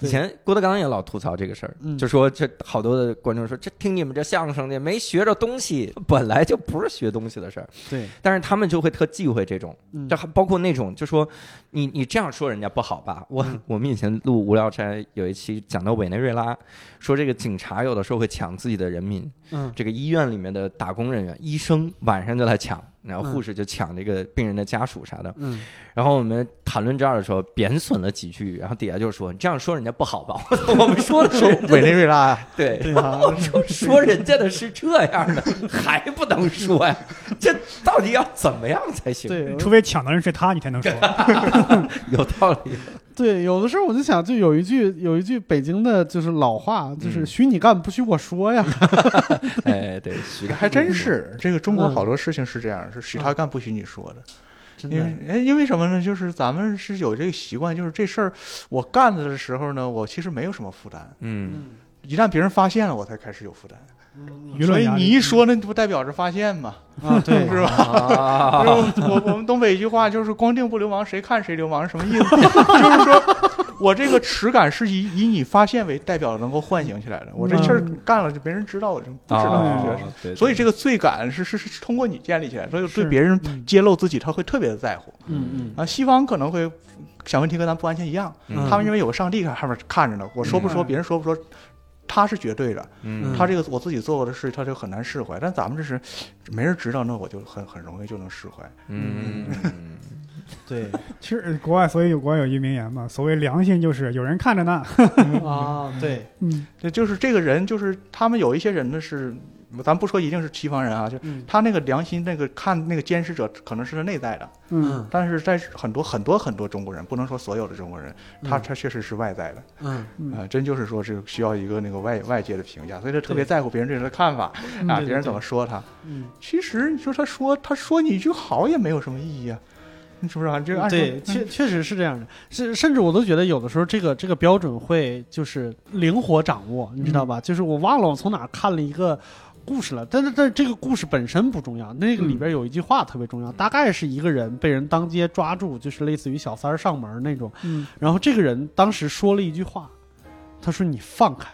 以对前郭德纲也老吐槽这个事儿，嗯就说这好多的观众说，这听你们这相声的没学着东西，本来就不是学东西的事儿，对，但是他们就会特忌讳这种。嗯这还包括那种，就说你你这样说人家不好吧？我嗯 *laughs* 我们以前录《无聊斋》有一期讲到委内瑞拉，说这个警察有的时候会抢自己的人民，嗯这个医院里面的打工人员、医生晚上就来抢，然后嗯护士就抢这个病人的家属啥的。嗯，然后我们谈论这儿的时候，贬损了几句，然后底下就说你这样说人家不好吧？ *laughs* 我们说的是人家委内瑞拉呀， *laughs* 对。对啊，就说人家的是这样的，还不能说呀？这到底要怎么样才行？，啊对，除非抢的人是他，你才能说。 *laughs* 有道理。对，有的时候我就想，就有一句有一句北京的就是老话，就是嗯许你干，不许我说呀。哎，对，徐 *laughs* 还真是这个中国嗯好多事情是这样，是许他干不许你说的，真因为的，哎因为什么呢？就是咱们是有这个习惯，就是这事儿我干的时候呢，我其实没有什么负担，嗯，嗯一旦别人发现了，我才开始有负担。舆所论以压力嗯你一说，那不代表着发现吗？啊，对，是吧？啊，就是我我们东北一句话就是“光腚不流氓，谁看谁流氓”，什么意思？ *laughs* 就是说我这个耻感是以以你发现为代表，能够唤醒起来的。我这事儿干了，就没人知道，我就不知道。啊就觉得哦对对所以这个罪感是是是通过你建立起来，所以对是别人嗯揭露自己，他会特别的在乎。嗯啊，西方可能会想问题跟咱不完全一样，嗯他们因为有个上帝在上面看着呢，我说不说，嗯别人说不说，他是绝对的。嗯他这个我自己做过的事，他就很难释怀。但咱们这是没人知道，那我就很很容易就能释怀。嗯嗯，对其实呃国外，所以有国外有一名言嘛，所谓良心就是有人看着呢。啊，对，嗯，对，就是这个人，就是他们有一些人呢是，咱不说一定是西方人啊，就嗯他那个良心，那个看那个监视者，可能是他内在的，嗯，但是在很多很多很多中国人，不能说所有的中国人，他嗯他确实是外在的，嗯，嗯啊、真就是说是需要一个那个外外界的评价，所以他特别对在乎别人对他的看法啊，嗯对别人对怎么说他。嗯，其实你说他说他说你一句好也没有什么意义啊，你是不是啊？这个按说对，确确实是这样的，是甚至我都觉得有的时候这个这个标准会就是灵活掌握，你知道吧？就是我忘了我从哪儿看了一个。故事了，但是但是这个故事本身不重要，那个里边有一句话特别重要，大概是一个人被人当街抓住，就是类似于小三儿上门那种，嗯然后这个人当时说了一句话，他说：“你放开，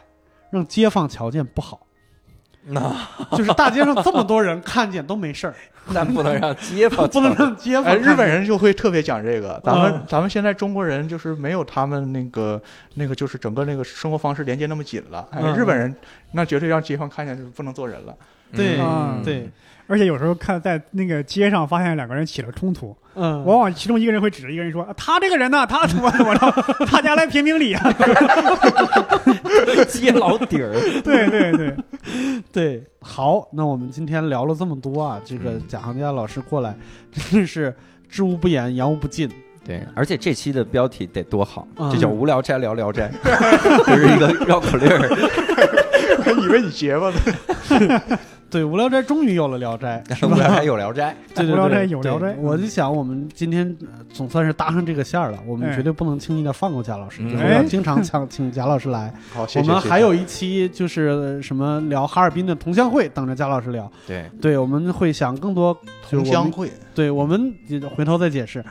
让街坊瞧见不好。”那 *laughs* 就是大街上这么多人看见都没事儿，但 *laughs* 不能让街坊不能让街坊哎，看见。日本人就会特别讲这个，咱们、嗯咱们现在中国人就是没有他们那个那个就是整个那个生活方式连接那么紧了。哎，嗯日本人那绝对让街坊看见就是不能做人了。 *laughs* 对、啊嗯对，而且有时候看在那个街上发现两个人起了冲突，嗯，往往其中一个人会指着一个人说：“啊他这个人呢、他怎么怎么着？他家来评评理啊 *laughs* 街老底儿。！”对对对，对好，那我们今天聊了这么多啊，这个嗯贾行家老师过来真的是知无不言，言无不尽。 *laughs* 对，而且这期的标题得多好，嗯这叫“无聊斋聊聊 *laughs* 斋”，就是一个绕口令儿。以为你结巴呢，对，无聊斋终于有了聊斋，无聊斋有聊斋，对对对，无聊斋有对聊斋我就想，我们今天呃总算是搭上这个线儿了，我们哎绝对不能轻易的放过贾老师，嗯以后要哎经常请请贾老师来。好，谢我谢。们谢谢还有一期就是呃什么聊哈尔滨的同乡会，等着贾老师聊。对，对，我们会想更多就是我同乡们会，对我们回头再 *laughs* 解释。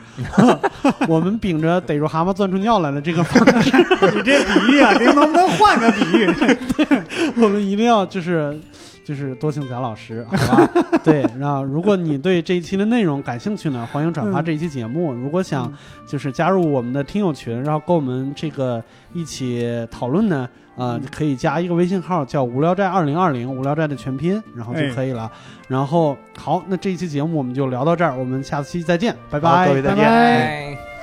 *laughs* 我们秉着逮住蛤蟆钻出尿来的这个方式， *laughs* 你这比喻啊，您能不能换个比喻？ *laughs* 我们一定要就是就是多请贾老师，好 *laughs* 吧？对，然后如果你对这一期的内容感兴趣呢，欢迎转发嗯这一期节目。如果想就是加入我们的听友群，然后跟我们这个一起讨论呢，呃，可以加一个微信号叫“无聊斋二零二零”，无聊斋的全拼，然后就哎可以了。然后好，那这一期节目我们就聊到这儿，我们下期再见，拜好拜，各位再见哎拜拜拜。